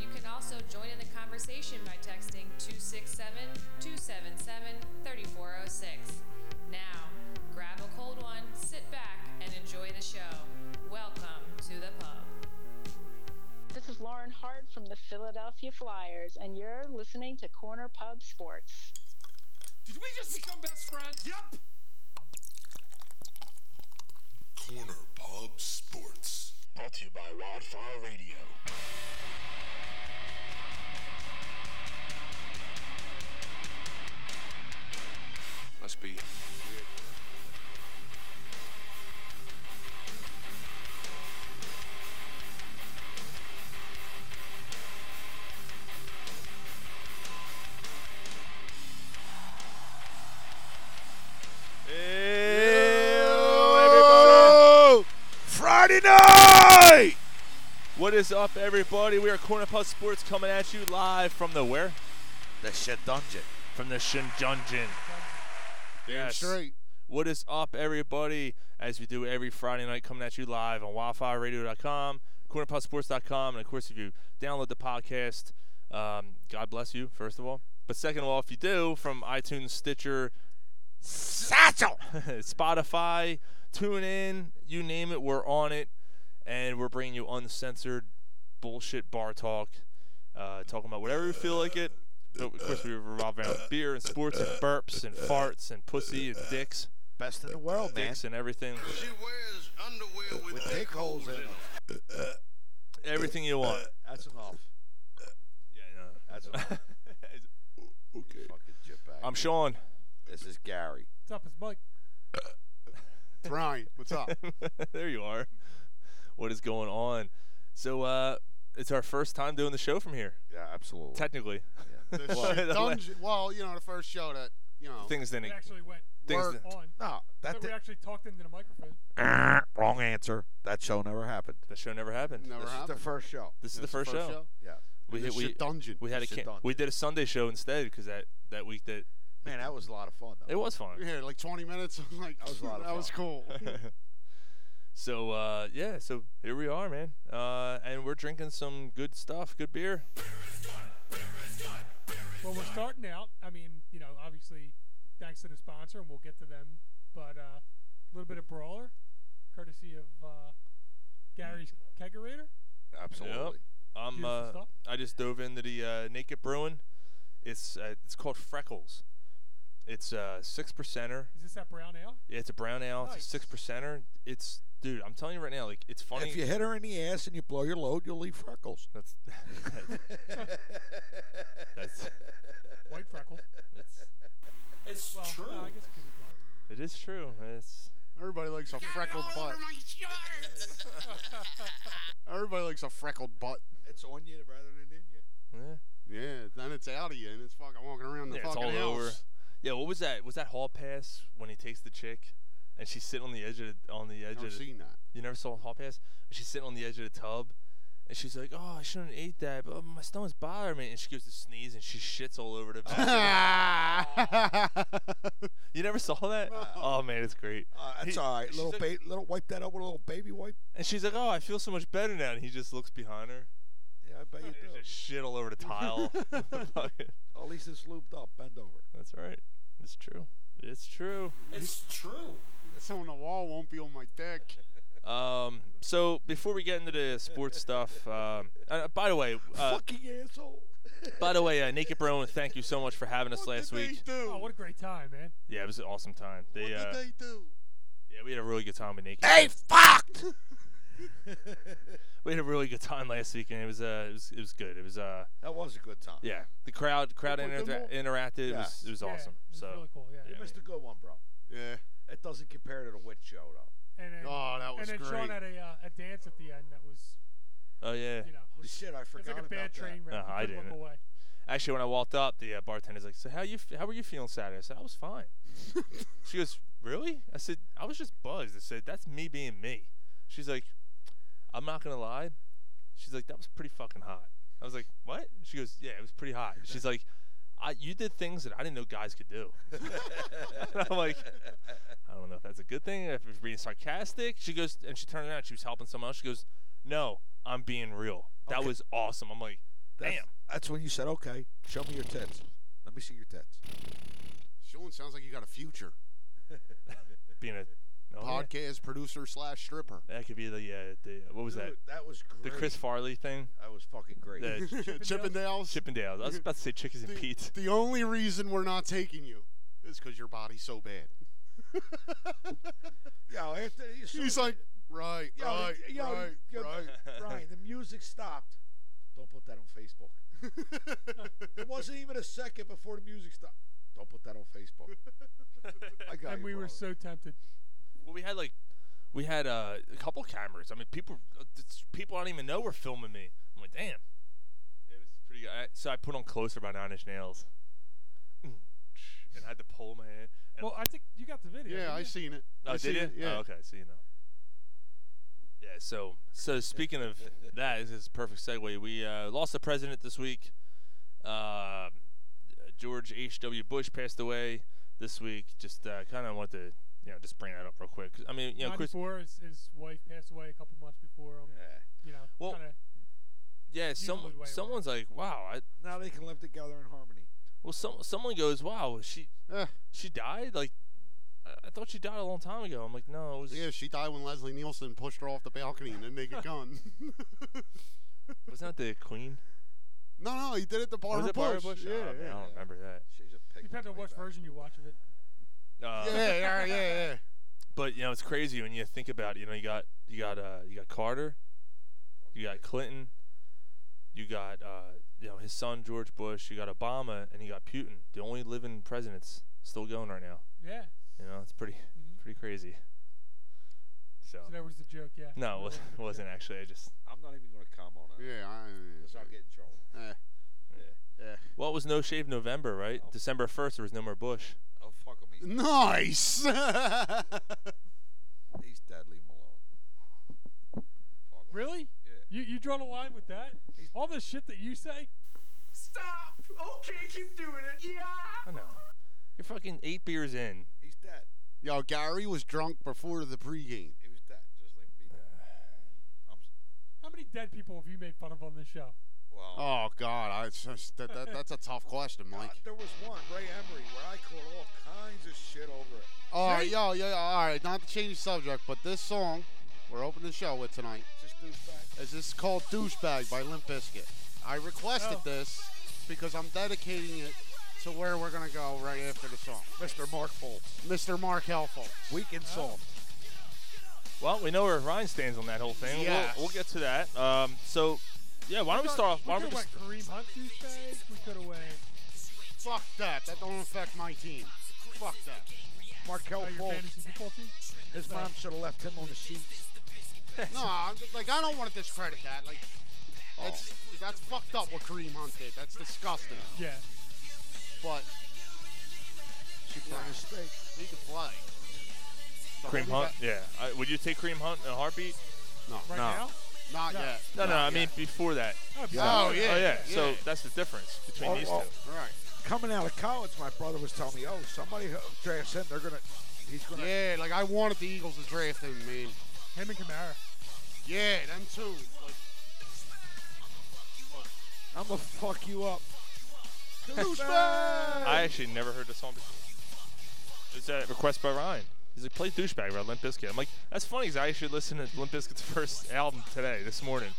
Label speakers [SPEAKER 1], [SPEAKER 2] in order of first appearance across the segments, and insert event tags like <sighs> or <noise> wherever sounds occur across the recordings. [SPEAKER 1] You can also join in the conversation by texting 267 277 3406. Now, Um, grab a cold one, sit back, and enjoy the show. Welcome to the pub.
[SPEAKER 2] This is Lauren Hart from the Philadelphia Flyers, and you're listening to Corner Pub Sports.
[SPEAKER 3] Did we just become best friends? Yep.
[SPEAKER 4] Corner Pub Sports. Brought to you by Wildfire Radio.
[SPEAKER 5] Must be.
[SPEAKER 6] Hello, everybody.
[SPEAKER 4] Friday night!
[SPEAKER 6] What is up, everybody? We are Corner Puff Sports coming at you live from the where?
[SPEAKER 5] The shit dungeon.
[SPEAKER 6] From the Shin Dungeon. Yes.
[SPEAKER 3] Straight.
[SPEAKER 6] What is up, everybody? As we do every Friday night, coming at you live on WildfireRadio.com, CornerPuffSports.com, and of course, if you download the podcast, um, God bless you, first of all. But second of all, if you do, from iTunes, Stitcher,
[SPEAKER 4] Satchel!
[SPEAKER 6] <laughs> Spotify, tune in, you name it, we're on it, and we're bringing you uncensored bullshit bar talk, uh, talking about whatever we feel like it. But of course, we revolve around beer and sports and burps and farts and pussy and dicks,
[SPEAKER 5] Best in the world, man.
[SPEAKER 6] dicks and everything,
[SPEAKER 7] She wears underwear with, dick holes in them.
[SPEAKER 6] <laughs> everything you want.
[SPEAKER 3] That's enough.
[SPEAKER 6] Yeah, I know.
[SPEAKER 3] That's
[SPEAKER 6] <laughs>
[SPEAKER 3] enough.
[SPEAKER 4] Okay.
[SPEAKER 5] Fucking jitbag.
[SPEAKER 6] I'm Sean. <laughs>
[SPEAKER 5] this is Gary.
[SPEAKER 3] What's up, it's Mike.
[SPEAKER 4] Brian, what's
[SPEAKER 6] <laughs>
[SPEAKER 4] up?
[SPEAKER 6] there you are. What is going on? So uh, it's our first time doing the show from here,
[SPEAKER 5] Yeah, absolutely.
[SPEAKER 6] technically.
[SPEAKER 4] The
[SPEAKER 6] Well, <laughs>
[SPEAKER 8] <laughs>
[SPEAKER 4] shit
[SPEAKER 6] the la-
[SPEAKER 4] dungeon. Well, Oh, you know, the first show that, you know.
[SPEAKER 6] Things
[SPEAKER 9] It
[SPEAKER 6] didn't.
[SPEAKER 9] actually went
[SPEAKER 6] Things
[SPEAKER 4] Word.
[SPEAKER 6] that-
[SPEAKER 9] on.
[SPEAKER 5] no,
[SPEAKER 9] That
[SPEAKER 5] that
[SPEAKER 9] we
[SPEAKER 5] di-
[SPEAKER 9] actually talked into the microphone.
[SPEAKER 8] <clears throat>
[SPEAKER 5] wrong answer. That show never happened.
[SPEAKER 6] The show never happened.
[SPEAKER 4] never
[SPEAKER 5] this
[SPEAKER 4] happened.
[SPEAKER 5] is the first show.
[SPEAKER 6] This is the first, show.
[SPEAKER 5] Yeah.
[SPEAKER 6] We
[SPEAKER 4] The
[SPEAKER 6] hit, we,
[SPEAKER 4] shit dungeon.
[SPEAKER 6] we had a
[SPEAKER 5] Shit
[SPEAKER 6] can-
[SPEAKER 5] dungeon.
[SPEAKER 6] we did a Sunday show instead because that that week that
[SPEAKER 5] Man, that was a lot of fun though.
[SPEAKER 6] it was
[SPEAKER 4] We
[SPEAKER 10] <laughs>
[SPEAKER 6] fun. <laughs>
[SPEAKER 4] had like 20 minutes. <laughs> I'm like, that
[SPEAKER 5] was a lot of
[SPEAKER 4] was
[SPEAKER 5] fun.
[SPEAKER 4] cool.
[SPEAKER 6] So uh, yeah, so here we are, man, uh, and we're drinking some good stuff, good beer.
[SPEAKER 9] Well, we're starting out. I mean, you know, obviously, thanks to the sponsor, and we'll get to them. But uh, a little bit of brawler, courtesy of uh, Gary's Kegerator.
[SPEAKER 5] Absolutely.
[SPEAKER 6] I'm
[SPEAKER 9] Beautiful
[SPEAKER 6] uh,
[SPEAKER 9] stuff.
[SPEAKER 6] I just dove into the uh, Naked Brewing. It's uh, it's called Freckles. It's a six percenter.
[SPEAKER 9] Is this that brown ale?
[SPEAKER 6] Yeah, It's a brown ale. It's
[SPEAKER 9] Nice.
[SPEAKER 6] a six percenter. It's dude, I'm telling you right now, like it's funny.
[SPEAKER 11] If you hit her in the ass and you blow your load, you'll leave freckles.
[SPEAKER 8] <laughs>
[SPEAKER 6] that's <laughs> that's
[SPEAKER 9] White freckles.
[SPEAKER 6] that's
[SPEAKER 4] <laughs>
[SPEAKER 7] It's
[SPEAKER 9] Well, no, I guess it could be black.
[SPEAKER 6] it is true. It's
[SPEAKER 4] Everybody likes a freckled butt. Everybody likes a freckled butt.
[SPEAKER 11] It's on you rather than in you.
[SPEAKER 6] yeah.
[SPEAKER 4] Yeah, then it's out of you, and it's fucking walking around the
[SPEAKER 6] Yeah, it's
[SPEAKER 4] fucking
[SPEAKER 6] all
[SPEAKER 4] house.
[SPEAKER 6] over. Yeah, what was that? Was that hall pass when he takes the chick, and she's sitting on the edge of the, on the edge
[SPEAKER 4] Never
[SPEAKER 6] of the,
[SPEAKER 4] seen that.
[SPEAKER 6] you never saw hall pass? And she's sitting on the edge of the tub, and she's like, "Oh, I shouldn't have ate that, but my stomach's bothering me." And she goes to sneeze, and she shits all over
[SPEAKER 4] <laughs>
[SPEAKER 6] the. bathroom.
[SPEAKER 8] Uh,
[SPEAKER 6] you never saw that? Oh man, it's great.
[SPEAKER 11] Uh, that's
[SPEAKER 6] He-
[SPEAKER 11] all right.
[SPEAKER 6] she's
[SPEAKER 11] Little,
[SPEAKER 6] like-
[SPEAKER 11] ba- little wipe that up with a little baby wipe.
[SPEAKER 6] And she's like, "Oh, I feel so much better now." And he just looks behind her.
[SPEAKER 11] Yeah, I bet you
[SPEAKER 6] There's
[SPEAKER 11] do.
[SPEAKER 6] just shit all over the
[SPEAKER 4] <laughs>
[SPEAKER 6] tile. <laughs> Fucking-
[SPEAKER 11] At least it's lubed up. Bend over.
[SPEAKER 6] That's right. It's true. It's true.
[SPEAKER 3] It's true.
[SPEAKER 4] So on the wall won't be on my
[SPEAKER 6] <laughs>
[SPEAKER 4] dick.
[SPEAKER 6] Um, so before we get into the sports stuff, um, uh, by the way, uh,
[SPEAKER 11] Fucking asshole.
[SPEAKER 8] <laughs>
[SPEAKER 6] by the way, uh, Naked Brown, thank you so much for having us
[SPEAKER 4] What
[SPEAKER 6] last
[SPEAKER 4] did
[SPEAKER 6] week. uh,
[SPEAKER 4] they do?
[SPEAKER 9] Oh, what a great time, man!
[SPEAKER 6] Yeah, it was an awesome time.
[SPEAKER 4] what
[SPEAKER 6] They, uh,
[SPEAKER 4] did they do?
[SPEAKER 8] <laughs>
[SPEAKER 6] yeah, we had a really good time with Naked.
[SPEAKER 11] Hey, fucked.
[SPEAKER 6] We had a really good time last week, and it was uh, it was it was good. It was uh,
[SPEAKER 5] That was a good time.
[SPEAKER 6] yeah, the crowd crowd
[SPEAKER 11] They put them
[SPEAKER 6] inter-
[SPEAKER 11] all-
[SPEAKER 6] interacted. It was
[SPEAKER 5] Yeah.
[SPEAKER 6] it was
[SPEAKER 9] Yeah,
[SPEAKER 6] awesome.
[SPEAKER 9] it was
[SPEAKER 6] So
[SPEAKER 9] really cool. Yeah.
[SPEAKER 6] yeah.
[SPEAKER 5] You missed a good one, bro.
[SPEAKER 4] Yeah.
[SPEAKER 5] It doesn't compare to the witch show though.
[SPEAKER 9] And then,
[SPEAKER 4] Oh, that was
[SPEAKER 9] and then Sean
[SPEAKER 4] great.
[SPEAKER 9] had a, uh, a dance at the end that was,
[SPEAKER 6] oh yeah,
[SPEAKER 9] you know,
[SPEAKER 5] Shit, I
[SPEAKER 9] it's
[SPEAKER 5] forgot
[SPEAKER 9] like a
[SPEAKER 5] about
[SPEAKER 9] bad
[SPEAKER 5] that.
[SPEAKER 9] train wreck.
[SPEAKER 8] <laughs>
[SPEAKER 6] Uh,
[SPEAKER 10] <laughs>
[SPEAKER 9] You
[SPEAKER 6] I
[SPEAKER 9] couldn't
[SPEAKER 6] didn't.
[SPEAKER 9] Look away.
[SPEAKER 6] Actually, when I walked up, the uh, bartender's like, "So how you f- how were you feeling Saturday?" I said, "I was fine." she goes, "Really?" I said, "I was just buzzed." I said, "That's me being me." She's like, "I'm not gonna lie." She's like, "That was pretty fucking hot." I was like, "What?" She goes, "Yeah, it was pretty hot." She's like, I, "You did things that I didn't know guys could do." <laughs> And I'm like, "I don't know if that's a good thing. If it's being sarcastic." She goes, and she turned around. She was helping someone else. She goes, "No, I'm being real. That
[SPEAKER 11] Okay.
[SPEAKER 6] was awesome." I'm like,
[SPEAKER 11] That's,
[SPEAKER 6] "Damn."
[SPEAKER 11] That's when you said, okay, show me your tits. Let me see your tits.
[SPEAKER 10] Sean sounds like you got a future.
[SPEAKER 6] being a oh, yeah.
[SPEAKER 10] Podcast producer
[SPEAKER 4] <laughs>
[SPEAKER 10] slash stripper.
[SPEAKER 6] That could be the uh, the what was that?
[SPEAKER 10] Dude, that was
[SPEAKER 6] The Chris
[SPEAKER 10] great.
[SPEAKER 6] Farley <laughs> thing.
[SPEAKER 5] That was fucking great.
[SPEAKER 8] <laughs>
[SPEAKER 10] Chippendales.
[SPEAKER 6] Chippendales. I was about to say Chickies and
[SPEAKER 10] The-
[SPEAKER 6] Pete's.
[SPEAKER 10] The only reason we're not taking you is because your body's so bad.
[SPEAKER 11] Yeah,
[SPEAKER 10] He's like, right,
[SPEAKER 11] yo,
[SPEAKER 10] right,
[SPEAKER 11] yo,
[SPEAKER 10] right,
[SPEAKER 11] yo,
[SPEAKER 10] right.
[SPEAKER 11] Brian, the music stopped. Don't put that on Facebook. it wasn't even a second before the music stopped. Don't put that on Facebook. I got
[SPEAKER 9] <laughs> and
[SPEAKER 11] you,
[SPEAKER 9] we were
[SPEAKER 11] brother.
[SPEAKER 9] so tempted.
[SPEAKER 6] Well, we had like we had uh, a couple cameras. I mean, people uh, it's- people I don't even know were filming me. I'm like, damn. It was pretty. I, so I put on closer by Nine Inch Nails, <clears throat> and I had to pull my hand. And
[SPEAKER 9] Well, I think you got the video.
[SPEAKER 10] <laughs> Yeah,
[SPEAKER 9] didn't
[SPEAKER 10] I
[SPEAKER 9] you?
[SPEAKER 10] seen it.
[SPEAKER 6] Oh,
[SPEAKER 10] I
[SPEAKER 6] did
[SPEAKER 10] seen
[SPEAKER 6] you?
[SPEAKER 10] it, yeah.
[SPEAKER 6] Oh, okay, so you know. Yeah. So, so speaking of that, this is a perfect segue. We uh, lost the president this week. Uh, George H. W. Bush passed away this week. Just uh, kind of want to, you know, just bring that up real quick. 'Cause, I mean, you know, Chris.
[SPEAKER 9] 94, his, his wife passed away a couple months before him.
[SPEAKER 5] Yeah.
[SPEAKER 9] You know,
[SPEAKER 6] Well, uh,
[SPEAKER 9] kind of
[SPEAKER 6] Yeah, some,
[SPEAKER 9] usually the way it
[SPEAKER 6] someone's like, wow. I,
[SPEAKER 11] now they can live together in harmony.
[SPEAKER 6] well, some, someone goes, wow, she she died. Like, I, I thought she died a long time ago. I'm like, no, it was
[SPEAKER 10] Yeah, she died when Leslie Nielsen pushed her off the balcony and
[SPEAKER 6] <laughs>
[SPEAKER 10] then they got gun.
[SPEAKER 6] wasn't that the Queen?
[SPEAKER 10] <laughs> no, no, he did it to Barbara
[SPEAKER 6] was it Barbara
[SPEAKER 10] Bush.
[SPEAKER 6] Bush?
[SPEAKER 10] Yeah,
[SPEAKER 6] Oh, man,
[SPEAKER 10] yeah.
[SPEAKER 6] I don't remember that.
[SPEAKER 5] She's a pig.
[SPEAKER 9] depends on which version you watch of it.
[SPEAKER 6] Uh,
[SPEAKER 10] yeah, yeah,
[SPEAKER 6] <laughs>
[SPEAKER 10] yeah, yeah.
[SPEAKER 6] But you know, it's crazy when you think about it. You know, you got you got uh, you got Carter, you got Clinton, you got uh, you know his son George Bush, you got Obama, and you got Putin. The only living presidents still going right now.
[SPEAKER 9] Yeah.
[SPEAKER 6] You know, it's pretty pretty crazy. Mm-hmm. So
[SPEAKER 9] So that was the joke, yeah.
[SPEAKER 6] no, it wasn't, it wasn't actually. I just
[SPEAKER 5] I'm not even going to comment on it.
[SPEAKER 10] Yeah, I-
[SPEAKER 5] 'cause I'll get in trouble.
[SPEAKER 10] Eh, eh.
[SPEAKER 6] well, it was no shave November, right? December first, there was no more Bush.
[SPEAKER 5] Oh, fuck him. He's,
[SPEAKER 10] Nice.
[SPEAKER 5] he's dead. Leave him alone. Fuck him.
[SPEAKER 9] <laughs> Really?
[SPEAKER 5] Yeah.
[SPEAKER 9] You you draw the line with that? All the shit that you say?
[SPEAKER 3] Stop! Okay, keep doing it. Yeah!
[SPEAKER 6] I know. You're fucking eight beers in.
[SPEAKER 5] He's dead.
[SPEAKER 10] <laughs> Yo, Gary was drunk before the pregame.
[SPEAKER 5] He was dead. Just leave him be dead. I'm, s-
[SPEAKER 9] How many dead people have you made fun of on this show?
[SPEAKER 5] well,
[SPEAKER 10] Oh God, I it's just, that, that that's a tough
[SPEAKER 6] <laughs>
[SPEAKER 10] question,
[SPEAKER 5] God,
[SPEAKER 10] Mike.
[SPEAKER 5] there was one, Ray Emery, where I caught all kinds of shit over it.
[SPEAKER 10] All right, yo, yo, yo, all right. Not to change the subject, but this song we're opening the show with tonight
[SPEAKER 5] Just douchebag.
[SPEAKER 10] is this called "Douchebag" by Limp Bizkit. I requested
[SPEAKER 9] Oh.
[SPEAKER 10] this because I'm dedicating it to where we're gonna go right after the song,
[SPEAKER 5] Mr. Mark Foltz.
[SPEAKER 10] Mr. Mark Helfel.
[SPEAKER 5] Weekend song.
[SPEAKER 6] Well, we know where Ryan stands on that whole thing.
[SPEAKER 10] Yes.
[SPEAKER 6] We'll, we'll get to that. Um, so, yeah, why don't we start off?
[SPEAKER 9] We
[SPEAKER 6] Why don't
[SPEAKER 9] could
[SPEAKER 6] we
[SPEAKER 9] have
[SPEAKER 6] just
[SPEAKER 9] went Kareem Hunt douchebag. We could have went.
[SPEAKER 10] Fuck that. That don't affect my team. Fuck that.
[SPEAKER 9] <laughs> Oh,
[SPEAKER 11] Markel
[SPEAKER 9] your
[SPEAKER 11] Fultz.
[SPEAKER 9] fantasy football team?
[SPEAKER 11] His mom should have left him on the sheet.
[SPEAKER 10] No, I'm just, like I don't want to discredit that. Like, that's that's fucked up what Kareem Hunt did. That's disgusting.
[SPEAKER 9] Yeah.
[SPEAKER 10] But
[SPEAKER 11] She played
[SPEAKER 10] Nah.
[SPEAKER 11] a mistake.
[SPEAKER 10] he can play. The
[SPEAKER 6] Cream
[SPEAKER 10] only
[SPEAKER 6] Hunt? Yeah. I, would you take Cream Hunt in a heartbeat?
[SPEAKER 10] ba- No,
[SPEAKER 9] Right
[SPEAKER 6] No.
[SPEAKER 9] now?
[SPEAKER 10] not
[SPEAKER 9] No.
[SPEAKER 10] yet.
[SPEAKER 6] No, no. I
[SPEAKER 10] Not
[SPEAKER 6] mean
[SPEAKER 10] yet.
[SPEAKER 6] before that.
[SPEAKER 9] Oh,
[SPEAKER 10] Yeah. Oh,
[SPEAKER 6] oh yeah. So
[SPEAKER 10] yeah.
[SPEAKER 6] that's the difference between
[SPEAKER 11] Oh,
[SPEAKER 6] these
[SPEAKER 11] oh.
[SPEAKER 6] two.
[SPEAKER 10] All right.
[SPEAKER 11] Coming out of college, my brother was telling me, "Oh, somebody who drafts him. They're gonna, he's gonna."
[SPEAKER 10] Yeah, like I wanted the Eagles to draft him, man.
[SPEAKER 9] Him and Kamara.
[SPEAKER 10] Yeah, them too. Like,
[SPEAKER 11] I'm gonna fuck you up.
[SPEAKER 6] I actually never heard the song before. It's a request by Ryan. He's like, play douchebag by Limp Bizkit. I'm like, that's funny because I actually listened to Limp Bizkit's <laughs> first album today, this morning.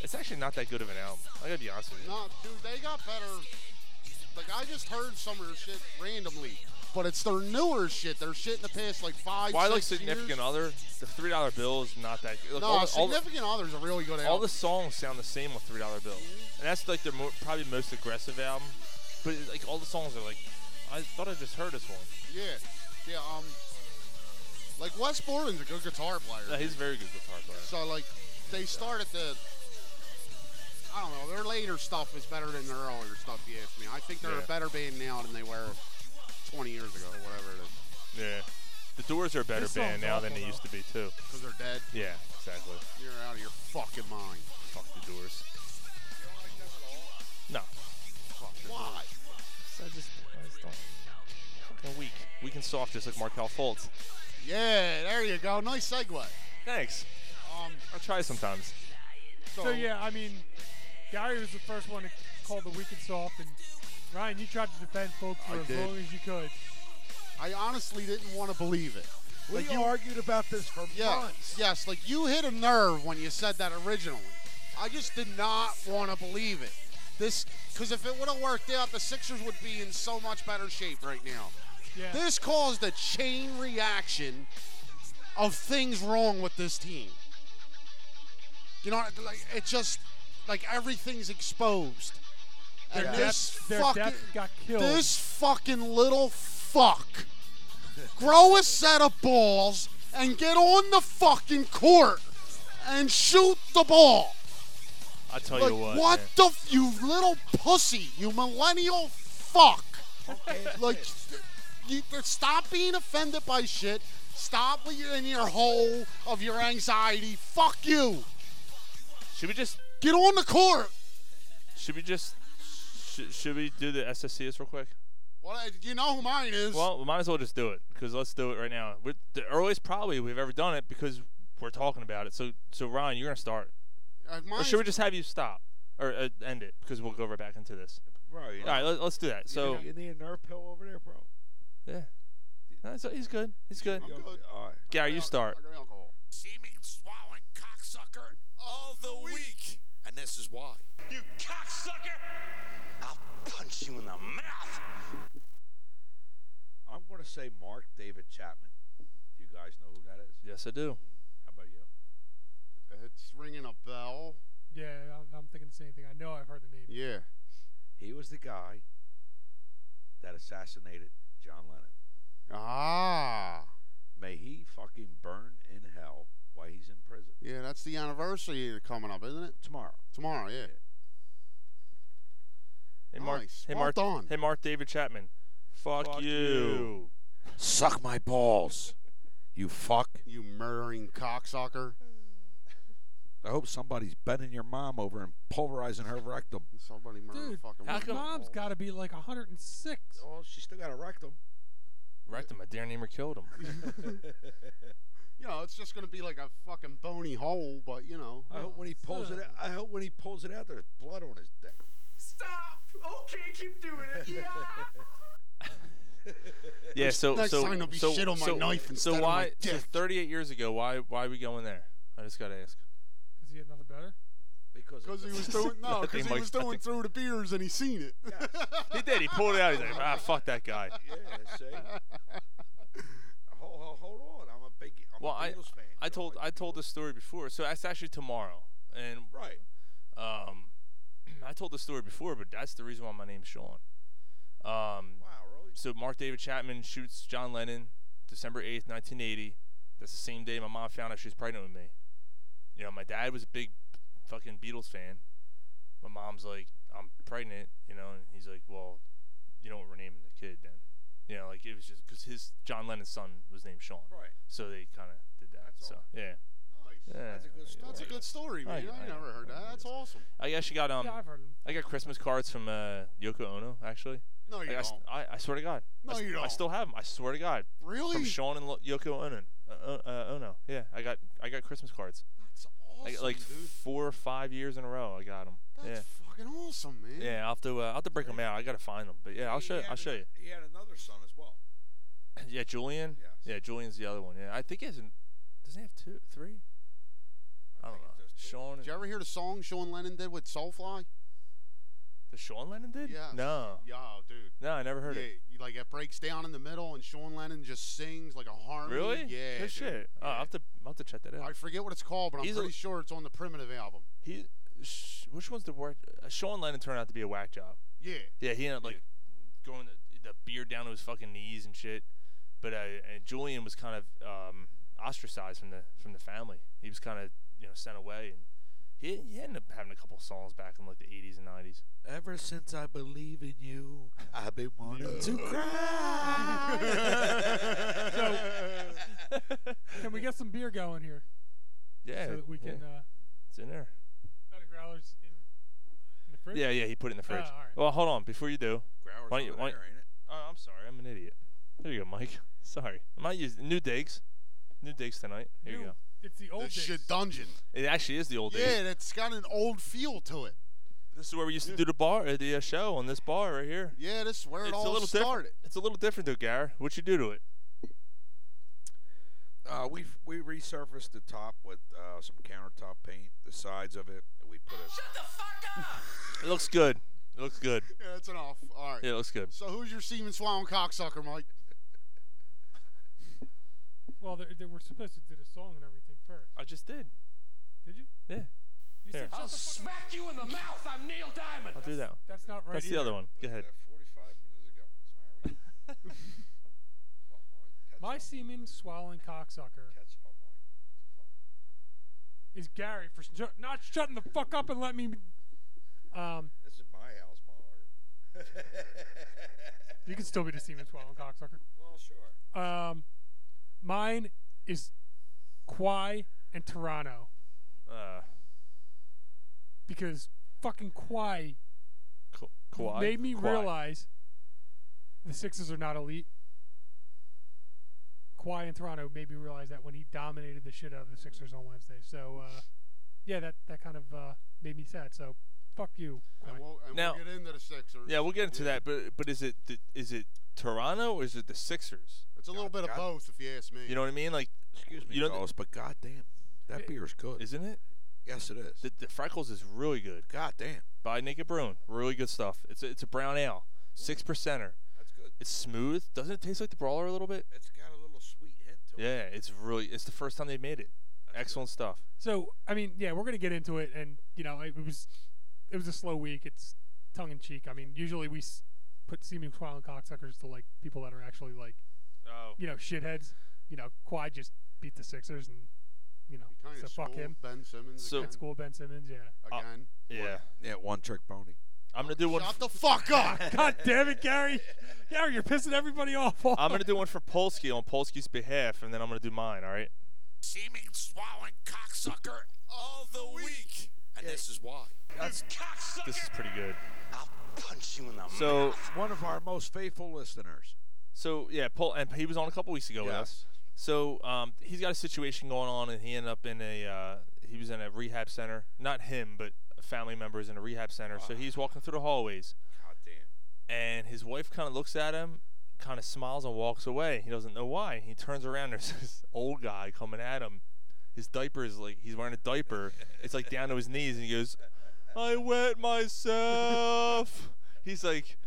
[SPEAKER 6] It's actually not that good of an album. I gotta be honest with you.
[SPEAKER 10] no, dude, they got better. Like I just heard some of their shit randomly, but it's their newer shit. Their shit in the past like five.
[SPEAKER 6] Why like
[SPEAKER 10] six
[SPEAKER 6] significant
[SPEAKER 10] years.
[SPEAKER 6] other? The three dollar bill is not that. Good. Look,
[SPEAKER 10] No,
[SPEAKER 6] all, the- all the-
[SPEAKER 10] significant others are really good.
[SPEAKER 6] all
[SPEAKER 10] album.
[SPEAKER 6] the songs sound the same on Three Dollar Bill, and that's like their mo- probably most aggressive album. But like all the songs are like, I thought I just heard this one.
[SPEAKER 10] Yeah, yeah. Um, like Wes Borland's a good guitar player.
[SPEAKER 6] No, he's a very good guitar player.
[SPEAKER 10] So like, they started the. I don't know. Their later stuff is better than their earlier stuff. You ask me. I think they're
[SPEAKER 6] Yeah.
[SPEAKER 10] a better band now than they were 20 years ago, whatever it is.
[SPEAKER 6] Yeah. The Doors are a better
[SPEAKER 10] This
[SPEAKER 6] band
[SPEAKER 10] song's
[SPEAKER 6] now than they
[SPEAKER 10] awful,
[SPEAKER 6] used to be too.
[SPEAKER 10] Because they're dead.
[SPEAKER 6] Yeah, exactly.
[SPEAKER 10] You're out of your fucking mind.
[SPEAKER 6] Fuck the Doors. No.
[SPEAKER 10] Fuck the Why?
[SPEAKER 6] I just, I just don't. Fucking weak. Weak and soft, just like Markel Fultz.
[SPEAKER 10] Yeah, there you go. Nice segue.
[SPEAKER 6] Thanks.
[SPEAKER 10] Um,
[SPEAKER 6] I try sometimes.
[SPEAKER 9] So, yeah, I mean, Gary was the first one to call the weak and soft, and Ryan, you tried to defend Folk for
[SPEAKER 10] I
[SPEAKER 9] as
[SPEAKER 10] did.
[SPEAKER 9] long as you could.
[SPEAKER 10] I honestly didn't want to believe it.
[SPEAKER 11] <laughs> We argued about this for
[SPEAKER 10] yeah,
[SPEAKER 11] months.
[SPEAKER 10] Yes, like you hit a nerve when you said that originally. I just did not want to believe it. This, because if it would have worked out, the Sixers would be in so much better shape right now.
[SPEAKER 9] Yeah.
[SPEAKER 10] This caused a chain reaction of things wrong with this team. You know, like it just like everything's exposed.
[SPEAKER 9] Their
[SPEAKER 10] And
[SPEAKER 9] depth-
[SPEAKER 10] this
[SPEAKER 9] their
[SPEAKER 10] fucking
[SPEAKER 9] depth got killed.
[SPEAKER 10] this fucking little fuck grow a set of balls and get on the fucking court and shoot the ball.
[SPEAKER 6] I tell
[SPEAKER 10] Like,
[SPEAKER 6] you what.
[SPEAKER 10] what
[SPEAKER 6] man.
[SPEAKER 10] the f- you little pussy, you millennial fuck. <laughs> like you stop being offended by shit. Stop with your- in your hole of your anxiety. Fuck you.
[SPEAKER 6] Should we just
[SPEAKER 10] Get on the court.
[SPEAKER 6] Should we just sh- should we do the SSCS real quick?
[SPEAKER 10] Well, I- you know who mine is.
[SPEAKER 6] Well, we might as well just do it because let's do it right now. We're the earliest probably we've ever done it because we're talking about it. So so Ryan, you're gonna start.
[SPEAKER 10] Uh,
[SPEAKER 6] Or
[SPEAKER 10] mine's-
[SPEAKER 6] should we just have you stop or uh, end it because we'll go right back into this.
[SPEAKER 11] Right.
[SPEAKER 6] All right. Let, us do that. So
[SPEAKER 11] you need a nerve pill over there, bro.
[SPEAKER 6] yeah, no, it's- he's good. He's good. Gary, you start.
[SPEAKER 4] Seeming swallowing cocksucker all the week. And this is why. You cocksucker! I'll punch you in the mouth.
[SPEAKER 11] I'm going to say Mark David Chapman. Do you guys know who that is?
[SPEAKER 6] Yes, I do.
[SPEAKER 11] How about you?
[SPEAKER 10] It's ringing a bell.
[SPEAKER 9] Yeah, I'm, I'm thinking the same thing. I know I've heard the name.
[SPEAKER 10] Yeah.
[SPEAKER 11] He was the guy that assassinated John Lennon.
[SPEAKER 10] Ah.
[SPEAKER 11] May he fucking burn in hell while he's in prison.
[SPEAKER 10] Yeah, that's the anniversary coming up, isn't it?
[SPEAKER 11] Tomorrow.
[SPEAKER 10] Tomorrow, yeah.
[SPEAKER 6] Hey Mark.
[SPEAKER 10] Nice.
[SPEAKER 6] Hey
[SPEAKER 10] Well
[SPEAKER 6] Mark.
[SPEAKER 10] done.
[SPEAKER 6] Hey Mark. David Chapman. Fuck,
[SPEAKER 10] Fuck
[SPEAKER 6] you.
[SPEAKER 10] you.
[SPEAKER 11] Suck my balls. You fuck.
[SPEAKER 10] You murdering cocksucker.
[SPEAKER 11] I hope somebody's bending your mom over and pulverizing her rectum.
[SPEAKER 10] Somebody murdered
[SPEAKER 9] Dude,
[SPEAKER 10] fucking
[SPEAKER 9] his
[SPEAKER 10] woman.
[SPEAKER 9] mom's got to be like 106.
[SPEAKER 11] Oh, she still got a rectum.
[SPEAKER 6] Rectum. I dare near killed him.
[SPEAKER 10] You know, it's just gonna be like a fucking bony hole, but you know.
[SPEAKER 11] I hope when
[SPEAKER 9] Oh,
[SPEAKER 11] he pulls it. I hope when he pulls it out, there's blood on his dick.
[SPEAKER 3] Stop! Okay, keep doing it. Yeah!
[SPEAKER 6] Yeah,
[SPEAKER 10] Next-
[SPEAKER 6] so
[SPEAKER 10] next
[SPEAKER 6] so
[SPEAKER 10] time there'll be
[SPEAKER 6] so,
[SPEAKER 10] shit on my
[SPEAKER 6] so,
[SPEAKER 10] knife instead
[SPEAKER 6] so
[SPEAKER 10] of
[SPEAKER 6] why
[SPEAKER 10] my
[SPEAKER 6] so 38 years ago why why are we going there? I just gotta ask.
[SPEAKER 9] Because he had nothing better?
[SPEAKER 11] Because
[SPEAKER 10] Because he was doing
[SPEAKER 6] <laughs>
[SPEAKER 10] no,
[SPEAKER 6] I
[SPEAKER 10] because
[SPEAKER 6] think
[SPEAKER 10] he
[SPEAKER 6] Mike's-
[SPEAKER 10] was
[SPEAKER 6] I
[SPEAKER 10] doing
[SPEAKER 6] think-
[SPEAKER 10] through the beers and he seen it. <laughs>
[SPEAKER 6] He did. He pulled it out. He's like, ah, fuck that guy.
[SPEAKER 11] Yeah, see. hold, hold, hold on. I'm a big. I'm
[SPEAKER 6] Well,
[SPEAKER 11] a
[SPEAKER 6] I
[SPEAKER 11] Beatles fan.
[SPEAKER 6] I
[SPEAKER 11] you know,
[SPEAKER 6] told I told this story before, so that's actually tomorrow. And
[SPEAKER 11] right.
[SPEAKER 6] um, <clears throat> I told the story before, but that's the reason why my name's Sean. Um,
[SPEAKER 11] Wow, really?
[SPEAKER 6] so Mark David Chapman shoots John Lennon, December eighth, nineteen eighty. That's the same day my mom found out she was pregnant with me. You know, my dad was a big fucking Beatles fan. My mom's like, I'm pregnant, you know, and he's like, well, you know what we're naming the kid then. You know, like it was just because his John Lennon's son was named Sean.
[SPEAKER 11] Right.
[SPEAKER 6] So they kind of did that.
[SPEAKER 11] That's
[SPEAKER 6] so
[SPEAKER 11] all.
[SPEAKER 6] yeah.
[SPEAKER 10] Nice.
[SPEAKER 6] yeah.
[SPEAKER 11] That's a good story.
[SPEAKER 10] That's a good story,
[SPEAKER 6] I-
[SPEAKER 10] man. I,
[SPEAKER 6] I-
[SPEAKER 10] never heard that. That's awesome.
[SPEAKER 6] I actually got um.
[SPEAKER 9] yeah, I've heard him.
[SPEAKER 6] I got Christmas cards from uh, Yoko Ono actually.
[SPEAKER 10] No, you
[SPEAKER 6] Like, I, s-
[SPEAKER 10] don't.
[SPEAKER 6] I, I swear to God. I,
[SPEAKER 10] No,
[SPEAKER 6] s-
[SPEAKER 10] you
[SPEAKER 6] I
[SPEAKER 10] don't.
[SPEAKER 6] still have them. I swear to God.
[SPEAKER 10] Really?
[SPEAKER 6] From Sean and Lo- Yoko Ono. Uh, uh, uh, Ono. Yeah, I got I got Christmas cards.
[SPEAKER 10] That's
[SPEAKER 6] I
[SPEAKER 10] awesome,
[SPEAKER 6] got like
[SPEAKER 10] dude.
[SPEAKER 6] four or five years in a row. I got them.
[SPEAKER 10] That's fucking awesome, man.
[SPEAKER 6] yeah. Yeah, I'll have to uh, I'll have to break them out. I gotta find them. But yeah, I'll
[SPEAKER 11] He
[SPEAKER 6] show
[SPEAKER 11] had
[SPEAKER 6] I'll show you.
[SPEAKER 11] an- He had another son as well.
[SPEAKER 6] Yeah, Julian.
[SPEAKER 11] Yes.
[SPEAKER 6] Yeah, Julian's the other one. Yeah, I think he has. An, doesn't he have two, three? I, don't know.
[SPEAKER 11] think it's just two.
[SPEAKER 6] Sean.
[SPEAKER 10] Did you ever hear the song Sean Lennon did with Soulfly?
[SPEAKER 6] The Sean Lennon did?
[SPEAKER 10] Yeah.
[SPEAKER 6] No.
[SPEAKER 10] Yo, dude.
[SPEAKER 6] No, I never heard
[SPEAKER 10] yeah,
[SPEAKER 6] it.
[SPEAKER 10] you- like it breaks down in the middle, and Sean Lennon just sings like a harmony.
[SPEAKER 6] Really?
[SPEAKER 10] Yeah.
[SPEAKER 6] Good
[SPEAKER 10] dude.
[SPEAKER 6] shit. Oh, I'll have to I'll have to check that out.
[SPEAKER 10] I forget what it's called, but I'm
[SPEAKER 6] He's a-
[SPEAKER 10] pretty sure it's on the Primitive album.
[SPEAKER 6] He, sh- which one's the worst? Uh, Sean Lennon turned out to be a whack job.
[SPEAKER 10] Yeah.
[SPEAKER 6] Yeah, he ended up like going the, the beard down to his fucking knees and shit. But uh, and Julian was kind of um, ostracized from the from the family. He was kind of you know sent away, and He, he ended up having a couple songs back in like the 80s and <laughs> 90s.
[SPEAKER 8] Ever since I believe in you, I've been wanting to
[SPEAKER 11] <laughs>
[SPEAKER 9] so,
[SPEAKER 8] cry.
[SPEAKER 9] can we get some beer going here?
[SPEAKER 6] <laughs> Yeah,
[SPEAKER 9] So that we can.
[SPEAKER 6] yeah.
[SPEAKER 9] Uh,
[SPEAKER 6] it's in there.
[SPEAKER 9] Out of growlers in, in the fridge.
[SPEAKER 6] Yeah, yeah, he put it in the fridge.
[SPEAKER 9] Oh, all right.
[SPEAKER 6] Well, hold on. Before you do,
[SPEAKER 9] Growler's
[SPEAKER 6] why don't you-
[SPEAKER 9] over
[SPEAKER 6] why-
[SPEAKER 9] there, ain't it?
[SPEAKER 6] Oh, I'm sorry. I'm an idiot. There you go, Mike. <laughs> Sorry. I might use new digs. New digs tonight. Here you
[SPEAKER 10] New-
[SPEAKER 6] go.
[SPEAKER 9] It's the old
[SPEAKER 10] this shit dungeon.
[SPEAKER 6] It actually is the old days.
[SPEAKER 10] Yeah, it's got an old feel to it.
[SPEAKER 6] This is where we used to do the bar, uh, the uh, show on this bar right here.
[SPEAKER 10] Yeah, this is where it
[SPEAKER 6] it's
[SPEAKER 10] all
[SPEAKER 6] a little
[SPEAKER 10] started.
[SPEAKER 6] Different. It's a little different though, Gar. What you do to it?
[SPEAKER 8] Uh, we we resurfaced the top with uh, some countertop paint, the sides of it. and We put a shut the fuck up.
[SPEAKER 6] It looks good. It looks good.
[SPEAKER 10] Yeah, that's enough. All right.
[SPEAKER 6] Yeah, it looks good.
[SPEAKER 10] So who's your semen swallowing cocksucker, Mike?
[SPEAKER 9] Well, they, they were supposed to do the song and everything first.
[SPEAKER 6] I just did.
[SPEAKER 9] Did you?
[SPEAKER 6] Yeah. Here.
[SPEAKER 9] You said
[SPEAKER 6] I'll
[SPEAKER 9] shut the fuck
[SPEAKER 3] Smack you in the mouth. I'm Neil Diamond.
[SPEAKER 6] I'll do that. one.
[SPEAKER 9] that's not right
[SPEAKER 6] That's the
[SPEAKER 9] either.
[SPEAKER 6] other one. Go ahead.
[SPEAKER 8] <laughs>
[SPEAKER 9] up. My semen swallowing cocksucker. Is Gary for ju- not shutting the fuck up and let me? Um,
[SPEAKER 11] This is my house, motherfucker.
[SPEAKER 8] <laughs>
[SPEAKER 9] you can still be the semen swallowing cocksucker.
[SPEAKER 11] Well, sure.
[SPEAKER 9] Um, mine is Kwai and Toronto
[SPEAKER 6] Uh,
[SPEAKER 9] because fucking Kwai
[SPEAKER 6] Ka- Kawhi.
[SPEAKER 9] made me
[SPEAKER 6] Kawhi.
[SPEAKER 9] realize the Sixers are not elite. Kawhi in Toronto made me realize that when he dominated the shit out of the Sixers on Wednesday. So, uh, yeah, that, that kind of uh, made me sad. So, fuck you.
[SPEAKER 10] And we'll, and
[SPEAKER 6] Now-
[SPEAKER 10] we'll get into the Sixers.
[SPEAKER 6] Yeah, we'll get into that. But but is it the, is it Toronto or is it the Sixers?
[SPEAKER 10] It's a little bit of both, if you ask me.
[SPEAKER 6] You know what I mean? Like,
[SPEAKER 8] excuse me,
[SPEAKER 6] you know,
[SPEAKER 8] fellas, but goddamn, that
[SPEAKER 6] It-
[SPEAKER 8] beer's good.
[SPEAKER 6] isn't it?
[SPEAKER 8] yes, it is.
[SPEAKER 6] The, the Freckles is really good.
[SPEAKER 8] Goddamn.
[SPEAKER 6] By Naked Bruin, really good stuff. It's a, it's a brown ale, six percenter.
[SPEAKER 8] That's good.
[SPEAKER 6] It's smooth. Doesn't it taste like the Brawler a little bit?
[SPEAKER 8] It's got a little sweet hint to it.
[SPEAKER 6] Yeah, it's really. It's the first time they made it. Excellent stuff.
[SPEAKER 9] So, I mean, yeah, we're gonna get into it, and you know, it, was it was a slow week. It's tongue in cheek. I mean, usually we s- put seeming clown cocksuckers to like people that are actually like,
[SPEAKER 6] Oh.
[SPEAKER 9] you know, shitheads. You know, Kawhi just beat the Sixers, and you know,
[SPEAKER 10] Kind
[SPEAKER 9] so
[SPEAKER 10] of
[SPEAKER 9] fuck him.
[SPEAKER 10] Ben Simmons
[SPEAKER 6] So-
[SPEAKER 10] again.
[SPEAKER 9] School Ben Simmons, yeah.
[SPEAKER 6] Uh,
[SPEAKER 10] again.
[SPEAKER 6] yeah.
[SPEAKER 8] Yeah, one trick pony.
[SPEAKER 6] I'm gonna do one.
[SPEAKER 10] Shut the fuck up.
[SPEAKER 9] <laughs> <laughs> God damn it, Gary! Gary, you're pissing everybody off.
[SPEAKER 6] I'm
[SPEAKER 9] <laughs>
[SPEAKER 6] gonna do one for Polsky on Polsky's behalf, and then I'm gonna do mine. All right.
[SPEAKER 4] Seeming swallowing cocksucker all the week. And this is why. you cocksucker!
[SPEAKER 6] This is pretty good.
[SPEAKER 4] I'll punch you in the
[SPEAKER 6] So
[SPEAKER 4] mouth.
[SPEAKER 8] One of our most faithful listeners.
[SPEAKER 6] so yeah, Paul, and he was on a couple weeks ago with us. So um, he's got a situation going on, and he ended up in a uh, he was in a rehab center. Not him, but a family members in a rehab center. So he's walking through the hallways,
[SPEAKER 8] Goddamn.
[SPEAKER 6] and his wife kind of looks at him, kind of smiles and walks away. He doesn't know why. He turns around. <laughs> There's this old guy coming at him. His diaper is like he's wearing a diaper. It's like down to his knees, and he goes, "I wet myself." He's like,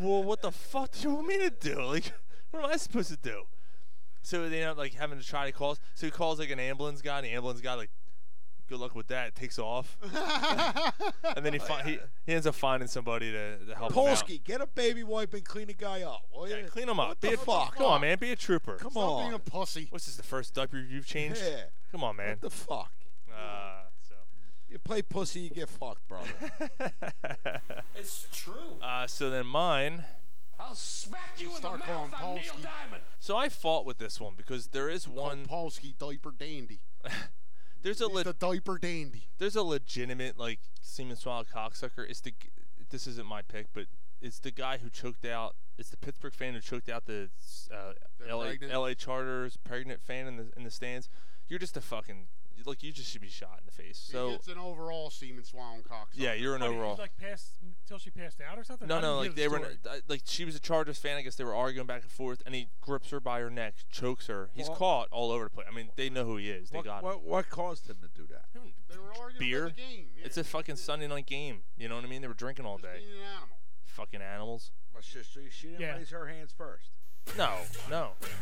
[SPEAKER 6] "Well, what the fuck do you want me to do? <laughs> Like, what am I supposed to do?" So they end up like having to try to call. So he calls like an ambulance guy. And the ambulance guy like, "Good luck with that." Takes
[SPEAKER 8] <laughs>
[SPEAKER 6] off, and then he fi- he, he ends up finding somebody to, to help him out.
[SPEAKER 8] Polsky, get a baby wipe and clean the guy up. will
[SPEAKER 6] Yeah,
[SPEAKER 8] ya?
[SPEAKER 6] clean them up.
[SPEAKER 8] What
[SPEAKER 6] be
[SPEAKER 8] the
[SPEAKER 6] a, <laughs>
[SPEAKER 8] fuck?
[SPEAKER 6] Come on, man. Be a trooper.
[SPEAKER 8] Come
[SPEAKER 10] Stop being
[SPEAKER 8] on.
[SPEAKER 10] a pussy.
[SPEAKER 6] What's this? The first diaper you've changed?
[SPEAKER 8] Yeah.
[SPEAKER 6] Come on, man.
[SPEAKER 8] What the fuck?
[SPEAKER 6] uh, so.
[SPEAKER 8] You play pussy, you get fucked, brother.
[SPEAKER 3] It's true.
[SPEAKER 6] <laughs> uh, so then mine.
[SPEAKER 3] I'll smack you in
[SPEAKER 10] Start
[SPEAKER 3] the mouth.
[SPEAKER 10] calling
[SPEAKER 3] I'm Neil
[SPEAKER 10] Polsky.
[SPEAKER 3] Diamond.
[SPEAKER 6] So I fought with this one because there is one.
[SPEAKER 10] One Polsky diaper dandy.
[SPEAKER 6] There's a
[SPEAKER 10] He's
[SPEAKER 6] le-
[SPEAKER 10] the diaper dandy.
[SPEAKER 6] there's a legitimate like semen swallow cocksucker. It's the g- this isn't my pick, but it's the guy who choked out. It's the Pittsburgh fan who choked out the uh,
[SPEAKER 10] The
[SPEAKER 6] LA
[SPEAKER 10] pregnant-
[SPEAKER 6] LA Charters pregnant fan in the in the stands. You're just a fucking like you just should be shot in the face.
[SPEAKER 10] he
[SPEAKER 6] So
[SPEAKER 10] gets an overall semen swallowing cocksucker.
[SPEAKER 6] yeah, you're an
[SPEAKER 9] What,
[SPEAKER 6] overall.
[SPEAKER 9] Like passed until she passed out or something.
[SPEAKER 6] No,
[SPEAKER 9] I
[SPEAKER 6] no,
[SPEAKER 9] didn't hear
[SPEAKER 6] like
[SPEAKER 9] the
[SPEAKER 6] they were <laughs>
[SPEAKER 9] story.
[SPEAKER 6] uh, like she was a Chargers fan. I guess they were arguing back and forth, and he grips her by her neck, chokes her. He's
[SPEAKER 8] Well-
[SPEAKER 6] caught all over the place. I mean, they know who he is. They
[SPEAKER 8] what,
[SPEAKER 6] got him.
[SPEAKER 8] what, what caused him to do that?
[SPEAKER 6] They were-
[SPEAKER 10] They were arguing
[SPEAKER 6] Beer?
[SPEAKER 10] about the game. Yeah.
[SPEAKER 6] It's a fucking Sunday night game. You know what I mean? They were drinking all
[SPEAKER 10] Just
[SPEAKER 6] day.
[SPEAKER 10] being an animal.
[SPEAKER 6] Fucking animals.
[SPEAKER 8] My sister, she didn't
[SPEAKER 9] Yeah.
[SPEAKER 8] raise her hands first.
[SPEAKER 6] No, no. It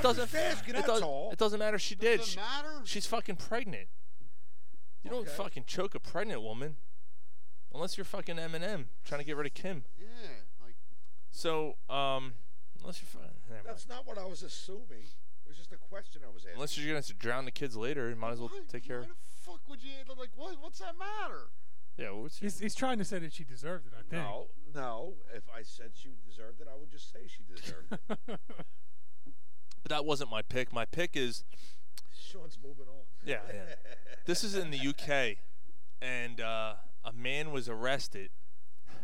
[SPEAKER 6] doesn't.
[SPEAKER 8] just asking,
[SPEAKER 6] It,
[SPEAKER 8] that's
[SPEAKER 6] does,
[SPEAKER 8] all.
[SPEAKER 6] it doesn't matter. if She did.
[SPEAKER 10] Does it
[SPEAKER 6] She,
[SPEAKER 10] matter?
[SPEAKER 6] she's fucking pregnant. You don't
[SPEAKER 8] Okay.
[SPEAKER 6] fucking choke a pregnant woman, unless you're fucking Eminem trying to get rid of Kim.
[SPEAKER 10] Yeah. Like,
[SPEAKER 6] So, um, unless you're fucking.
[SPEAKER 8] That's not what I was assuming. was just a question I was asking.
[SPEAKER 6] Unless you're gonna have to drown the kids later, you might as well take care. of
[SPEAKER 10] Fuck, would you like? What? What's that
[SPEAKER 9] <laughs>
[SPEAKER 10] matter?
[SPEAKER 6] Yeah, well, what's
[SPEAKER 9] He's, he's trying to say that she deserved it, I think.
[SPEAKER 8] No, no. If I said she deserved it, I would just say she deserved
[SPEAKER 6] <laughs>
[SPEAKER 8] it.
[SPEAKER 6] But that wasn't my pick. My pick is
[SPEAKER 8] Sean's moving on. <laughs>
[SPEAKER 6] Yeah, yeah. this is in the UK, and uh, a man was arrested <laughs>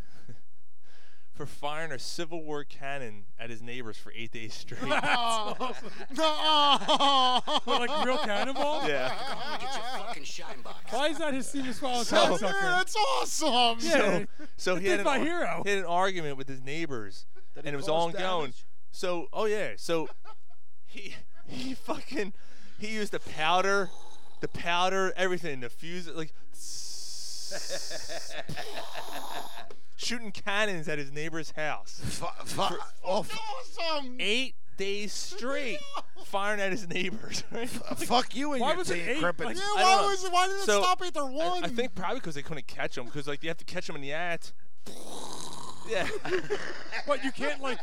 [SPEAKER 6] for firing a Civil War cannon at his neighbors for eight days
[SPEAKER 9] <laughs>
[SPEAKER 6] straight.
[SPEAKER 10] Oh. No.
[SPEAKER 9] What, <laughs> like real
[SPEAKER 6] <laughs>
[SPEAKER 9] cannonball?
[SPEAKER 6] Yeah.
[SPEAKER 12] Get your fucking shine box.
[SPEAKER 9] Why is that his
[SPEAKER 6] <laughs>
[SPEAKER 9] Steven Swallow
[SPEAKER 6] So-
[SPEAKER 9] cocksucker?
[SPEAKER 6] Yeah, that's
[SPEAKER 10] awesome.
[SPEAKER 6] So, so he had
[SPEAKER 9] That's
[SPEAKER 6] an,
[SPEAKER 9] my
[SPEAKER 6] ar-
[SPEAKER 9] hero.
[SPEAKER 6] he had an argument with his neighbors,
[SPEAKER 9] That he
[SPEAKER 6] and it was
[SPEAKER 9] caused
[SPEAKER 6] ongoing. So, oh yeah, so he he fucking he used the powder, the powder, everything, the fuse, like <laughs> shooting cannons at his neighbor's house. for
[SPEAKER 8] oh,
[SPEAKER 10] awesome.
[SPEAKER 6] Eight days straight, firing at his neighbors. <laughs> Right?
[SPEAKER 8] fuck you and
[SPEAKER 10] Why your was it damn eight? crimpets. Like, yeah, why was it- why did it stop at their
[SPEAKER 6] I, I
[SPEAKER 10] one?
[SPEAKER 6] think probably because they couldn't catch him, because like you have to catch him in the act. Yeah.
[SPEAKER 9] But you can't like.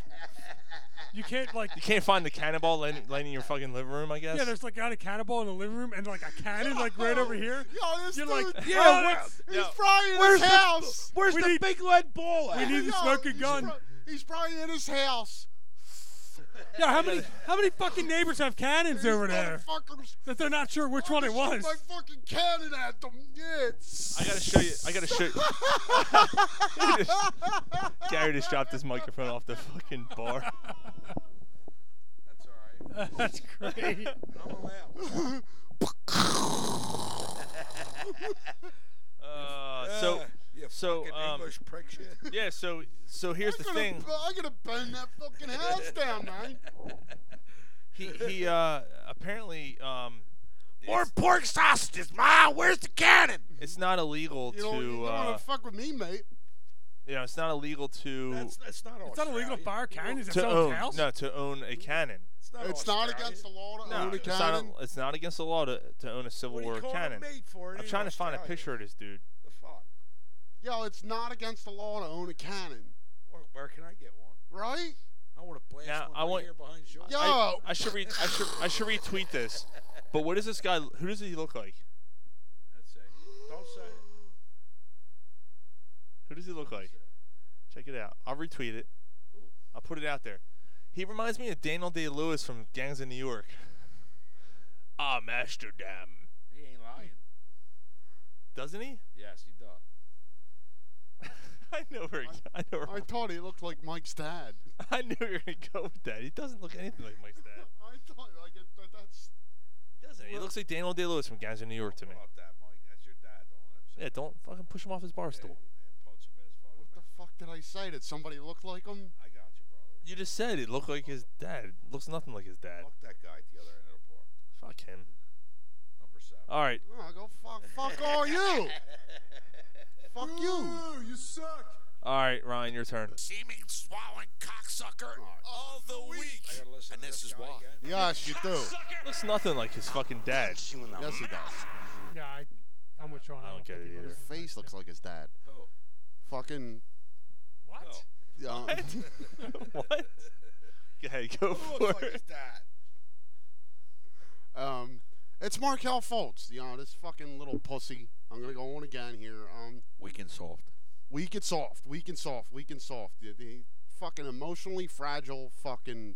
[SPEAKER 9] You can't
[SPEAKER 6] <laughs>
[SPEAKER 9] like.
[SPEAKER 6] You can't find the cannonball laying, laying in your fucking living room, I guess.
[SPEAKER 9] <laughs> Yeah, there's like got a cannonball in the living room and like a cannon like right
[SPEAKER 6] <laughs>
[SPEAKER 9] over here.
[SPEAKER 10] Yo, this
[SPEAKER 9] You're
[SPEAKER 10] dude-
[SPEAKER 9] like,
[SPEAKER 10] Yo,
[SPEAKER 9] "Oh,
[SPEAKER 10] where-
[SPEAKER 9] that's-
[SPEAKER 10] he's probably in
[SPEAKER 9] <laughs>
[SPEAKER 10] his house.
[SPEAKER 8] where's
[SPEAKER 9] We
[SPEAKER 8] the
[SPEAKER 9] need-
[SPEAKER 8] big lead ball?
[SPEAKER 9] We
[SPEAKER 8] at?
[SPEAKER 9] need to
[SPEAKER 10] Yo,
[SPEAKER 9] smoke a
[SPEAKER 10] he's
[SPEAKER 9] gun.
[SPEAKER 10] pro- he's probably in his house.
[SPEAKER 9] Yeah, how many how many fucking neighbors have cannons over there
[SPEAKER 10] Fuckers
[SPEAKER 9] that they're not sure which one it
[SPEAKER 10] shoot
[SPEAKER 9] was?
[SPEAKER 10] my fucking cannon at them. Yeah. It's...
[SPEAKER 6] I gotta show
[SPEAKER 10] <laughs>
[SPEAKER 6] you. I gotta show <laughs> you. Gary just dropped his microphone off the fucking bar.
[SPEAKER 9] <laughs> That's great.
[SPEAKER 8] I'm
[SPEAKER 6] <laughs>
[SPEAKER 8] allowed.
[SPEAKER 6] Uh, so,
[SPEAKER 8] Ah, you
[SPEAKER 6] so,
[SPEAKER 8] fucking
[SPEAKER 6] um,
[SPEAKER 8] English prick shit.
[SPEAKER 6] yeah. So, so here's the
[SPEAKER 10] I'm gonna-
[SPEAKER 6] thing.
[SPEAKER 10] I gotta burn that fucking house down, man.
[SPEAKER 6] He, he, uh, apparently, um,
[SPEAKER 4] More pork sausages, Ma. Where's the cannon?
[SPEAKER 6] it's not illegal to,
[SPEAKER 10] You don't, you don't
[SPEAKER 6] uh,
[SPEAKER 10] wanna fuck with me, mate.
[SPEAKER 6] you know, it's not illegal to,
[SPEAKER 8] That's, that's not
[SPEAKER 9] It's not illegal to fire cannons at
[SPEAKER 6] to
[SPEAKER 9] someone's
[SPEAKER 6] own,
[SPEAKER 9] house.
[SPEAKER 6] no, to own a cannon.
[SPEAKER 10] It's not against the law to own a
[SPEAKER 6] it's not,
[SPEAKER 10] cannon.
[SPEAKER 6] it's not against the law to, to own a Civil
[SPEAKER 8] What are you
[SPEAKER 6] War
[SPEAKER 8] calling a
[SPEAKER 6] cannon.
[SPEAKER 8] mate for? It
[SPEAKER 6] I'm
[SPEAKER 8] ain't
[SPEAKER 6] trying to find a
[SPEAKER 8] Australia.
[SPEAKER 6] picture of this dude.
[SPEAKER 8] The fuck?
[SPEAKER 10] Yo, it's not against the law to own a cannon,
[SPEAKER 8] Where, where can I get one?
[SPEAKER 10] right?
[SPEAKER 8] I want to blast
[SPEAKER 6] Now,
[SPEAKER 8] one
[SPEAKER 6] I
[SPEAKER 8] right
[SPEAKER 6] want-
[SPEAKER 8] here behind Sean.
[SPEAKER 10] Yo.
[SPEAKER 6] I, I should re- I should I should retweet this. But what does this guy? Who does he look like?
[SPEAKER 8] That's it. Don't say it.
[SPEAKER 6] Who does he look like? Check it out. I'll retweet it. I'll put it out there. He reminds me of Daniel Day Lewis from Gangs of New York. Ah, Masterdam.
[SPEAKER 8] He ain't lying.
[SPEAKER 6] Doesn't he? <laughs>
[SPEAKER 8] Yes, he does.
[SPEAKER 6] I know where. I, I know <laughs> where.
[SPEAKER 10] I thought he looked like Mike's dad.
[SPEAKER 6] <laughs> I knew you were gonna go with that. He doesn't look anything like Mike's dad.
[SPEAKER 10] <laughs> I thought like it, but that's
[SPEAKER 6] Doesn't he? He looks like Daniel Day Lewis from Gangs of New York to me.
[SPEAKER 8] About that, Mike. That's your dad. Don't let him say
[SPEAKER 6] Yeah, don't fucking push him off his bar stool.
[SPEAKER 8] that. Punch him in his fucking
[SPEAKER 10] the
[SPEAKER 8] mouth.
[SPEAKER 10] fuck did I say? Did somebody look like him?
[SPEAKER 8] I got you, brother.
[SPEAKER 6] You just said it looked like his dad. Looks nothing like his dad.
[SPEAKER 8] Fuck that guy at the other end of the bar.
[SPEAKER 6] Fuck him.
[SPEAKER 8] Number seven.
[SPEAKER 6] All right.
[SPEAKER 10] Oh, go fuck, fuck
[SPEAKER 6] <laughs>
[SPEAKER 10] all you. fuck you.
[SPEAKER 3] you suck.
[SPEAKER 6] All right, Ryan, your turn.
[SPEAKER 4] Seeming swallowing cocksucker all the week.
[SPEAKER 8] I gotta listen
[SPEAKER 4] And
[SPEAKER 8] to
[SPEAKER 4] this is why.
[SPEAKER 10] <laughs>
[SPEAKER 8] Again.
[SPEAKER 10] Yes, you do.
[SPEAKER 6] Looks nothing like his fucking dad.
[SPEAKER 4] Punch you in the
[SPEAKER 10] Yes, he does.
[SPEAKER 9] Yeah, I, I'm with Sean.
[SPEAKER 6] I don't get
[SPEAKER 9] think
[SPEAKER 6] it
[SPEAKER 9] he
[SPEAKER 6] either.
[SPEAKER 10] His
[SPEAKER 9] looks like
[SPEAKER 10] face
[SPEAKER 9] that.
[SPEAKER 10] looks like his dad.
[SPEAKER 8] Who?
[SPEAKER 10] Fucking.
[SPEAKER 9] What?
[SPEAKER 10] Uh,
[SPEAKER 6] <laughs> what? Go ahead, go
[SPEAKER 8] Who
[SPEAKER 6] for
[SPEAKER 8] looks like
[SPEAKER 6] it.
[SPEAKER 8] his dad?
[SPEAKER 10] <laughs> um, it's Markel Fultz. You know this fucking little pussy. I'm gonna go on again here. Um,
[SPEAKER 8] Weekend soft.
[SPEAKER 10] weak and soft, weak and soft, weak and soft. The, the fucking emotionally fragile fucking.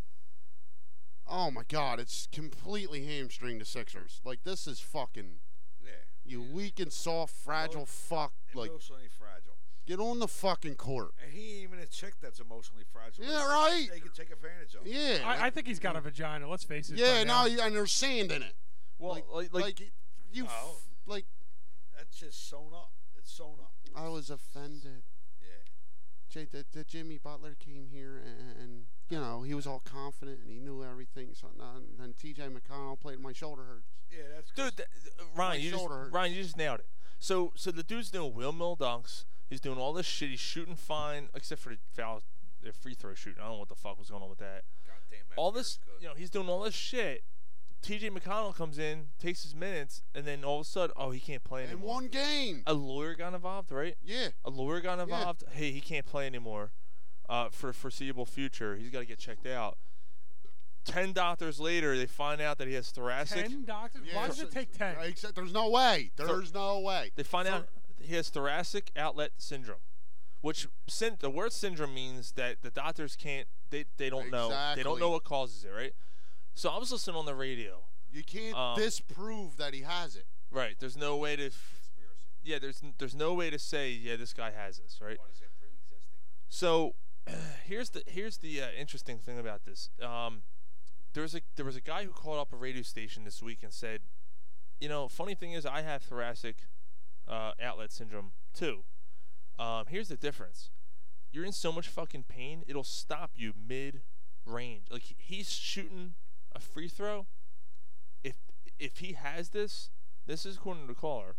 [SPEAKER 10] Oh my god, it's completely hamstring the Sixers. Like this is fucking
[SPEAKER 8] Yeah.
[SPEAKER 10] you weak and soft, fragile fuck. Like
[SPEAKER 8] Emotionally fragile.
[SPEAKER 10] get on the fucking court.
[SPEAKER 8] And he ain't even a chick that's emotionally fragile.
[SPEAKER 10] Yeah,
[SPEAKER 8] They-
[SPEAKER 10] right.
[SPEAKER 8] They can take advantage of.
[SPEAKER 10] Yeah. like-
[SPEAKER 9] I, I think he's got a vagina. Let's face it.
[SPEAKER 10] yeah.
[SPEAKER 9] by
[SPEAKER 10] Now you, and there's sand in it.
[SPEAKER 6] Well,
[SPEAKER 10] like, like, you. f-
[SPEAKER 8] Oh.
[SPEAKER 10] Like
[SPEAKER 8] That's just sewn up. It's sewn up.
[SPEAKER 10] I was offended.
[SPEAKER 8] Yeah.
[SPEAKER 10] J- the, the Jimmy Butler came here and, and you know he was all confident and he knew everything. So and then T.J. McConnell played my shoulder hurts.
[SPEAKER 8] Yeah, that's
[SPEAKER 6] dude, th- uh, Ryan,
[SPEAKER 10] My
[SPEAKER 6] you just,
[SPEAKER 10] shoulder hurts.
[SPEAKER 6] Ryan, you just nailed it. So, so the dude's doing wheel mill dunks. He's doing all this shit. He's shooting fine, except for the foul, the free throw shooting. I don't know what the fuck was going on with that.
[SPEAKER 8] Goddamn that
[SPEAKER 6] all
[SPEAKER 8] beer
[SPEAKER 6] this,
[SPEAKER 8] is good.
[SPEAKER 6] you know, he's doing all this shit. T.J. McConnell comes in, takes his minutes, and then all of a sudden, oh, he can't play
[SPEAKER 10] In
[SPEAKER 6] anymore.
[SPEAKER 10] one game.
[SPEAKER 6] A lawyer got involved, right?
[SPEAKER 10] Yeah.
[SPEAKER 6] a lawyer got involved. Hey, he can't play anymore uh, for the foreseeable future. He's got to get checked out. ten doctors later, they find out that he has thoracic.
[SPEAKER 9] Ten doctors? Why does it take ten?
[SPEAKER 10] There's no way.
[SPEAKER 6] Thor-
[SPEAKER 10] There's no way.
[SPEAKER 6] They find out he has thoracic outlet syndrome, which syn- the word syndrome means that the doctors can't they, they don't know they don't
[SPEAKER 10] Exactly.
[SPEAKER 6] know what causes it, right? So I was listening on the radio.
[SPEAKER 10] You can't
[SPEAKER 6] Um,
[SPEAKER 10] disprove that he has it.
[SPEAKER 6] Right. There's no way to. F- yeah. There's n- there's no way to say yeah this guy has this right. So <clears throat> here's the here's the uh, interesting thing about this. Um, there's a there was a guy who called up a radio station this week and said, you know, funny thing is I have thoracic uh, outlet syndrome too. Um, here's the difference. You're in so much fucking pain, it'll stop you mid range. Like he- he's shooting a free throw, if if he has this, this is according to the caller.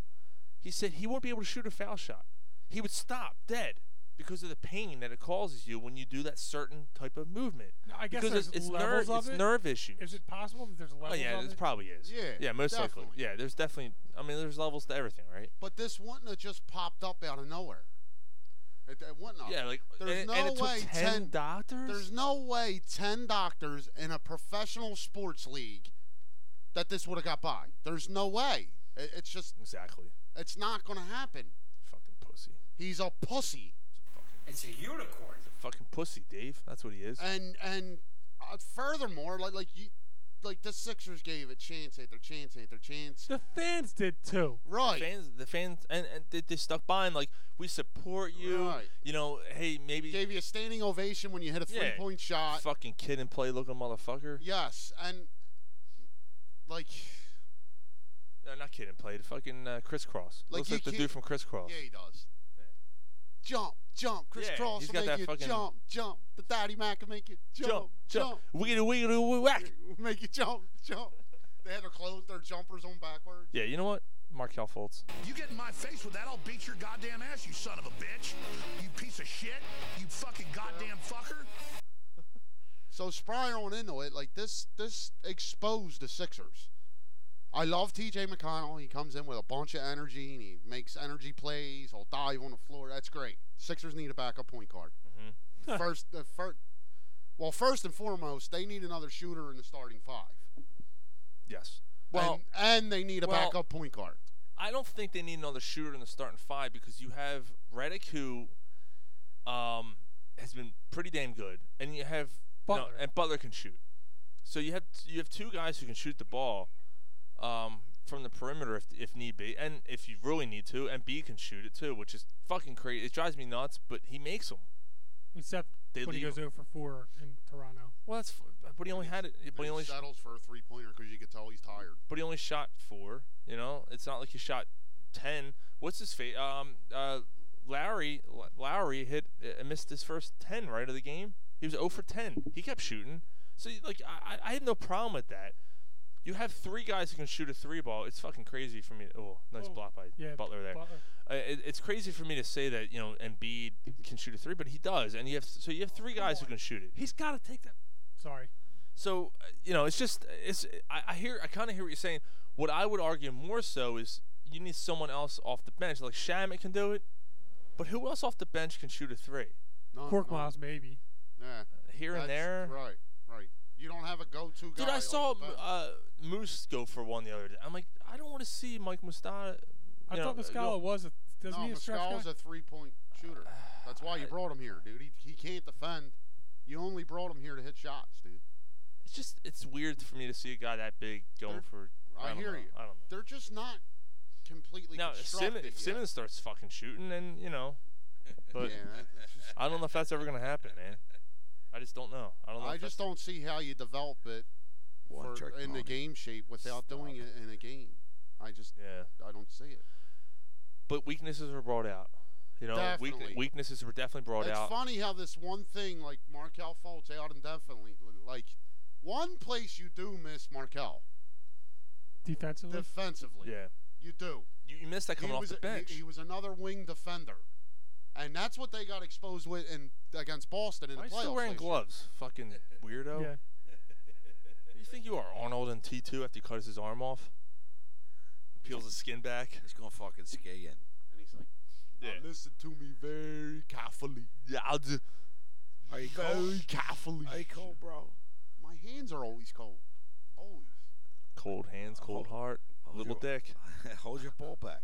[SPEAKER 6] He said he won't be able to shoot a foul shot. He would stop dead because of the pain that it causes you when you do that certain type of movement.
[SPEAKER 9] No, I guess
[SPEAKER 6] because
[SPEAKER 9] there's
[SPEAKER 6] it's, it's
[SPEAKER 9] levels
[SPEAKER 6] nerve,
[SPEAKER 9] of
[SPEAKER 6] it's
[SPEAKER 9] it.
[SPEAKER 6] nerve issues.
[SPEAKER 9] Is it possible that there's levels
[SPEAKER 6] oh yeah,
[SPEAKER 9] of
[SPEAKER 6] it
[SPEAKER 9] it?
[SPEAKER 6] probably is.
[SPEAKER 10] Yeah,
[SPEAKER 6] yeah, most
[SPEAKER 10] definitely.
[SPEAKER 6] likely. Yeah, there's definitely. I mean, there's levels to everything, right?
[SPEAKER 10] But this wouldn't have just popped up out of nowhere. It, it wouldn't have.
[SPEAKER 6] Yeah, like,
[SPEAKER 10] there's
[SPEAKER 6] and-
[SPEAKER 10] no
[SPEAKER 6] and it took
[SPEAKER 10] way
[SPEAKER 6] 10
[SPEAKER 10] doctors. There's no way ten doctors in a professional sports league that this would have got by. There's no way. It, it's just
[SPEAKER 6] exactly.
[SPEAKER 10] It's not gonna happen.
[SPEAKER 6] Fucking pussy.
[SPEAKER 10] He's a pussy.
[SPEAKER 6] It's a unicorn. fucking pussy, Dave. That's what he is.
[SPEAKER 10] And and uh, furthermore, like like you, like the Sixers gave it chance after chance after chance.
[SPEAKER 9] The fans did too.
[SPEAKER 6] The
[SPEAKER 10] Right.
[SPEAKER 6] fans, the fans, and, and they, they stuck by him. Like we support you.
[SPEAKER 10] Right.
[SPEAKER 6] You know, hey, maybe
[SPEAKER 10] Gave you a standing ovation when you hit a three
[SPEAKER 6] Yeah.
[SPEAKER 10] point shot.
[SPEAKER 6] Fucking kid and play looking motherfucker.
[SPEAKER 10] Yes, and like
[SPEAKER 6] No, not kid and play. The fucking uh, crisscross.
[SPEAKER 10] Like,
[SPEAKER 6] Looks
[SPEAKER 10] you
[SPEAKER 6] like the
[SPEAKER 10] can't-
[SPEAKER 6] dude from crisscross.
[SPEAKER 10] yeah, he does. Jump, jump, Chris
[SPEAKER 6] Yeah,
[SPEAKER 10] Cross
[SPEAKER 6] he's
[SPEAKER 10] will
[SPEAKER 6] got
[SPEAKER 10] make
[SPEAKER 6] that
[SPEAKER 10] you
[SPEAKER 6] fucking-
[SPEAKER 10] jump, jump. The Daddy Mac will make you jump,
[SPEAKER 6] Jump, jump, wiggity wiggity wee whack.
[SPEAKER 10] make you jump, <laughs> jump. They had their clothes, their jumpers on backwards.
[SPEAKER 6] Yeah, you know what? Markel Fultz.
[SPEAKER 12] You get in my face with that, I'll beat your goddamn ass, you son of a bitch. You piece of shit. You fucking goddamn fucker.
[SPEAKER 10] So Spryer on into it, like this this exposed the Sixers. I love TJ McConnell. He comes in with a bunch of energy and he makes energy plays. He'll dive on the floor. That's great. Sixers need a backup point guard.
[SPEAKER 6] Mm-hmm. <laughs>
[SPEAKER 10] first, the first, well, first and foremost, they need another shooter in the starting five.
[SPEAKER 6] Yes. Well-
[SPEAKER 10] and, and they need a
[SPEAKER 6] well-
[SPEAKER 10] backup point guard.
[SPEAKER 6] I don't think they need another shooter in the starting five because you have Redick who, um, has been pretty damn good, and you have no,
[SPEAKER 9] Butler.
[SPEAKER 6] and Butler can shoot. So you have you have two guys who can shoot the ball, um, from the perimeter if if need be, and if you really need to, and B can shoot it too, which is fucking crazy. It drives me nuts, but he makes them.
[SPEAKER 9] Except
[SPEAKER 6] They
[SPEAKER 9] when he
[SPEAKER 6] leave
[SPEAKER 9] goes over four in Toronto.
[SPEAKER 6] Well, that's f- but he only had it. But he only sh-
[SPEAKER 10] settles for a three pointer because you could tell he's tired.
[SPEAKER 6] but he only shot four. You know, it's not like he shot ten. What's his face? Um, uh, Lowry, L- Lowry hit uh, missed his first ten right of the game. He was 0 for 10. He kept shooting. So like, I, I- I have no problem with that. You have three guys who can shoot a three ball. It's fucking crazy for me. Oh, nice
[SPEAKER 9] Oh,
[SPEAKER 6] block by
[SPEAKER 9] yeah,
[SPEAKER 6] Butler there.
[SPEAKER 9] Butler.
[SPEAKER 6] Uh, it, it's crazy for me to say that you know Embiid can shoot a three, but he does, and you have so you have three guys who can shoot it.
[SPEAKER 9] He's got to take that. Sorry.
[SPEAKER 6] So uh, you know, it's just it's. I, I hear, I kind of hear what you're saying. What I would argue more so is you need someone else off the bench. Like Shamit can do it, but who else off the bench can shoot a three?
[SPEAKER 10] No,
[SPEAKER 9] Cork
[SPEAKER 10] no.
[SPEAKER 9] Miles, maybe.
[SPEAKER 10] Yeah.
[SPEAKER 6] Here and there.
[SPEAKER 10] Right, right. You don't have a go to guy.
[SPEAKER 6] Dude, I
[SPEAKER 10] off
[SPEAKER 6] saw
[SPEAKER 10] the bench.
[SPEAKER 6] uh, Moose go for one the other day. I'm like, I don't want to see Mike Mustada.
[SPEAKER 9] I
[SPEAKER 6] you know,
[SPEAKER 9] thought
[SPEAKER 6] uh,
[SPEAKER 9] Muscala
[SPEAKER 6] go-
[SPEAKER 9] was a. Doesn't
[SPEAKER 10] no,
[SPEAKER 9] he a stretch guy?
[SPEAKER 10] Pascal's a three point shooter. That's why you brought him here, dude. He, he can't defend. You only brought him here to hit shots, dude.
[SPEAKER 6] It's just it's weird for me to see a guy that big going for.
[SPEAKER 10] I,
[SPEAKER 6] don't
[SPEAKER 10] hear
[SPEAKER 6] know,
[SPEAKER 10] you.
[SPEAKER 6] I don't know.
[SPEAKER 10] They're just not completely
[SPEAKER 6] Now if Simmons,
[SPEAKER 10] constructed
[SPEAKER 6] if
[SPEAKER 10] yet.
[SPEAKER 6] Simmons starts fucking shooting, then you know. But
[SPEAKER 10] Yeah, that's just-
[SPEAKER 6] <laughs> I don't know if that's ever gonna happen, man. I just don't know. I don't know.
[SPEAKER 10] I
[SPEAKER 6] if
[SPEAKER 10] just don't see how you develop it
[SPEAKER 6] One
[SPEAKER 10] for,
[SPEAKER 6] trick
[SPEAKER 10] in the
[SPEAKER 6] pony.
[SPEAKER 10] game shape without doing it in a game. I just
[SPEAKER 6] yeah.
[SPEAKER 10] I don't see it.
[SPEAKER 6] But weaknesses were brought out. You know, weak,
[SPEAKER 10] Definitely.
[SPEAKER 6] weaknesses were definitely brought
[SPEAKER 10] it's
[SPEAKER 6] out.
[SPEAKER 10] funny how this one thing like Markel Fultz out indefinitely. Like one place you do miss Markel
[SPEAKER 9] Defensively.
[SPEAKER 10] defensively.
[SPEAKER 6] Yeah.
[SPEAKER 10] You do.
[SPEAKER 6] You, you missed that coming
[SPEAKER 10] he
[SPEAKER 6] off
[SPEAKER 10] was
[SPEAKER 6] the
[SPEAKER 10] a- he-
[SPEAKER 6] bench.
[SPEAKER 10] He, was another wing defender, and that's what they got exposed with in against Boston in
[SPEAKER 6] Why
[SPEAKER 10] the
[SPEAKER 6] you
[SPEAKER 10] playoffs.
[SPEAKER 6] still wearing
[SPEAKER 10] last year.
[SPEAKER 6] gloves? Fucking weirdo.
[SPEAKER 9] Yeah.
[SPEAKER 6] You think you are Arnold in T2 after he cuts his arm off? Peels his skin back.
[SPEAKER 8] He's gonna fucking skate in.
[SPEAKER 10] And he's like,
[SPEAKER 6] Yeah.
[SPEAKER 10] "Now listen to me very carefully.
[SPEAKER 6] Yeah, I'll do.
[SPEAKER 8] Are you cold?
[SPEAKER 4] Oh.
[SPEAKER 10] Very carefully.
[SPEAKER 8] Are you cold, bro?
[SPEAKER 10] My My hands are always cold. Always.
[SPEAKER 6] Cold hands, cold heart, little <laughs> dick.
[SPEAKER 8] <laughs> hold your ball back.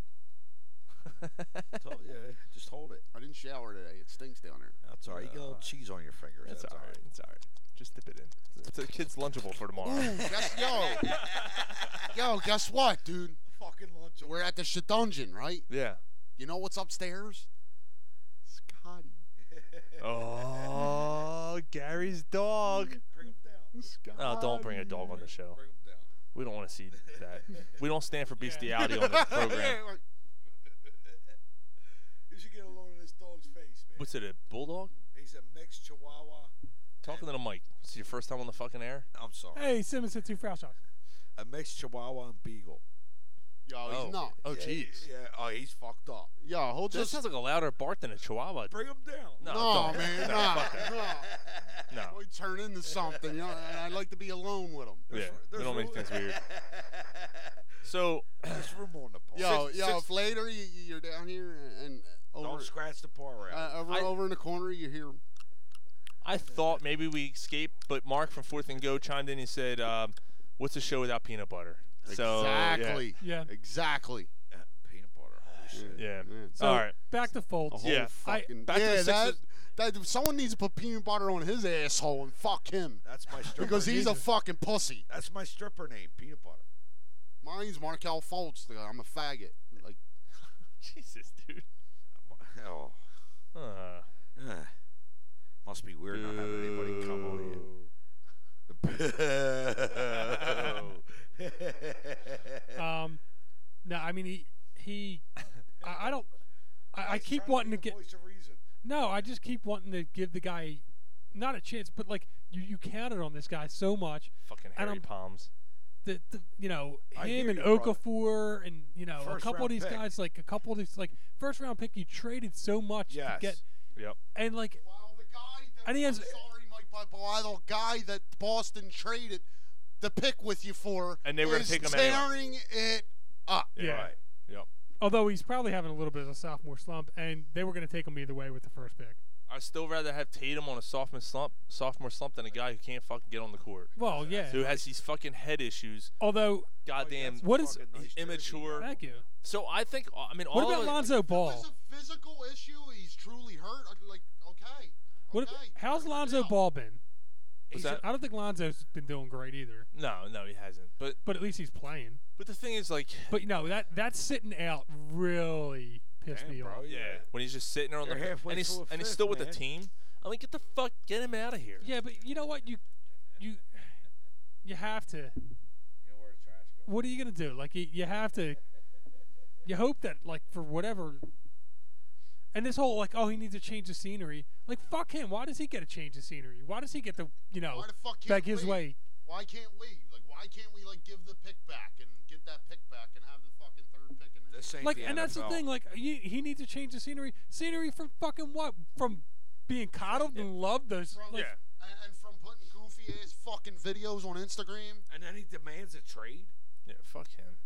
[SPEAKER 6] <laughs>
[SPEAKER 8] told you, just hold it.
[SPEAKER 10] I didn't shower today. It stinks down there.
[SPEAKER 8] That's all right. You get a little cheese on your fingers.
[SPEAKER 6] That's all right. It's all right. Just dip it in. It's a <laughs> kid's lunchable for tomorrow. <laughs>
[SPEAKER 10] Ooh, guess, yo, yo, guess what, dude? Fucking lunch. We're at the Shadungeon, right?
[SPEAKER 6] <laughs> Yeah.
[SPEAKER 10] You know what's upstairs? Scotty.
[SPEAKER 6] Oh, Gary's
[SPEAKER 10] <laughs>
[SPEAKER 6] dog.
[SPEAKER 10] Bring him
[SPEAKER 6] <laughs>
[SPEAKER 10] down. Scotty.
[SPEAKER 6] No, Uh, don't bring a dog on the show. We don't want to see that. We don't stand for bestiality on the <laughs> program.
[SPEAKER 8] <laughs>
[SPEAKER 5] You should get a load of this dog's face, man.
[SPEAKER 6] What's it, a bulldog?
[SPEAKER 5] He's a mixed chihuahua.
[SPEAKER 6] Talking to the mic. This is your first time on the fucking air?
[SPEAKER 8] I'm sorry.
[SPEAKER 9] Hey, Simmons had two foul shots.
[SPEAKER 8] A mixed chihuahua and beagle.
[SPEAKER 10] Yo, he's not.
[SPEAKER 6] Oh,
[SPEAKER 8] Yeah,
[SPEAKER 6] jeez.
[SPEAKER 8] Yeah, Oh, he's fucked up.
[SPEAKER 10] Yo, hold
[SPEAKER 6] That <laughs>
[SPEAKER 10] just-
[SPEAKER 6] sounds like a louder bark than a chihuahua.
[SPEAKER 8] Bring him down.
[SPEAKER 6] No,
[SPEAKER 10] No,
[SPEAKER 6] don't.
[SPEAKER 10] man,
[SPEAKER 6] No,
[SPEAKER 10] nah,
[SPEAKER 6] fuck that.
[SPEAKER 10] nah.
[SPEAKER 6] No.
[SPEAKER 10] We turn into something. You know, and I'd like to be alone with him.
[SPEAKER 6] Yeah, they don't make things weird. So,
[SPEAKER 8] <laughs> There's room
[SPEAKER 6] <laughs>
[SPEAKER 8] on the pole.
[SPEAKER 10] Yo,
[SPEAKER 8] Six-
[SPEAKER 10] yo,
[SPEAKER 8] six-
[SPEAKER 10] if later you, you- you're down here and uh, over,
[SPEAKER 8] don't scratch the par rail.
[SPEAKER 10] uh, over, over in the corner, you hear.
[SPEAKER 6] I thought maybe we escaped, but Mark from Fourth and Go chimed in and said, um, "What's a show without peanut butter?" So, yeah.
[SPEAKER 10] Exactly.
[SPEAKER 9] Yeah.
[SPEAKER 10] Exactly.
[SPEAKER 8] peanut butter. Holy
[SPEAKER 10] <laughs>
[SPEAKER 8] shit.
[SPEAKER 6] Yeah.
[SPEAKER 9] So
[SPEAKER 6] All right.
[SPEAKER 9] back to Folds.
[SPEAKER 6] Yeah.
[SPEAKER 10] Fucking-
[SPEAKER 6] back to
[SPEAKER 10] yeah,
[SPEAKER 6] the
[SPEAKER 10] that,
[SPEAKER 6] Sixers.
[SPEAKER 10] that someone needs to put peanut butter on his asshole and fuck him
[SPEAKER 8] That's my stripper.
[SPEAKER 10] because he's a
[SPEAKER 8] name.
[SPEAKER 10] fucking pussy.
[SPEAKER 8] That's my stripper name, peanut butter.
[SPEAKER 10] Mine's Markel Fultz. though. I'm a faggot. Like
[SPEAKER 6] Jesus, dude.
[SPEAKER 8] Oh.
[SPEAKER 6] Uh,
[SPEAKER 8] Ugh. eh. Must be weird not having anybody come on you.
[SPEAKER 9] Um, no, I mean he he. I, I don't. <laughs> I, I keep wanting to get.
[SPEAKER 5] Voice of reason.
[SPEAKER 9] No, I just keep wanting to give the guy not a chance, but like you, you counted on this guy so much.
[SPEAKER 6] Fucking
[SPEAKER 9] And
[SPEAKER 6] hairy
[SPEAKER 9] I'm-
[SPEAKER 6] palms.
[SPEAKER 9] The, the you know
[SPEAKER 8] I
[SPEAKER 9] him
[SPEAKER 8] hear
[SPEAKER 9] and
[SPEAKER 8] you, brother.
[SPEAKER 9] Okafor and you know a
[SPEAKER 8] First
[SPEAKER 9] couple of
[SPEAKER 8] round
[SPEAKER 9] these
[SPEAKER 8] pick.
[SPEAKER 9] guys like a couple of these like first round pick you traded so much to
[SPEAKER 8] Yes.
[SPEAKER 9] get
[SPEAKER 6] Yep.
[SPEAKER 9] and like
[SPEAKER 10] Well, the guy that
[SPEAKER 9] And he has-
[SPEAKER 10] I'm sorry, Mike Bibalato, guy that Boston traded the pick with you for,
[SPEAKER 6] And they were gonna
[SPEAKER 10] is
[SPEAKER 6] take him anyway.
[SPEAKER 10] tearing it up.
[SPEAKER 9] Yeah.
[SPEAKER 6] Right. Yep.
[SPEAKER 9] although he's probably having a little bit of a sophomore slump and they were going to take him either way with the first pick.
[SPEAKER 6] I still rather have Tatum on a sophomore slump, sophomore slump, than a guy who can't fucking get on the court.
[SPEAKER 9] Well, <laughs> yeah.
[SPEAKER 6] Who has these fucking head issues?
[SPEAKER 8] Oh,
[SPEAKER 9] Although
[SPEAKER 6] Goddamn.
[SPEAKER 9] what is
[SPEAKER 6] he's immature?
[SPEAKER 9] thank you.
[SPEAKER 6] So I think uh, I mean all
[SPEAKER 9] What about
[SPEAKER 6] of it-
[SPEAKER 9] Lonzo Ball?
[SPEAKER 10] It's a physical issue. He's truly hurt. I'd Like, okay.
[SPEAKER 9] What,
[SPEAKER 10] okay.
[SPEAKER 9] how's Lonzo Ball been?
[SPEAKER 6] What's
[SPEAKER 9] He's-
[SPEAKER 6] that?
[SPEAKER 9] I don't think Lonzo's been doing great either.
[SPEAKER 6] No, no, he hasn't. But
[SPEAKER 9] But at least he's playing.
[SPEAKER 6] but the thing is like
[SPEAKER 9] But you know that that sitting out really pissed me
[SPEAKER 8] Damn, bro.
[SPEAKER 9] off.
[SPEAKER 8] Yeah.
[SPEAKER 6] when he's just sitting there on
[SPEAKER 8] You're
[SPEAKER 6] the
[SPEAKER 8] halfway
[SPEAKER 6] and he's
[SPEAKER 8] through a
[SPEAKER 6] and he's
[SPEAKER 8] fifth,
[SPEAKER 6] still with the
[SPEAKER 8] man.
[SPEAKER 6] team. I'm like, get the fuck, get him out of here.
[SPEAKER 9] Yeah, but you know what? You you you have to.
[SPEAKER 8] You know where the trash goes.
[SPEAKER 9] What are you gonna do? Like you, you have to. You hope that like for whatever. And this whole like oh he needs a change of scenery like fuck him why does he get a change of scenery why does he get the you know
[SPEAKER 10] Why the fuck can't
[SPEAKER 9] back his
[SPEAKER 10] we?
[SPEAKER 9] way
[SPEAKER 10] Why can't we? Like, why can't we like give the pick back and get that pick back and have the fucking third pick? And
[SPEAKER 8] This ain't
[SPEAKER 9] like
[SPEAKER 8] the
[SPEAKER 9] and that's the
[SPEAKER 8] NFL.
[SPEAKER 9] thing like you, he needs to change the scenery scenery from fucking what from being coddled and loved those
[SPEAKER 10] From-
[SPEAKER 9] like,
[SPEAKER 10] and, and from putting goofy ass fucking videos on Instagram.
[SPEAKER 8] And then he demands a trade.
[SPEAKER 6] Yeah, fuck him.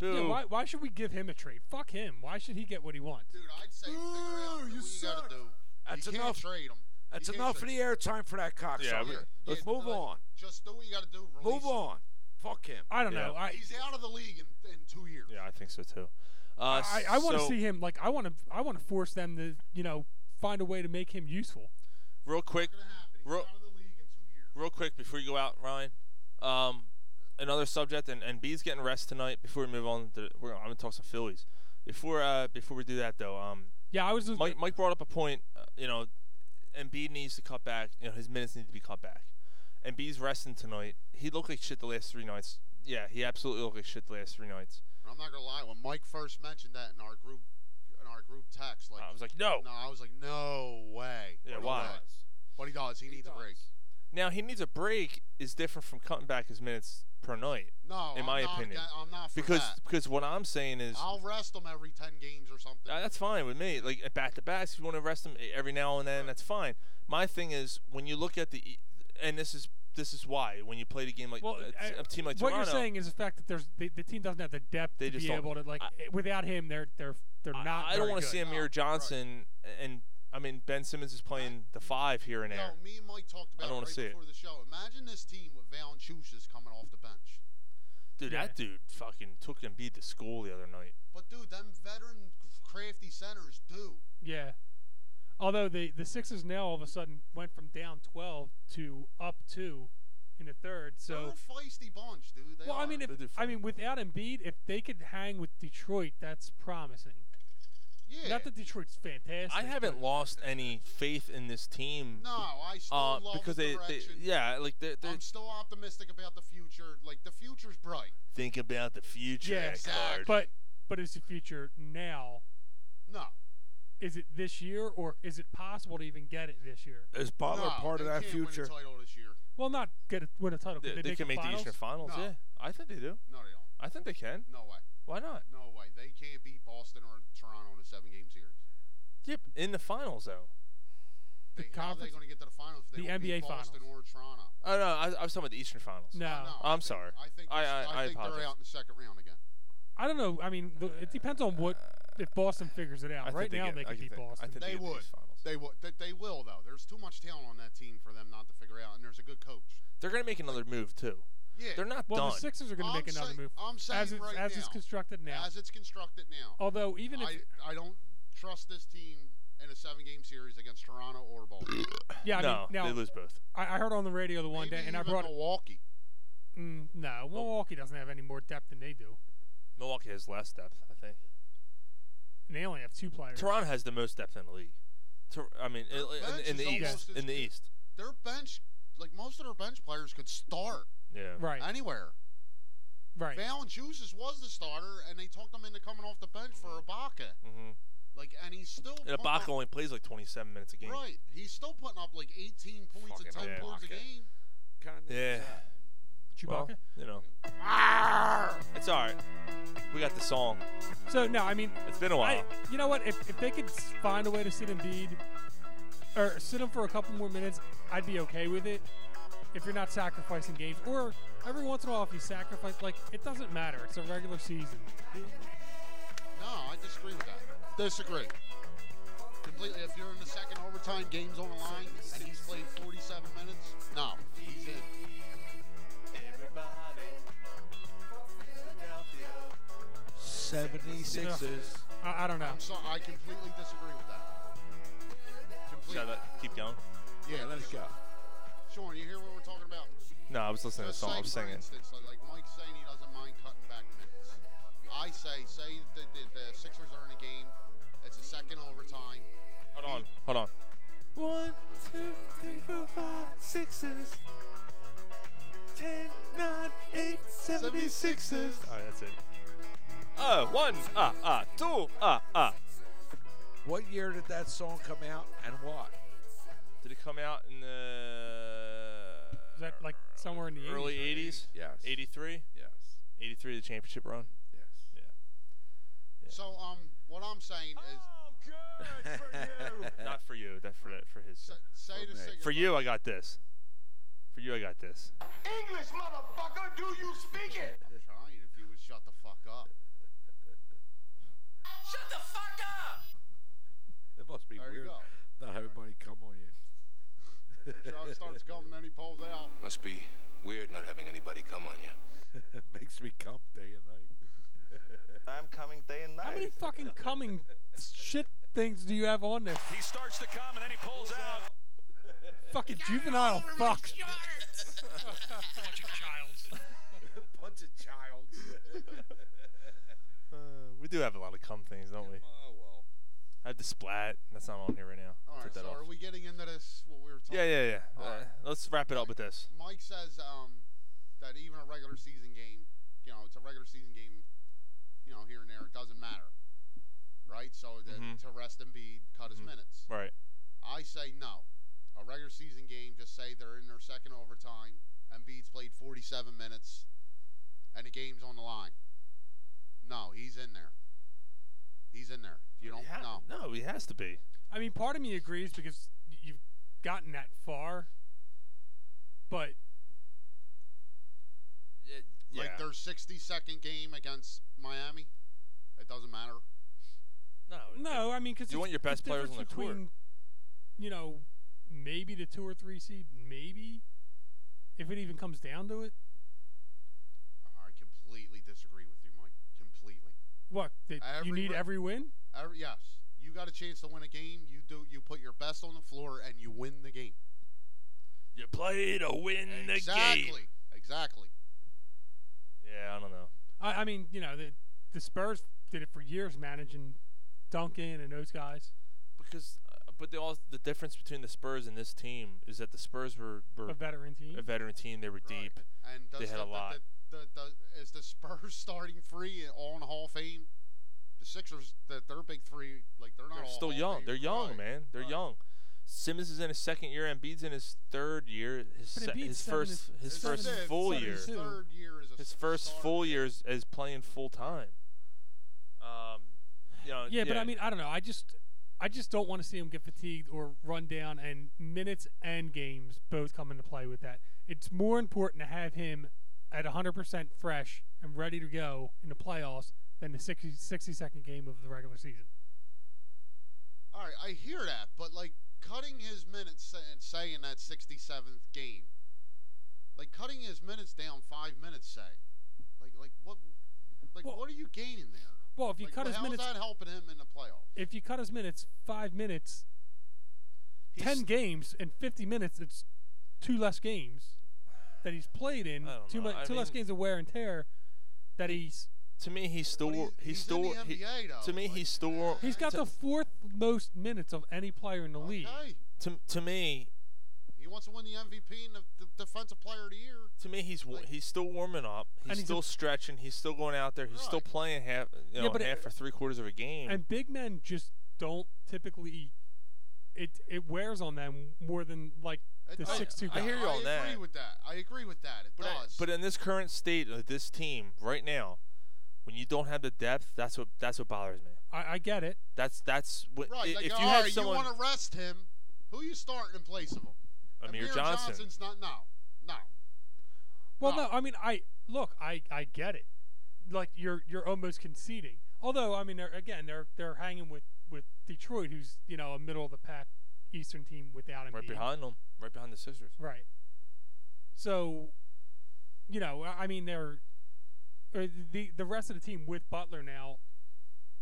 [SPEAKER 6] Boo.
[SPEAKER 9] Yeah, why, why should we give him a trade? Fuck him. Why should he get what he wants?
[SPEAKER 10] Dude, I'd say figure out
[SPEAKER 8] Ooh,
[SPEAKER 10] what
[SPEAKER 8] you
[SPEAKER 10] you, gotta
[SPEAKER 8] suck.
[SPEAKER 10] do.
[SPEAKER 8] That's
[SPEAKER 10] you can't
[SPEAKER 8] enough.
[SPEAKER 10] trade him.
[SPEAKER 8] That's enough of the airtime for that cocksucker.
[SPEAKER 6] Yeah, but-
[SPEAKER 8] Let's
[SPEAKER 10] Yeah,
[SPEAKER 8] move
[SPEAKER 10] like,
[SPEAKER 8] on.
[SPEAKER 10] Just do what you gotta do. Release
[SPEAKER 8] Move
[SPEAKER 10] him.
[SPEAKER 8] on. Fuck him.
[SPEAKER 9] I don't
[SPEAKER 6] Yeah.
[SPEAKER 9] know. I,
[SPEAKER 10] He's out of the league in, in two years.
[SPEAKER 6] Yeah, I think so too. Uh,
[SPEAKER 9] I, I want to
[SPEAKER 6] so,
[SPEAKER 9] see him. Like I want to. I want to force them to you know find a way to make him useful.
[SPEAKER 6] real quick,
[SPEAKER 10] It's gonna happen. He's
[SPEAKER 6] Ro-
[SPEAKER 10] out of the league in two years.
[SPEAKER 6] real quick before you go out, Ryan. Um, another subject, and, and B's getting rest tonight. Before we move on, to, we're gonna, I'm gonna talk some Phillies. Before uh, before we do that though, um,
[SPEAKER 9] Yeah, I was. Just,
[SPEAKER 6] Mike, Mike brought up a point. Uh, you know, Embiid needs to cut back. You know, his minutes need to be cut back. Embiid's resting tonight. He looked like shit the last three nights. Yeah, he absolutely looked like shit the last three nights.
[SPEAKER 10] And I'm not gonna lie. When Mike first mentioned that in our group, in our group text, like
[SPEAKER 6] I was like, no.
[SPEAKER 10] no, I was like, no way.
[SPEAKER 6] Yeah,
[SPEAKER 10] No
[SPEAKER 6] why?
[SPEAKER 10] way. But he does. He, needs a break.
[SPEAKER 6] Now he needs a break. Is different from cutting back his minutes per night.
[SPEAKER 10] No,
[SPEAKER 6] In
[SPEAKER 10] I'm
[SPEAKER 6] my
[SPEAKER 10] not,
[SPEAKER 6] opinion.
[SPEAKER 10] ga- I'm not for
[SPEAKER 6] Because
[SPEAKER 10] that.
[SPEAKER 6] because what I'm saying is
[SPEAKER 10] I'll rest him every ten games or something.
[SPEAKER 6] Uh, that's fine with me. Like at back to backs, if you want to rest them every now and then, that's fine. My thing is when you look at the, e, and this is this is why when you play the game like
[SPEAKER 9] well,
[SPEAKER 6] a,
[SPEAKER 9] I-
[SPEAKER 6] t- a team like
[SPEAKER 9] what
[SPEAKER 6] Toronto,
[SPEAKER 9] you're saying is the fact that there's the, the team doesn't have the depth
[SPEAKER 6] They
[SPEAKER 9] to
[SPEAKER 6] just
[SPEAKER 9] be
[SPEAKER 6] don't-
[SPEAKER 9] able to like
[SPEAKER 6] I-
[SPEAKER 9] without him they're they're they're
[SPEAKER 6] I-
[SPEAKER 9] not.
[SPEAKER 6] I don't
[SPEAKER 9] want
[SPEAKER 6] wanna
[SPEAKER 9] to
[SPEAKER 6] see Amir Johnson and I mean, Ben Simmons is playing the five here and there.
[SPEAKER 10] No, me and Mike talked
[SPEAKER 6] I
[SPEAKER 10] about
[SPEAKER 6] don't
[SPEAKER 10] it
[SPEAKER 6] wanna
[SPEAKER 10] right
[SPEAKER 6] see it.
[SPEAKER 10] before the show. Imagine this team with Valanciunas coming off the bench.
[SPEAKER 6] Dude,
[SPEAKER 10] Yeah.
[SPEAKER 6] that dude fucking took and beat to school the other night.
[SPEAKER 10] But dude, them veteran crafty centers do.
[SPEAKER 9] Yeah. Although the the Sixers now all of a sudden went from down twelve to up two in the third.
[SPEAKER 10] They're
[SPEAKER 9] So
[SPEAKER 10] a feisty bunch, dude. Oh, They
[SPEAKER 9] well, I
[SPEAKER 10] are.
[SPEAKER 9] mean, if, I mean, without Embiid, if they could hang with Detroit, that's promising.
[SPEAKER 10] Yeah.
[SPEAKER 9] Not that Detroit's fantastic.
[SPEAKER 6] I haven't lost any faith in this team.
[SPEAKER 10] No, I still
[SPEAKER 6] uh,
[SPEAKER 10] love
[SPEAKER 6] because
[SPEAKER 10] the
[SPEAKER 6] they, they,
[SPEAKER 10] direction.
[SPEAKER 6] yeah, like they're, they're
[SPEAKER 10] I'm still optimistic about the future. Like the future's bright.
[SPEAKER 6] think about the future.
[SPEAKER 9] yeah,
[SPEAKER 6] Eckhart.
[SPEAKER 9] but but is the future now?
[SPEAKER 10] No.
[SPEAKER 9] Is it this year, or is it possible to even get it this year?
[SPEAKER 8] Is Butler
[SPEAKER 10] No,
[SPEAKER 8] part of
[SPEAKER 10] they
[SPEAKER 8] that
[SPEAKER 10] can't win a
[SPEAKER 8] future?
[SPEAKER 10] title this year.
[SPEAKER 9] Well, not get a, win a title.
[SPEAKER 6] They-
[SPEAKER 9] Could they,
[SPEAKER 6] they
[SPEAKER 9] make
[SPEAKER 6] can
[SPEAKER 9] the
[SPEAKER 6] make the
[SPEAKER 9] finals?
[SPEAKER 6] Eastern Finals.
[SPEAKER 10] No.
[SPEAKER 6] Yeah, I think they do.
[SPEAKER 10] No, they don't.
[SPEAKER 6] I think they can.
[SPEAKER 10] No way.
[SPEAKER 6] Why not?
[SPEAKER 10] No way. They can't beat Boston or Toronto in a seven-game series.
[SPEAKER 6] Yep, in the finals though.
[SPEAKER 10] The they, how are they
[SPEAKER 9] conference-
[SPEAKER 10] going to get to the finals if they
[SPEAKER 9] the
[SPEAKER 10] don't beat
[SPEAKER 9] NBA
[SPEAKER 10] Boston or Toronto?
[SPEAKER 6] Oh no, I, I was talking about the Eastern Finals. Uh,
[SPEAKER 9] No. No, I
[SPEAKER 6] I'm sorry.
[SPEAKER 10] I think
[SPEAKER 6] I
[SPEAKER 10] I,
[SPEAKER 6] I,
[SPEAKER 10] think
[SPEAKER 6] apologize.
[SPEAKER 10] they're out in the second round again.
[SPEAKER 9] I don't know. I mean, the- it depends on what if Boston figures it out.
[SPEAKER 6] think
[SPEAKER 9] Right
[SPEAKER 6] they
[SPEAKER 9] now,
[SPEAKER 6] get-
[SPEAKER 9] they
[SPEAKER 6] I
[SPEAKER 9] could
[SPEAKER 6] think
[SPEAKER 9] beat
[SPEAKER 6] they- I
[SPEAKER 9] Boston.
[SPEAKER 6] think
[SPEAKER 10] They would. They would. They, they will though. There's too much talent on that team for them not to figure out, and there's a good coach.
[SPEAKER 6] They're gonna make another move too.
[SPEAKER 10] Yeah.
[SPEAKER 6] They're not
[SPEAKER 9] Well,
[SPEAKER 6] done.
[SPEAKER 9] the Sixers are going to
[SPEAKER 10] I'm
[SPEAKER 9] make another
[SPEAKER 10] say-
[SPEAKER 9] move.
[SPEAKER 10] I'm saying
[SPEAKER 9] as it's,
[SPEAKER 10] right
[SPEAKER 9] as it's
[SPEAKER 10] now.
[SPEAKER 9] constructed now.
[SPEAKER 10] As it's constructed now.
[SPEAKER 9] Although even if
[SPEAKER 10] I, I don't trust this team in a seven-game series against Toronto or Boston.
[SPEAKER 9] yeah, I
[SPEAKER 6] no,
[SPEAKER 9] mean, now,
[SPEAKER 6] they lose both.
[SPEAKER 9] I, I heard on the radio the <coughs> one day, and I
[SPEAKER 10] even Oh.
[SPEAKER 9] brought
[SPEAKER 10] Milwaukee.
[SPEAKER 9] Mm, no, Milwaukee doesn't have any more depth than they do.
[SPEAKER 6] Milwaukee has less depth, I think.
[SPEAKER 9] And they only have two players.
[SPEAKER 6] Toronto has the most depth in the league. Tor- I mean, in, in-
[SPEAKER 10] bench
[SPEAKER 6] in the
[SPEAKER 10] is
[SPEAKER 6] East.
[SPEAKER 10] almost as
[SPEAKER 6] In the
[SPEAKER 10] good.
[SPEAKER 6] East.
[SPEAKER 10] Their bench, like most of their bench players, could start
[SPEAKER 6] Yeah.
[SPEAKER 9] Right.
[SPEAKER 10] anywhere.
[SPEAKER 9] Right.
[SPEAKER 10] Valanciunas was the starter, and they talked him into coming off the bench for Ibaka.
[SPEAKER 6] Mm-hmm.
[SPEAKER 10] Like, and he's still
[SPEAKER 6] And
[SPEAKER 10] putting
[SPEAKER 6] Ibaka
[SPEAKER 10] up-
[SPEAKER 6] only plays like 27 minutes a game.
[SPEAKER 10] right. He's still putting up like 18 points and 10
[SPEAKER 6] Fucking
[SPEAKER 10] boards a
[SPEAKER 6] Ibaka.
[SPEAKER 10] game.
[SPEAKER 6] Yeah. Well,
[SPEAKER 9] Chewbacca?
[SPEAKER 6] you know. It's all right. We got the song.
[SPEAKER 9] So no, I mean,
[SPEAKER 6] It's been a
[SPEAKER 9] I-
[SPEAKER 6] while.
[SPEAKER 9] you know what? If, if they could s- find a way to sit Embiid or sit him for a couple more minutes, I'd be okay with it. If you're not sacrificing games, or every once in a while, if you sacrifice, like it doesn't matter. It's a regular season.
[SPEAKER 10] No, I disagree with that. Disagree. Completely. If you're in the second overtime, game's on the line, and he's played 47 minutes, no, he's in.
[SPEAKER 9] Sixers. I, I don't know.
[SPEAKER 10] I'm sorry. I completely disagree with that.
[SPEAKER 6] Should I let- keep going?
[SPEAKER 10] Yeah, let us go. Sean, you hear what we're talking about?
[SPEAKER 6] No, I was listening to the
[SPEAKER 10] Just
[SPEAKER 6] song. I
[SPEAKER 10] say,
[SPEAKER 6] was singing.
[SPEAKER 10] For instance, like, like Mike's saying he doesn't mind cutting back minutes. I say, say that the, the Sixers are in a game. It's a second overtime.
[SPEAKER 6] Hold on. Hold on.
[SPEAKER 13] One, two, three, four, five, sixes. Ten, nine, eight, seventy sixes.
[SPEAKER 6] All right, that's it. Uh, one, uh, uh, two, uh, uh.
[SPEAKER 8] What year did that song come out and what?
[SPEAKER 6] Did it come out in the
[SPEAKER 9] Is that like somewhere in the
[SPEAKER 6] early
[SPEAKER 9] 80s?
[SPEAKER 6] 80s?
[SPEAKER 8] Yes.
[SPEAKER 6] 83?
[SPEAKER 8] Yes.
[SPEAKER 6] 83, the championship run?
[SPEAKER 8] Yes.
[SPEAKER 6] Yeah.
[SPEAKER 10] So, um, what I'm saying is,
[SPEAKER 6] <laughs> Not for you. That for that for his.
[SPEAKER 10] say the Sixers.
[SPEAKER 6] For you, I got this. For you, I got this.
[SPEAKER 12] English, motherfucker, do you speak it?
[SPEAKER 10] I'm trying. If you would shut the fuck up.
[SPEAKER 12] Shut the fuck up!
[SPEAKER 8] It must be
[SPEAKER 10] There you
[SPEAKER 8] weird. Not everybody come on you. <laughs>
[SPEAKER 10] Shot starts coming, then he pulls out.
[SPEAKER 14] Must be weird not having anybody come on you.
[SPEAKER 8] Makes me come day and night. <laughs>
[SPEAKER 4] I'm coming day and night.
[SPEAKER 9] How many fucking coming shit things do you have on there?
[SPEAKER 4] He starts to come and then he pulls out.
[SPEAKER 9] Fucking juvenile fuck.
[SPEAKER 3] Bunch of childs.
[SPEAKER 8] Bunch of <laughs> childs.
[SPEAKER 6] Uh, we do have a lot of cum things, don't we?
[SPEAKER 8] oh well.
[SPEAKER 6] I have the splat. That's not on here right now.
[SPEAKER 10] All
[SPEAKER 6] Took
[SPEAKER 10] right.
[SPEAKER 6] that
[SPEAKER 10] So,
[SPEAKER 6] off.
[SPEAKER 10] are we getting into this? What we were talking.
[SPEAKER 6] yeah, yeah, yeah. Uh,
[SPEAKER 10] All right.
[SPEAKER 6] let's wrap it up with this.
[SPEAKER 10] Mike says um, that even a regular season game, you know, it's a regular season game, you know, here and there, it doesn't matter, right? So that
[SPEAKER 6] Mhm.
[SPEAKER 10] to rest Embiid, cut his minutes.
[SPEAKER 6] Right.
[SPEAKER 10] I say no. A regular season game, just say they're in their second overtime. Embiid's played 47 minutes, and the game's on the line. No, he's in there. He's in there. You don't
[SPEAKER 6] Yeah,
[SPEAKER 10] know.
[SPEAKER 6] No, he has to be.
[SPEAKER 9] I mean, part of me agrees because y- you've gotten that far, but
[SPEAKER 10] Like their 60 second game against Miami, it doesn't matter.
[SPEAKER 6] No.
[SPEAKER 9] no, I mean, because
[SPEAKER 6] You want your best players on the court.
[SPEAKER 9] between you know, maybe the two or three seed, maybe, if it even comes down to it.
[SPEAKER 10] I completely disagree with you, Mike. Completely.
[SPEAKER 9] What? That you need
[SPEAKER 10] ri-
[SPEAKER 9] every win?
[SPEAKER 10] Every, yes. You got a chance to win a game. You do. You put your best on the floor and you win the game.
[SPEAKER 6] You play to win
[SPEAKER 10] exactly.
[SPEAKER 6] the game.
[SPEAKER 10] Exactly.
[SPEAKER 6] Yeah, I don't know.
[SPEAKER 9] I, I mean, you know, the, the Spurs did it for years, managing Duncan and those guys.
[SPEAKER 6] Because, uh, but the all the difference between the Spurs and this team is that the Spurs were, were
[SPEAKER 9] A veteran team.
[SPEAKER 6] A veteran team. They were deep.
[SPEAKER 10] And does
[SPEAKER 6] they had a
[SPEAKER 10] the,
[SPEAKER 6] lot.
[SPEAKER 10] The, the, the, is the Spurs <laughs> starting three all in the Hall of Fame? The Sixers, the, their big three, like they're not
[SPEAKER 6] They're
[SPEAKER 10] all
[SPEAKER 6] still
[SPEAKER 10] Hall of
[SPEAKER 6] young.
[SPEAKER 10] Famers.
[SPEAKER 6] They're young,
[SPEAKER 10] Right.
[SPEAKER 6] man. They're young. Simmons is in his second year. Embiid's in his third year. His,
[SPEAKER 10] But
[SPEAKER 6] se-
[SPEAKER 10] Embiid's
[SPEAKER 6] his
[SPEAKER 10] seven
[SPEAKER 6] first
[SPEAKER 10] is-
[SPEAKER 6] his
[SPEAKER 10] His
[SPEAKER 6] first
[SPEAKER 10] third-
[SPEAKER 6] full
[SPEAKER 10] third-
[SPEAKER 6] year.
[SPEAKER 10] his third year is a
[SPEAKER 6] his first full year is, is playing full time. Um, you know,
[SPEAKER 9] yeah, but I mean, I don't know. I just, I just don't want to see him get fatigued or run down, and minutes and games both come into play with that. It's more important to have him at 100% fresh and ready to go in the playoffs than the 60, 60 second game of the regular season.
[SPEAKER 10] All right, I hear that, but like cutting his minutes sa- and saying that 67th game, like cutting his minutes down five minutes, say, like like what, like what are you gaining there?
[SPEAKER 9] well, if you
[SPEAKER 10] Like,
[SPEAKER 9] cut his
[SPEAKER 10] how's
[SPEAKER 9] minutes-
[SPEAKER 10] that helping him in the playoff?
[SPEAKER 9] If you cut his minutes five minutes, 10 games in 50 minutes, it's two less games that he's played in,
[SPEAKER 6] don't
[SPEAKER 9] two,
[SPEAKER 6] know.
[SPEAKER 9] mu-
[SPEAKER 6] I
[SPEAKER 9] two less
[SPEAKER 6] mean-
[SPEAKER 9] games of wear and tear that he's.
[SPEAKER 6] To me, he's still he's, still he- to me he's still
[SPEAKER 9] He's got
[SPEAKER 6] to,
[SPEAKER 9] the fourth most minutes of any player in the league.
[SPEAKER 6] to, to me
[SPEAKER 10] He wants to win the MVP and the, the Defensive Player of the Year.
[SPEAKER 6] to me he's wa- he's still warming up. He's
[SPEAKER 9] And he's
[SPEAKER 6] still
[SPEAKER 9] a-
[SPEAKER 6] stretching. He's still going out there. He's still playing half you
[SPEAKER 9] Yeah,
[SPEAKER 6] know
[SPEAKER 9] but it-
[SPEAKER 6] half or three quarters of a game.
[SPEAKER 9] And big men just don't typically. It it wears on them more than like the
[SPEAKER 10] I-
[SPEAKER 9] six two.
[SPEAKER 6] I hear you on
[SPEAKER 10] I agree
[SPEAKER 6] that.
[SPEAKER 10] with that. I agree with that. It does.
[SPEAKER 6] But uh, in this current state of this team right now, when you don't have the depth, that's what that's what bothers me.
[SPEAKER 9] I, I get it.
[SPEAKER 6] That's that's what i-
[SPEAKER 10] right, like,
[SPEAKER 6] if you
[SPEAKER 10] all
[SPEAKER 6] have
[SPEAKER 10] right,
[SPEAKER 6] someone
[SPEAKER 10] you want to rest him. Who you starting in place of him?
[SPEAKER 6] Amir Johnson.
[SPEAKER 10] Johnson's not no, no.
[SPEAKER 9] Well, no, I mean, I look, I, I get it. Like you're you're almost conceding. Although, I mean, they're, again, they're they're hanging with with Detroit, who's you know a middle of the pack Eastern team without him.
[SPEAKER 6] right behind them, right behind the Sixers.
[SPEAKER 9] Right. So, you know, I- I mean, they're or the the rest of the team with Butler now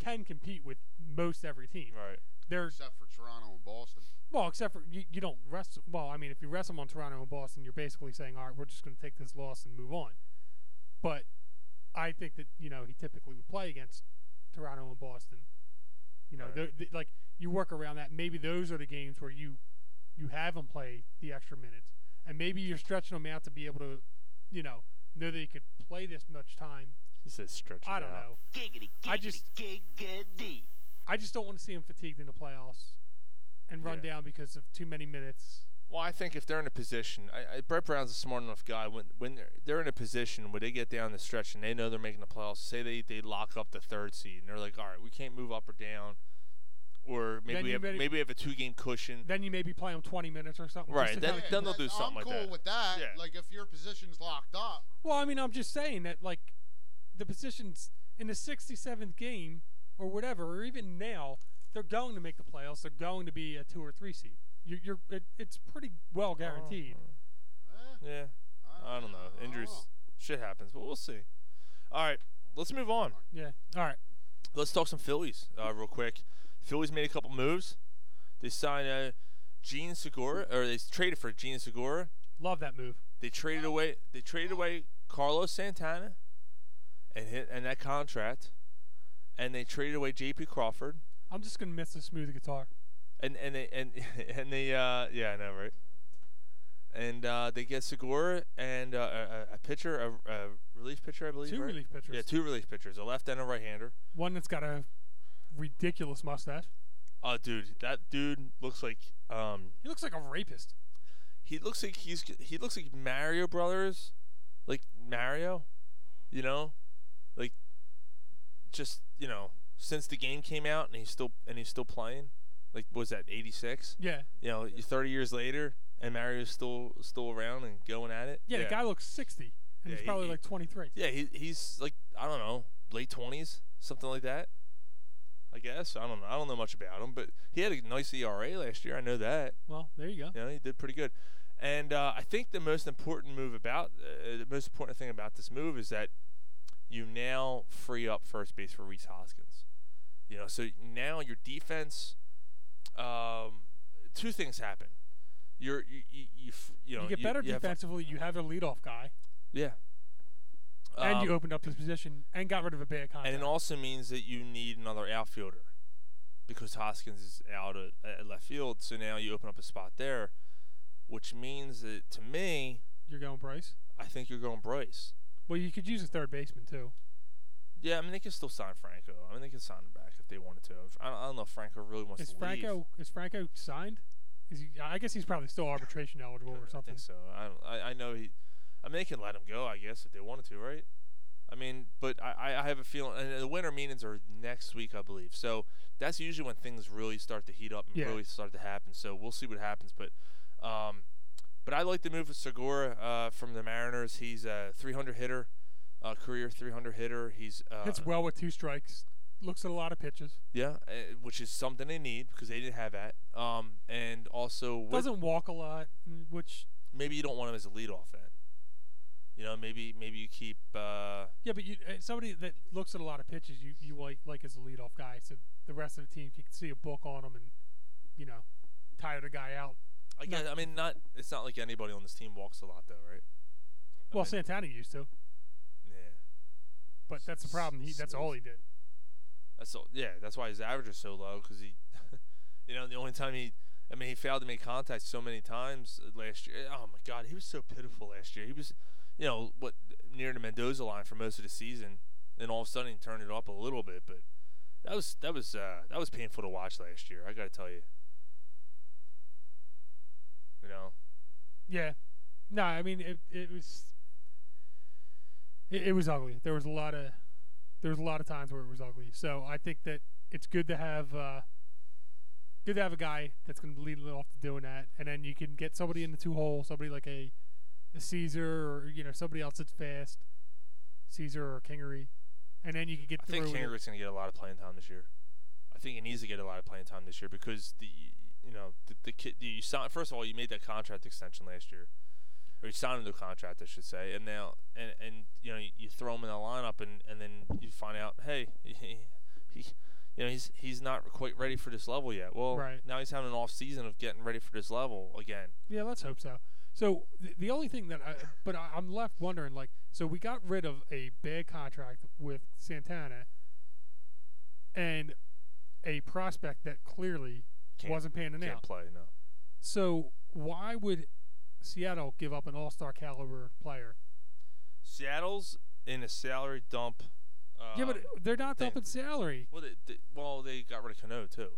[SPEAKER 9] can compete with most every team.
[SPEAKER 6] Right.
[SPEAKER 9] They're
[SPEAKER 10] Except for Toronto and Boston.
[SPEAKER 9] well, except for you, you don't rest. Well, I mean, if you rest them on Toronto and Boston, you're basically saying, all right, we're just going to take this loss and move on. But I think that you know he typically would play against Toronto and Boston. You know,
[SPEAKER 6] Right.
[SPEAKER 9] tho- th- like you work around that. Maybe those are the games where you you have him play the extra minutes, and maybe you're stretching him out to be able to, you know, know that he could play this much time.
[SPEAKER 6] He says stretch.
[SPEAKER 9] I
[SPEAKER 6] it
[SPEAKER 9] don't
[SPEAKER 6] out.
[SPEAKER 9] know. I just I just don't want to see him fatigued in the playoffs and run down because of too many minutes.
[SPEAKER 6] Well, I think if they're in a position, I, I, Brett Brown's a smart enough guy. When when they're, they're in a position where they get down the stretch and they know they're making the playoffs, say they, they lock up the third seed and they're like, all right, we can't move up or down, or maybe
[SPEAKER 9] Then
[SPEAKER 6] we
[SPEAKER 9] you
[SPEAKER 6] have
[SPEAKER 9] better-
[SPEAKER 6] maybe we have a two game cushion.
[SPEAKER 9] Then you maybe play him 20 minutes or something. just
[SPEAKER 6] Mm-hmm. Right,
[SPEAKER 9] to
[SPEAKER 6] then-
[SPEAKER 9] kinda
[SPEAKER 6] then
[SPEAKER 9] keep-
[SPEAKER 6] they'll do something
[SPEAKER 10] I'm
[SPEAKER 6] like
[SPEAKER 10] cool
[SPEAKER 6] that.
[SPEAKER 10] with that.
[SPEAKER 6] Yeah.
[SPEAKER 10] Like if your position's locked up,
[SPEAKER 9] Well, I mean, I'm just saying that like the positions in the 67th game or whatever, or even now, they're going to make the playoffs. They're going to be a two or three seed. You're, you're it, it's pretty well guaranteed.
[SPEAKER 6] Mm-hmm.
[SPEAKER 15] eh,
[SPEAKER 6] Yeah, I don't know. Injuries,
[SPEAKER 9] Oh.
[SPEAKER 6] shit happens, but we'll see. All right, let's move on.
[SPEAKER 9] Yeah. All right.
[SPEAKER 6] Let's talk some Phillies uh, real quick. Phillies made a couple moves. They signed uh, Gene Segura, or they traded for Gene Segura.
[SPEAKER 9] Love that move.
[SPEAKER 6] They traded away. They traded away Carlos Santana, and hit and that contract, and they traded away J.P. Crawford,
[SPEAKER 9] I'm just gonna miss the smooth guitar.
[SPEAKER 6] and and they and <laughs> and they uh yeah I know right, and uh, they get Segura and uh, a- a, a pitcher, a, a relief pitcher I believe.
[SPEAKER 9] Two
[SPEAKER 6] right?
[SPEAKER 9] relief pitchers.
[SPEAKER 6] Yeah, two relief pitchers, a left and a right hander.
[SPEAKER 9] One that's got a ridiculous mustache.
[SPEAKER 6] Oh, dude, that dude looks like um
[SPEAKER 9] He looks like a rapist.
[SPEAKER 6] he looks like he's he looks like Mario Brothers, like Mario, you know, like just you know since the game came out and he's still and he's still playing. Like what was that eighty six?
[SPEAKER 9] Yeah.
[SPEAKER 6] You know, thirty years later and Mario's still still around and going at it.
[SPEAKER 9] Yeah, the guy looks 60, and
[SPEAKER 6] Yeah,
[SPEAKER 9] he's
[SPEAKER 6] he-
[SPEAKER 9] probably
[SPEAKER 6] he-
[SPEAKER 9] like 23.
[SPEAKER 6] Yeah, he, he's like I don't know late twenties, something like that. I guess. I don't know. I don't know much about him, but he had a nice ERA last year. I know that.
[SPEAKER 9] Well, there you go.
[SPEAKER 6] Yeah, he did pretty good. And uh, I think the most important move about uh, the most important thing about this move is that you now free up first base for Reese Hoskins. You know, so now your defense. Um, two things happen. You're you you you, f- you know
[SPEAKER 9] you get better
[SPEAKER 6] you have-
[SPEAKER 9] defensively. you have a leadoff guy,
[SPEAKER 6] yeah.
[SPEAKER 9] and
[SPEAKER 6] Um,
[SPEAKER 9] you opened up his position and got rid of a bad
[SPEAKER 6] And
[SPEAKER 9] contract.
[SPEAKER 6] it also means that you need another outfielder because Hoskins is out at, at left field. So now you open up a spot there, which means that to me,
[SPEAKER 9] You're going Bryce.
[SPEAKER 6] I think you're going Bryce.
[SPEAKER 9] Well, you could use a third baseman too.
[SPEAKER 6] Yeah, I mean they can still sign Franco. I mean they can sign him back if they wanted to. I don't, I don't know if Franco really wants
[SPEAKER 9] Is
[SPEAKER 6] to leave.
[SPEAKER 9] Franco is Franco signed? Is he? I guess he's probably still arbitration eligible or something.
[SPEAKER 6] So I, don't, I I know he. I mean they can let him go. I guess if they wanted to, right? I mean, but I, I- I have a feeling, and the winter meetings are next week, I believe. So that's usually when things really start to heat up and
[SPEAKER 9] Yeah.
[SPEAKER 6] really start to happen. So we'll see what happens. But, um, but I like the move with Segura uh, from the Mariners. He's a 300 hitter, uh, career 300 hitter. He's uh,
[SPEAKER 9] Hits well with two strikes. Looks at a lot of pitches.
[SPEAKER 6] yeah, uh, which is something they need because they didn't have that. Um, and also with-
[SPEAKER 9] Doesn't walk a lot, mm, which
[SPEAKER 6] maybe you don't want him as a leadoff then. You know, maybe maybe you keep. Uh,
[SPEAKER 9] yeah, but you uh, somebody that looks at a lot of pitches, you you like like as a leadoff guy, so the rest of the team can see a book on him and you know tire the guy out.
[SPEAKER 6] I guess, I mean, not. It's not like anybody on this team walks a lot, though, right?
[SPEAKER 9] Well, Santana used to,
[SPEAKER 6] Yeah.
[SPEAKER 9] but that's the problem. He that's all he did.
[SPEAKER 6] That's all, yeah. That's why his average is so low because he, <laughs> you know, the only time he, I mean, he failed to make contact so many times uh, last year. Oh my God, he was so pitiful last year. He was, you know, what near the Mendoza line for most of the season, and all of a sudden he turned it up a little bit. But that was that was uh, that was painful to watch last year. I got to tell you. You know,
[SPEAKER 9] Yeah. No, I mean it. It was. It, it was ugly. There was a lot of, there was a lot of times where it was ugly. So I think that it's good to have, uh, good to have a guy that's going to lead it off to doing that, and then you can get somebody in the two hole, somebody like a, a Caesar or you know somebody else that's fast, Caesar or Kingery, and then you can get
[SPEAKER 6] I
[SPEAKER 9] through.
[SPEAKER 6] think
[SPEAKER 9] with it.
[SPEAKER 6] Kingery's going to get a lot of playing time this year. I think he needs to get a lot of playing time this year because the you know the the kid you signed first of all you made that contract extension last year, or you signed him to a contract I should say, and now and and you know you, you throw him in the lineup and and then you find out hey <laughs> he, he you know he's he's not quite ready for this level yet. Well,
[SPEAKER 9] Right.
[SPEAKER 6] now he's having an off season of getting ready for this level again.
[SPEAKER 9] Yeah, let's hope so. So the, the only thing that I, but I, I'm left wondering, like, so we got rid of a bad contract with Santana, and a prospect that clearly
[SPEAKER 6] Can't-
[SPEAKER 9] wasn't panning
[SPEAKER 6] can't
[SPEAKER 9] out.
[SPEAKER 6] play no.
[SPEAKER 9] So why would Seattle give up an All-Star caliber player?
[SPEAKER 6] Seattle's in a salary dump. Uh,
[SPEAKER 9] yeah, but they're not
[SPEAKER 6] thing.
[SPEAKER 9] dumping salary,
[SPEAKER 6] Well, they, they, well, they got rid of Cano too.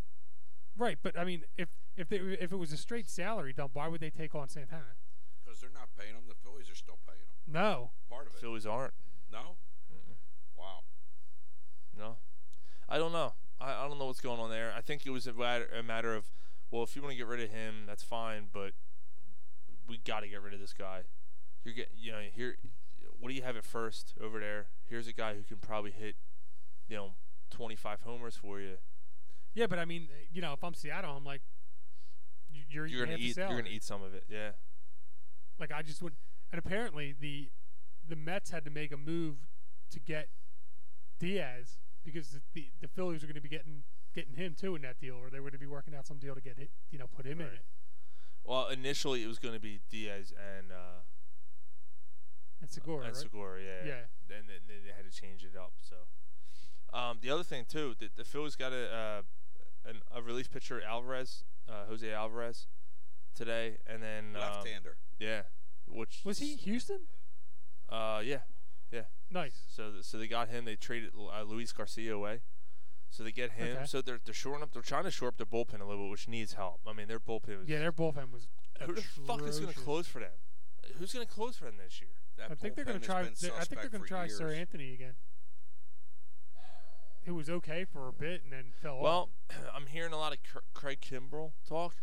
[SPEAKER 9] right? But I mean, if if they if it was a straight salary dump, why would they take on Santana?
[SPEAKER 8] Because they're not paying them. The Phillies are still paying them.
[SPEAKER 9] No,
[SPEAKER 8] Part of it.
[SPEAKER 6] Phillies aren't.
[SPEAKER 8] No? Wow.
[SPEAKER 6] No, I don't know. I, I don't know what's going on there. I think it was a matter, a matter of, well, if you want to get rid of him, that's fine, but we got to get rid of this guy. You're get, you know, here, what do you have at first over there? Here's a guy who can probably hit, you know, 25 homers for you.
[SPEAKER 9] yeah, but I mean, you know, if I'm Seattle, I'm like, you- you're
[SPEAKER 6] You're
[SPEAKER 9] half
[SPEAKER 6] gonna
[SPEAKER 9] the
[SPEAKER 6] eat. You're
[SPEAKER 9] salary.
[SPEAKER 6] gonna eat some of it. Yeah.
[SPEAKER 9] Like I just would and apparently the the Mets had to make a move to get Diaz because the the, the Phillies are going to be getting getting him too in that deal, or they were going to be working out some deal to get it, you know, put him in it.
[SPEAKER 6] Well, initially it was gonna be Diaz and uh,
[SPEAKER 9] And Segura,
[SPEAKER 6] and
[SPEAKER 9] right?
[SPEAKER 6] Segura, yeah.
[SPEAKER 9] Yeah.
[SPEAKER 6] Then then they had to change it up. So, um, the other thing too, the, the Phillies got a uh, an, a relief pitcher Alvarez, uh, Jose Alvarez, today, and then um,
[SPEAKER 8] Left-hander.
[SPEAKER 6] Yeah. Which
[SPEAKER 9] Was he Houston?
[SPEAKER 6] Uh, yeah, yeah.
[SPEAKER 9] Nice.
[SPEAKER 6] So th- so they got him. They traded uh, Luis Garcia away. So they get him.
[SPEAKER 9] Okay.
[SPEAKER 6] So they're they're shoring up. They're trying to shore up their bullpen a little bit, which needs help. I mean, their bullpen was
[SPEAKER 9] Yeah, their bullpen was.
[SPEAKER 6] who the fuck is going to
[SPEAKER 9] atrocious.
[SPEAKER 6] close for them? Who's going to close for them this year?
[SPEAKER 9] I think they're going to try. they- I think they're going to try Sir Anthony again. It was okay for a bit and then fell off.
[SPEAKER 6] Well, <clears throat> I'm hearing a lot of Cr- Craig Kimbrell talk.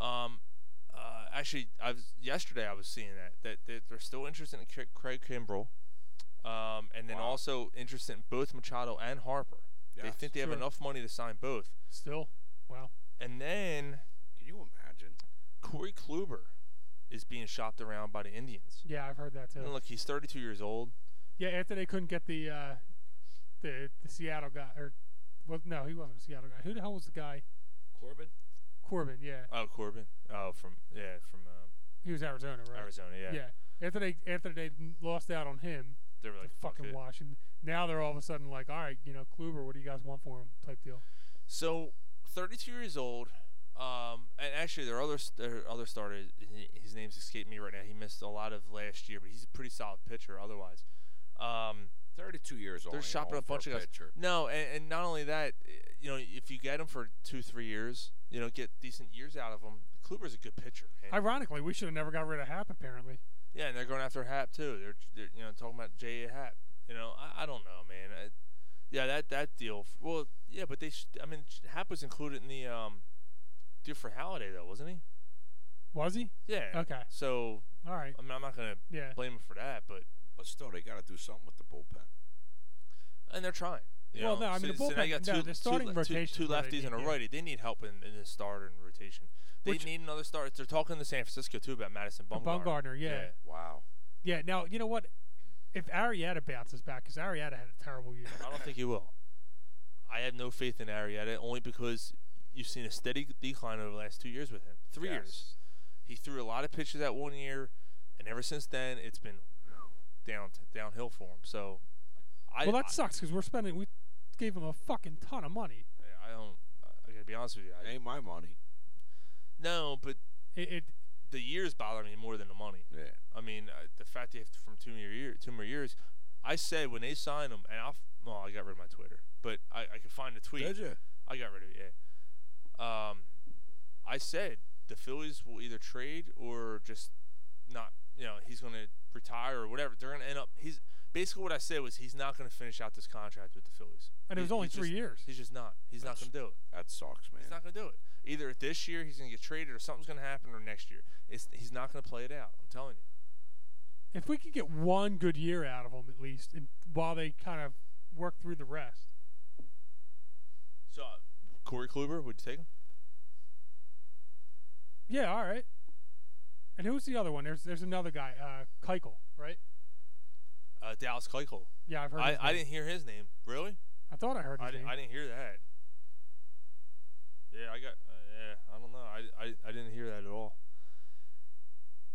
[SPEAKER 6] Um, uh, actually, I was yesterday I was seeing that that, that they're still interested in Cra- Craig Kimbrell, um, and then also interested in both Machado and Harper. They think they have
[SPEAKER 9] Sure.
[SPEAKER 6] enough money to sign both.
[SPEAKER 9] Still, wow.
[SPEAKER 6] And then,
[SPEAKER 8] can you imagine?
[SPEAKER 6] Corey Kluber is being shopped around by the Indians.
[SPEAKER 9] Yeah, I've heard that too.
[SPEAKER 6] And look, he's 32 years old.
[SPEAKER 9] Yeah, after they couldn't get the uh, the the Seattle guy or well, no, he wasn't a Seattle guy. Who the hell was the guy?
[SPEAKER 8] Corbin.
[SPEAKER 9] Corbin, yeah.
[SPEAKER 6] Oh, Corbin. Oh, from yeah, from um,
[SPEAKER 9] He was Arizona, right?
[SPEAKER 6] Arizona, yeah.
[SPEAKER 9] Yeah. After they after they lost out on him,
[SPEAKER 6] They were like, "Fuck
[SPEAKER 9] fucking
[SPEAKER 6] it."
[SPEAKER 9] Washington. Now they're all of a sudden like, all right, you know, Kluber, what do you guys want for him? Type deal.
[SPEAKER 6] So, 32 years old. Um, and actually, their other s- their other starter, h- his name's escaping me right now. He missed a lot of last year, but he's a pretty solid pitcher otherwise. Um,
[SPEAKER 8] 32 years old.
[SPEAKER 6] They're
[SPEAKER 8] ain't
[SPEAKER 6] shopping
[SPEAKER 8] old
[SPEAKER 6] a
[SPEAKER 8] for
[SPEAKER 6] bunch of guys.
[SPEAKER 8] pitcher.
[SPEAKER 6] No, and, and not only that, eh, you know, if you get him for two, three years, you know, get decent years out of him. Kluber's a good pitcher. man.
[SPEAKER 9] Ironically, we should have never got rid of Hap. Apparently,
[SPEAKER 6] Yeah, and they're going after Hap too. They're, they're you know talking about J. A. Hap. You know, I, I don't know, man. I, yeah, that that deal. f- Well, yeah, but they. Sh- I mean, sh- Hap was included in the um deal for Halliday though, wasn't he?
[SPEAKER 9] was he?
[SPEAKER 6] Yeah.
[SPEAKER 9] Okay.
[SPEAKER 6] So.
[SPEAKER 9] All right.
[SPEAKER 6] I mean, I'm not gonna
[SPEAKER 9] Yeah.
[SPEAKER 6] blame him for that, but
[SPEAKER 8] But still, they got to do something with the bullpen.
[SPEAKER 6] and they're trying. you
[SPEAKER 9] Well,
[SPEAKER 6] know.
[SPEAKER 9] no, I mean,
[SPEAKER 6] so,
[SPEAKER 9] the
[SPEAKER 6] so now you
[SPEAKER 9] bullpen-
[SPEAKER 6] got
[SPEAKER 9] no,
[SPEAKER 6] two,
[SPEAKER 9] the
[SPEAKER 6] two
[SPEAKER 9] starting
[SPEAKER 6] le- two-
[SPEAKER 9] rotation's
[SPEAKER 6] two,
[SPEAKER 9] what they
[SPEAKER 6] lefties and a
[SPEAKER 9] need, yeah.
[SPEAKER 6] righty. They need help in, in the starter and rotation. They
[SPEAKER 9] Which-
[SPEAKER 6] need another starter. They're talking to San Francisco too about Madison Bumgarner.
[SPEAKER 9] Bumgarner, yeah.
[SPEAKER 8] Wow.
[SPEAKER 9] Yeah. Now you know what? If Arietta bounces back, because Arietta had a terrible year.
[SPEAKER 6] I don't think he will. I have no faith in Arietta only because you've seen a steady decline over the last two years with him. Three years. He threw a lot of pitches that one year, and ever since then, it's been down downhill for him. So, I
[SPEAKER 9] well, that sucks because we're spending. We gave him a fucking ton of money.
[SPEAKER 6] I, I don't. I gotta be honest with you. I,
[SPEAKER 8] Ain't my money.
[SPEAKER 6] No, but
[SPEAKER 9] it,
[SPEAKER 6] the years bother me more than the money.
[SPEAKER 8] Yeah.
[SPEAKER 6] I mean, uh, the fact they have from two more year, two more years. I said when they signed him, and I'll. f- Well, I got rid of my Twitter, but I, I could find the tweet.
[SPEAKER 8] Did ya?
[SPEAKER 6] I got rid of it. Yeah. Um, I said the Phillies will either trade or just not. You know, he's going to retire or whatever. They're going to end up. He's basically what I said was he's not going to finish out this contract with the Phillies.
[SPEAKER 9] And it
[SPEAKER 6] He-
[SPEAKER 9] was only
[SPEAKER 6] he's
[SPEAKER 9] three
[SPEAKER 6] just-
[SPEAKER 9] years.
[SPEAKER 6] He's just not. He's not going to do it.
[SPEAKER 8] That sucks, man.
[SPEAKER 6] He's not going to do it. Either this year he's going to get traded, or something's going to happen, or next year. It's he's not going to play it out. I'm telling you.
[SPEAKER 9] If we could get one good year out of him at least, and while they kind of work through the rest.
[SPEAKER 6] So, uh, Corey Kluber, would you take him?
[SPEAKER 9] Yeah. All right. And who's the other one? There's there's another guy, uh, Keuchel, right?
[SPEAKER 6] Uh, Dallas Keuchel.
[SPEAKER 9] Yeah, I've heard
[SPEAKER 6] I,
[SPEAKER 9] his
[SPEAKER 6] I
[SPEAKER 9] name.
[SPEAKER 6] didn't hear his name. Really?
[SPEAKER 9] I thought I heard his
[SPEAKER 6] I, di-
[SPEAKER 9] name.
[SPEAKER 6] I didn't hear that. Yeah, I got. Uh, yeah, I don't know. I, I, I didn't hear that at all.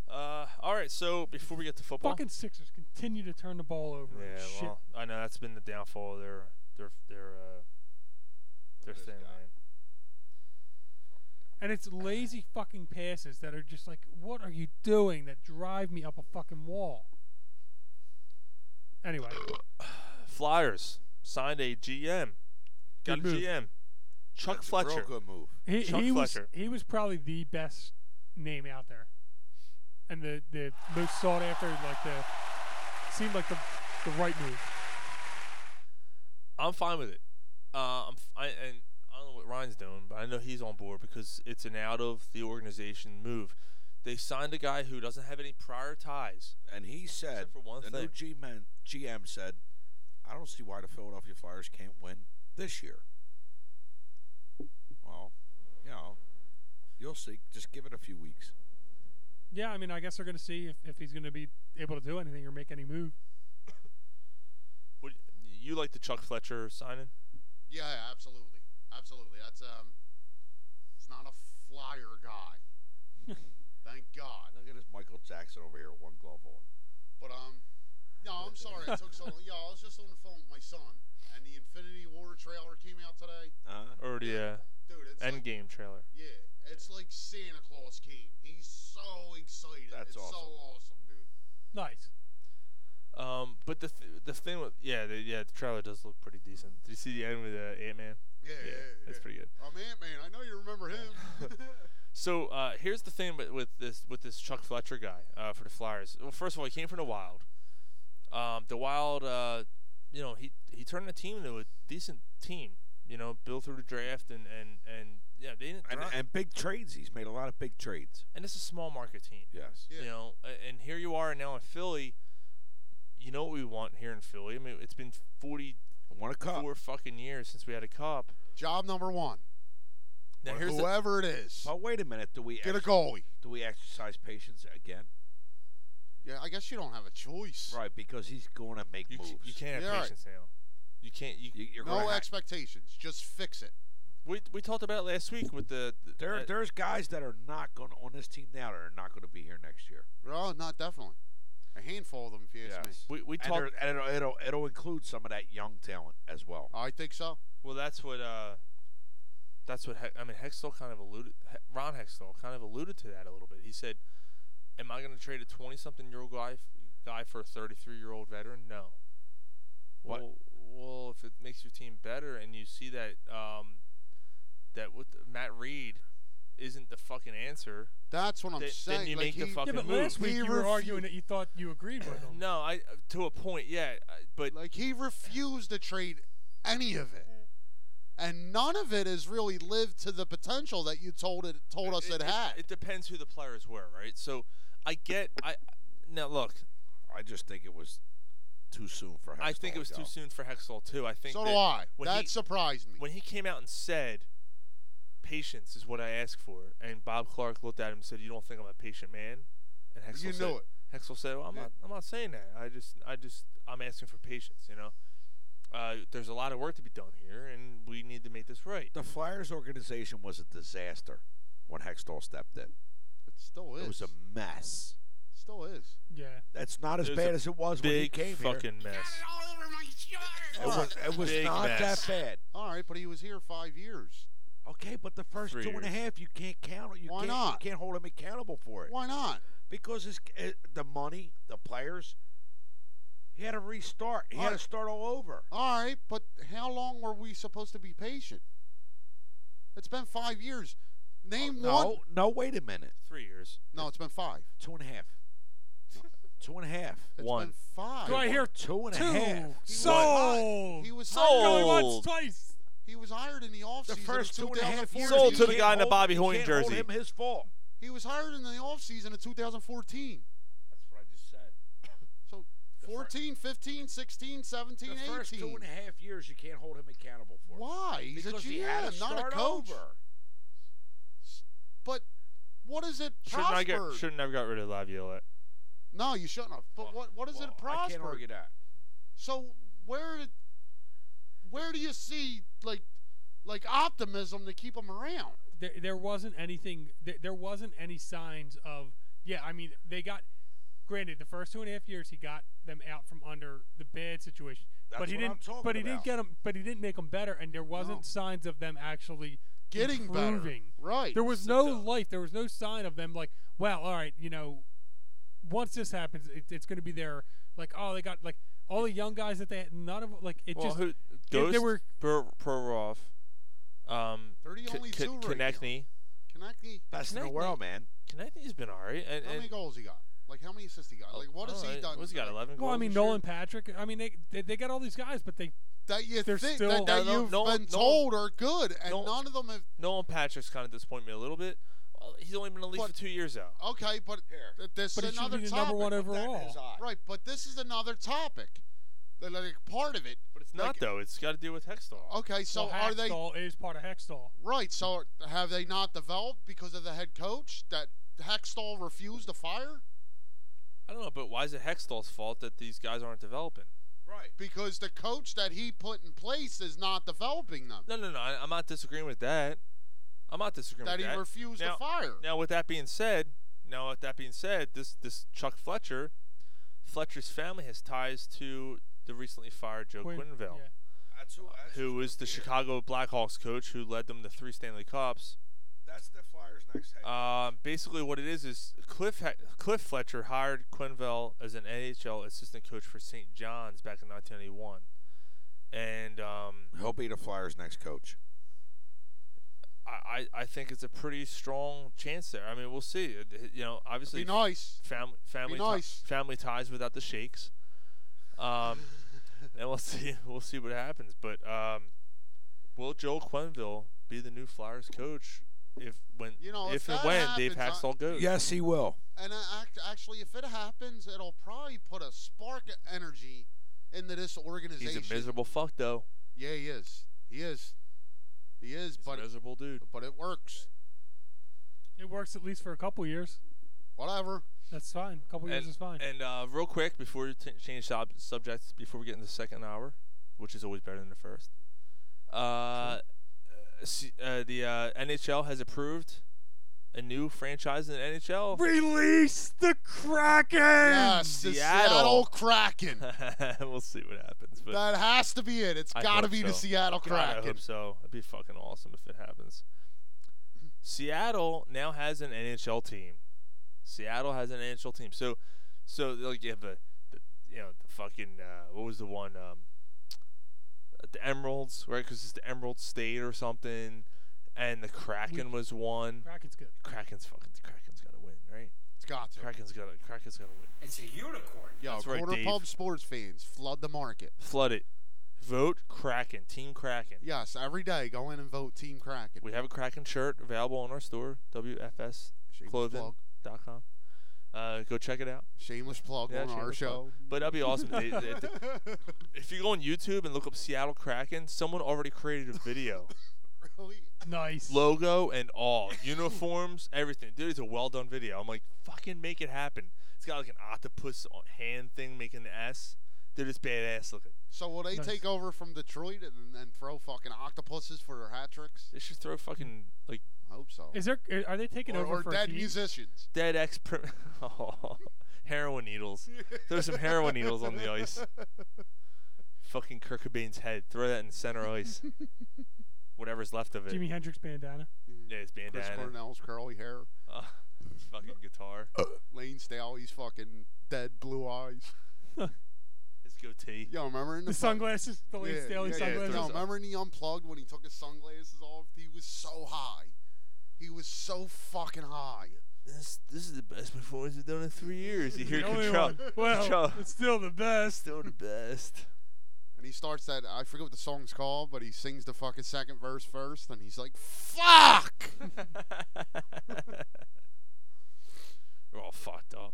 [SPEAKER 6] Uh, all right. So before we get to football,
[SPEAKER 9] Fucking Sixers continue to turn the ball over.
[SPEAKER 6] yeah,
[SPEAKER 9] and shit.
[SPEAKER 6] well, I know that's been the downfall of their their their uh, their thing, man.
[SPEAKER 9] And it's lazy fucking passes that are just like, what are you doing? That drive me up a fucking wall. Anyway,
[SPEAKER 6] Flyers signed a GM. Got
[SPEAKER 9] Good
[SPEAKER 6] a
[SPEAKER 9] move.
[SPEAKER 6] GM. Chuck
[SPEAKER 8] That's a real
[SPEAKER 6] Fletcher.
[SPEAKER 8] good move.
[SPEAKER 9] he,
[SPEAKER 6] Chuck
[SPEAKER 9] he was
[SPEAKER 6] Fletcher.
[SPEAKER 9] he was probably the best name out there, and the the most sought after, like the seemed like the the right move.
[SPEAKER 6] I'm fine with it. Uh, I'm f- I, and I don't know what Ryan's doing, but I know he's on board because it's an out of the organization move. They signed a guy who doesn't have any prior ties.
[SPEAKER 8] And he said,
[SPEAKER 6] for one
[SPEAKER 8] the
[SPEAKER 6] thing.
[SPEAKER 8] new GM, GM said, I don't see why the Philadelphia Flyers can't win this year. Well, you know, you'll see. Just give it a few weeks.
[SPEAKER 9] Yeah, I mean, I guess they're gonna see if, if he's gonna be able to do anything or make any move.
[SPEAKER 6] Would you like the Chuck Fletcher signing?
[SPEAKER 15] Yeah, yeah, absolutely, absolutely. That's um, it's not a flyer
[SPEAKER 6] <laughs>
[SPEAKER 15] guy. Thank God.
[SPEAKER 8] Look at this Michael Jackson over here, one glove on.
[SPEAKER 15] But um, no, I'm sorry it took so long. Yeah, I was just on the phone with my son, and the Infinity War trailer came out today.
[SPEAKER 8] Uh,
[SPEAKER 6] Or the uh,
[SPEAKER 15] Dude, it's like-
[SPEAKER 6] Endgame trailer?
[SPEAKER 15] Yeah, it's like Santa Claus came. He's so excited.
[SPEAKER 6] That's
[SPEAKER 15] it's so awesome, dude.
[SPEAKER 9] Nice.
[SPEAKER 6] Um, but the th- the thing with yeah the, yeah the trailer does look pretty decent. Did you see the end with uh, Ant Man?
[SPEAKER 15] Yeah, yeah, yeah.
[SPEAKER 6] that's pretty good.
[SPEAKER 15] I'm Ant Man. I know you remember him.
[SPEAKER 6] So uh, here's the thing with, with this with this Chuck Fletcher guy uh, for the Flyers. Well, first of all, he came from the Wild. Um, the Wild, uh, you know, he he turned the team into a decent team. You know, built through the draft and and and yeah, they didn't.
[SPEAKER 8] And,
[SPEAKER 6] they're not-
[SPEAKER 8] and big trades. He's made a lot of big trades.
[SPEAKER 6] and it's a small market team.
[SPEAKER 8] Yes.
[SPEAKER 6] You know, a- and here you are now in Philly. You know what we want here in Philly. I mean, it's been 40,
[SPEAKER 8] Won a cup.
[SPEAKER 6] Four fucking years since we had a cup.
[SPEAKER 10] <laughs> Job number one.
[SPEAKER 6] Now here's the-
[SPEAKER 10] whoever it is.
[SPEAKER 8] But wait a minute. Do we
[SPEAKER 10] Get a
[SPEAKER 8] ex-
[SPEAKER 10] goalie.
[SPEAKER 8] Do we exercise patience again?
[SPEAKER 10] Yeah, I guess you don't have a choice.
[SPEAKER 8] Right, because he's going to make moves.
[SPEAKER 6] You can't have
[SPEAKER 8] Yeah, all right.
[SPEAKER 6] patience now. You can't. You,
[SPEAKER 8] you're
[SPEAKER 6] no
[SPEAKER 8] gonna ha-
[SPEAKER 10] expectations. Just fix it.
[SPEAKER 6] We, we talked about it last week with the. the
[SPEAKER 8] There,
[SPEAKER 6] uh,
[SPEAKER 8] there's guys that are not going on this team now that are not going to be here next year.
[SPEAKER 10] Oh, not definitely.
[SPEAKER 15] A handful of them, if you ask me.
[SPEAKER 6] We, we
[SPEAKER 8] and
[SPEAKER 6] talked.
[SPEAKER 8] there- and it'll, it'll it'll include some of that young talent as well.
[SPEAKER 15] I think so.
[SPEAKER 6] Well, that's what. uh That's what. He- I mean, Hextall kind of alluded. He- Ron Hextall kind of alluded to that a little bit. He said, "Am I going to trade a 20-something-year-old guy, guy for a 33-year-old veteran? No.
[SPEAKER 8] What?
[SPEAKER 6] Well, well, if it makes your team better, and you see that um that with Matt Reed isn't the fucking <coughs> answer.
[SPEAKER 10] That's what I'm
[SPEAKER 6] then- Then
[SPEAKER 10] saying,
[SPEAKER 6] you
[SPEAKER 10] like,
[SPEAKER 6] make the
[SPEAKER 10] he-
[SPEAKER 6] fucking
[SPEAKER 9] yeah, but
[SPEAKER 6] move.
[SPEAKER 9] last week you were arguing that you thought you agreed with
[SPEAKER 6] <laughs>
[SPEAKER 9] him.
[SPEAKER 6] No, I uh, to a point, yeah, I- but
[SPEAKER 10] <laughs> like he refused to trade any of it,
[SPEAKER 6] Mm-hmm.
[SPEAKER 10] and none of it has really lived to the potential that you told it told us it, had.
[SPEAKER 6] It depends who the players were, right? So I get I now look.
[SPEAKER 8] I just think it was too soon for. Hextall
[SPEAKER 6] I think it
[SPEAKER 8] to
[SPEAKER 6] was
[SPEAKER 8] go.
[SPEAKER 6] too soon for Hextall too. I think
[SPEAKER 10] So
[SPEAKER 6] that
[SPEAKER 10] do I.
[SPEAKER 6] when
[SPEAKER 10] That
[SPEAKER 6] he-
[SPEAKER 10] surprised me.
[SPEAKER 6] When he came out and said, "Patience is what I ask for," and Bob Clark looked at him and said, "You don't think I'm a patient man?" And Hextall
[SPEAKER 10] You
[SPEAKER 6] said,
[SPEAKER 10] knew it.
[SPEAKER 6] Hextall said, well, "I'm not. I'm not saying that. I just, I just, I'm asking for patience. You know, uh, there's a lot of work to be done here, and we need to make this right."
[SPEAKER 8] The Flyers organization was a disaster when Hextall stepped in.
[SPEAKER 10] It still is.
[SPEAKER 8] It was a mess.
[SPEAKER 10] Still is.
[SPEAKER 9] Yeah.
[SPEAKER 8] That's not as
[SPEAKER 6] It was
[SPEAKER 8] bad
[SPEAKER 6] a
[SPEAKER 8] as it was when he
[SPEAKER 6] big
[SPEAKER 8] came
[SPEAKER 6] fucking
[SPEAKER 8] here.
[SPEAKER 6] mess.
[SPEAKER 8] It was, it was
[SPEAKER 6] Big
[SPEAKER 8] not
[SPEAKER 6] mess.
[SPEAKER 8] that bad.
[SPEAKER 10] All right, but he was here five years.
[SPEAKER 8] Okay, but the first
[SPEAKER 6] Three
[SPEAKER 8] two and a half,
[SPEAKER 6] years.
[SPEAKER 8] you can't count. You
[SPEAKER 10] Why
[SPEAKER 8] can't,
[SPEAKER 10] not?
[SPEAKER 8] You can't hold him accountable for it.
[SPEAKER 10] Why not?
[SPEAKER 8] Because it's it, the money, the players. He had to restart. He
[SPEAKER 10] All
[SPEAKER 8] had to
[SPEAKER 10] right.
[SPEAKER 8] start all over.
[SPEAKER 10] All right, but how long were we supposed to be patient? It's been five years. Name one.
[SPEAKER 8] Uh, No, no. Wait a minute.
[SPEAKER 6] Three years.
[SPEAKER 10] No, it's been five.
[SPEAKER 8] Two and a half. two and a half.
[SPEAKER 10] It's
[SPEAKER 6] One.
[SPEAKER 10] been five.
[SPEAKER 9] Do I hear
[SPEAKER 8] Two and a
[SPEAKER 9] two?
[SPEAKER 8] half.
[SPEAKER 9] Sold.
[SPEAKER 10] He was
[SPEAKER 9] Sold. Only
[SPEAKER 10] hired.
[SPEAKER 9] once, twice.
[SPEAKER 10] He was hired in the offseason.
[SPEAKER 8] The first
[SPEAKER 10] of
[SPEAKER 8] two and a half
[SPEAKER 10] 2014.
[SPEAKER 8] years.
[SPEAKER 6] Sold
[SPEAKER 8] you
[SPEAKER 6] to the
[SPEAKER 8] can't
[SPEAKER 6] guy in the
[SPEAKER 8] hold-
[SPEAKER 6] Bobby
[SPEAKER 8] you
[SPEAKER 6] Hoyne
[SPEAKER 8] can't hold
[SPEAKER 6] jersey.
[SPEAKER 8] him his fault.
[SPEAKER 10] He was hired in the offseason of 2014.
[SPEAKER 8] That's what I just said.
[SPEAKER 10] So
[SPEAKER 8] The fir-
[SPEAKER 10] 14, 15, 16, 17,
[SPEAKER 8] The first
[SPEAKER 10] 18.
[SPEAKER 8] two and a half years, you can't hold him accountable for.
[SPEAKER 10] Why? He's
[SPEAKER 8] because
[SPEAKER 10] a GM,
[SPEAKER 8] he had to
[SPEAKER 10] not a
[SPEAKER 8] start
[SPEAKER 10] coach.
[SPEAKER 8] over.
[SPEAKER 10] But what is it
[SPEAKER 6] Shouldn't I get?
[SPEAKER 10] prospered?
[SPEAKER 6] Shouldn't I have got rid of Laviolette?
[SPEAKER 10] no, you shouldn't have. But what what is
[SPEAKER 8] Well,
[SPEAKER 10] it
[SPEAKER 8] I can't
[SPEAKER 10] prospered?
[SPEAKER 8] argue that.
[SPEAKER 10] So where did- where do you see like like optimism to keep him around?
[SPEAKER 9] there, there wasn't anything there, there wasn't any signs of yeah i mean they got granted the first two and a half years he got them out from under the bad situation but
[SPEAKER 8] That's
[SPEAKER 9] he
[SPEAKER 8] what I'm
[SPEAKER 9] didn't
[SPEAKER 8] talking
[SPEAKER 9] but he didn't
[SPEAKER 8] about.
[SPEAKER 9] get them but he didn't make them better and there wasn't
[SPEAKER 10] No.
[SPEAKER 9] signs of them actually
[SPEAKER 10] Getting better.
[SPEAKER 9] improving.
[SPEAKER 10] Right.
[SPEAKER 9] there was no life there was no sign of them like well all right you know once this happens it, it's going to be their like oh they got like all the young guys that they had none of like it
[SPEAKER 6] well,
[SPEAKER 9] just
[SPEAKER 6] who,
[SPEAKER 9] it-
[SPEAKER 6] Ghost,
[SPEAKER 9] they were
[SPEAKER 6] Pro, Prorov, um,
[SPEAKER 10] They're the
[SPEAKER 6] K-
[SPEAKER 10] only
[SPEAKER 6] K-
[SPEAKER 10] two right now.
[SPEAKER 6] Konechny.
[SPEAKER 10] Konechny,
[SPEAKER 8] Best in the
[SPEAKER 6] Connect-
[SPEAKER 8] world, man.
[SPEAKER 6] Konechny's been alright. And,
[SPEAKER 10] how
[SPEAKER 6] and
[SPEAKER 10] many goals he got? Like how many assists he got? Like what has he
[SPEAKER 6] alright,
[SPEAKER 10] done?
[SPEAKER 6] What's he got?
[SPEAKER 10] Like,
[SPEAKER 6] Eleven
[SPEAKER 9] well,
[SPEAKER 6] goals.
[SPEAKER 9] I mean,
[SPEAKER 6] this year?
[SPEAKER 9] Nolan Patrick. I mean, they, they they got all these guys, but they
[SPEAKER 10] that you
[SPEAKER 9] They're
[SPEAKER 10] think
[SPEAKER 9] still-
[SPEAKER 10] that, that
[SPEAKER 6] No, no,
[SPEAKER 10] you've
[SPEAKER 6] no,
[SPEAKER 10] been
[SPEAKER 6] no.
[SPEAKER 10] told are good, and
[SPEAKER 6] No.
[SPEAKER 10] none of them have.
[SPEAKER 6] Nolan Patrick's kind of disappointed me a little bit. Well, he's only been in the league
[SPEAKER 10] But-
[SPEAKER 6] for two years now.
[SPEAKER 10] Okay, but
[SPEAKER 8] Here.
[SPEAKER 10] th- this
[SPEAKER 9] but
[SPEAKER 10] is
[SPEAKER 9] it should
[SPEAKER 10] another
[SPEAKER 9] be the
[SPEAKER 10] topic.
[SPEAKER 9] number one
[SPEAKER 8] His
[SPEAKER 9] overall.
[SPEAKER 8] eye.
[SPEAKER 10] Right, but this is another topic. Like, Like part of it.
[SPEAKER 6] But it's not
[SPEAKER 10] like-
[SPEAKER 6] though. It's got to do with Hextall.
[SPEAKER 10] Okay, so
[SPEAKER 9] well,
[SPEAKER 10] are they
[SPEAKER 9] Hextall is part of Hextall.
[SPEAKER 10] right? So have they not developed because of the head coach that Hextall refused to fire
[SPEAKER 6] I don't know, but why is it Hextall's fault that these guys aren't developing?
[SPEAKER 8] Right.
[SPEAKER 10] because the coach that he put in place is not developing them?
[SPEAKER 6] No, no, no. I, I'm not disagreeing with that. I'm not disagreeing
[SPEAKER 10] That
[SPEAKER 6] with
[SPEAKER 10] he
[SPEAKER 6] that.
[SPEAKER 10] refused
[SPEAKER 6] now,
[SPEAKER 10] to fire.
[SPEAKER 6] Now, with that being said, now with that being said, this this Chuck Fletcher, Fletcher's family has ties to the recently fired Joe
[SPEAKER 9] Quinn-
[SPEAKER 6] Quinville,
[SPEAKER 9] yeah.
[SPEAKER 8] That's who. That's
[SPEAKER 6] who was the Chicago Blackhawks coach who led them to three Stanley Cups.
[SPEAKER 8] That's the Flyers' next head.
[SPEAKER 6] Um, basically, what it is is Cliff ha- Cliff Fletcher hired Quinville as an NHL assistant coach for St. John's back in 1981, and um,
[SPEAKER 8] He'll be the Flyers' next coach.
[SPEAKER 6] I, I I think it's a pretty strong chance there. I mean, we'll see. It- it- You know, obviously,
[SPEAKER 10] Be nice.
[SPEAKER 6] family family ti-
[SPEAKER 10] nice.
[SPEAKER 6] family ties without the shakes.
[SPEAKER 10] <laughs>
[SPEAKER 6] Um, and we'll see we'll see what happens. But um, will Joel Quenville be the new Flyers coach if when
[SPEAKER 10] You know, if
[SPEAKER 6] if, and
[SPEAKER 10] that
[SPEAKER 6] when Dave
[SPEAKER 10] happens, I-
[SPEAKER 6] Haxall goes?
[SPEAKER 8] Yes, he will.
[SPEAKER 10] uh, And I, act- actually, if it happens, it'll probably put a spark of energy into this
[SPEAKER 6] He's
[SPEAKER 10] organization.
[SPEAKER 6] a miserable fuck though.
[SPEAKER 10] Yeah, he is. He is. He is. but
[SPEAKER 6] miserable dude.
[SPEAKER 10] But it works.
[SPEAKER 9] It works at least for a couple years.
[SPEAKER 6] <clears throat>
[SPEAKER 10] Whatever.
[SPEAKER 9] That's fine. A couple years
[SPEAKER 6] and,
[SPEAKER 9] is Oh, fine.
[SPEAKER 6] And uh, real quick, before you t- change sub- subjects, before we get into the second hour, which is always better than the first, uh, uh, see- uh, the uh, NHL has approved a new franchise in the NHL.
[SPEAKER 8] Release the Kraken!
[SPEAKER 10] Yes, the Seattle
[SPEAKER 6] <laughs>
[SPEAKER 10] Kraken.
[SPEAKER 6] <laughs> we'll see what happens. But
[SPEAKER 10] That has to be it. It's
[SPEAKER 6] I
[SPEAKER 10] gotta
[SPEAKER 6] hope
[SPEAKER 10] be the
[SPEAKER 6] so.
[SPEAKER 10] Seattle
[SPEAKER 6] God, I
[SPEAKER 10] Kraken.
[SPEAKER 6] hope so. It'd be fucking awesome if it happens. Seattle now has an NHL team. Seattle has an NHL team. So, so like you have the, the you know, the fucking uh, what was the one? Um, the Emeralds, right? Because it's the Emerald State or something. And the Kraken was one.
[SPEAKER 9] Kraken's good.
[SPEAKER 6] Kraken's fucking. The Kraken's got to win, right?
[SPEAKER 10] It's got to.
[SPEAKER 6] Kraken's got to. Kraken's got to win.
[SPEAKER 4] It's a unicorn.
[SPEAKER 10] Yo,
[SPEAKER 6] That's right,
[SPEAKER 10] quarter
[SPEAKER 6] Dave.
[SPEAKER 10] pub sports fans, flood the market.
[SPEAKER 6] Flood it. Vote Kraken. Team Kraken.
[SPEAKER 10] Yes, every day go in and vote Team Kraken.
[SPEAKER 6] We have a Kraken shirt available on our store, WFSclothing.com. Uh, go check it out.
[SPEAKER 10] Shameless plug
[SPEAKER 6] Yeah,
[SPEAKER 10] on our
[SPEAKER 6] shameless
[SPEAKER 10] show.
[SPEAKER 6] plug. But that'd be awesome. They- they-
[SPEAKER 10] <laughs>
[SPEAKER 6] they- if you go on YouTube and look up Seattle Kraken, someone already created a video.
[SPEAKER 9] Nice.
[SPEAKER 6] Logo and all. Uniforms, everything. Dude, it's a well done video. I'm like, fucking make it happen. It's got like an octopus on- hand thing making the S. Dude, it's badass looking.
[SPEAKER 10] So will they take over from Detroit and, and throw fucking octopuses for their hat tricks?
[SPEAKER 6] They should throw fucking like.
[SPEAKER 10] Hope so.
[SPEAKER 9] Is there? are- Are they taking
[SPEAKER 10] or,
[SPEAKER 9] over
[SPEAKER 10] or
[SPEAKER 9] for
[SPEAKER 10] dead
[SPEAKER 9] a fee?
[SPEAKER 10] musicians?
[SPEAKER 6] Dead ex. Prim- <laughs> oh, heroin needles. There's some heroin needles on the ice. Fucking Kurt Cobain's head. Throw that in center ice. Whatever's left of it.
[SPEAKER 9] Jimi Hendrix
[SPEAKER 10] <laughs>
[SPEAKER 9] bandana.
[SPEAKER 6] Yeah, his
[SPEAKER 10] Chris
[SPEAKER 6] bandana.
[SPEAKER 10] Cornell's curly hair.
[SPEAKER 6] Uh, his fucking guitar.
[SPEAKER 10] Lane Staley's fucking dead blue eyes.
[SPEAKER 6] <laughs> His goatee.
[SPEAKER 10] Yo, remember in the,
[SPEAKER 9] The
[SPEAKER 10] fuck-
[SPEAKER 9] sunglasses, the Lane Staley sunglasses.
[SPEAKER 10] Yo, remember in the unplugged when he took his sunglasses off? He was so high. He was so fucking high.
[SPEAKER 6] This this is the best performance we've done in three years. You hear
[SPEAKER 9] The only
[SPEAKER 6] control.
[SPEAKER 9] one. Well,
[SPEAKER 6] Control.
[SPEAKER 9] it's still the best.
[SPEAKER 6] Still the
[SPEAKER 9] <laughs>
[SPEAKER 6] best.
[SPEAKER 10] And he starts that I forget what the song's called, but he sings the fucking second verse first, and he's like, "Fuck!"
[SPEAKER 6] We're all fucked up.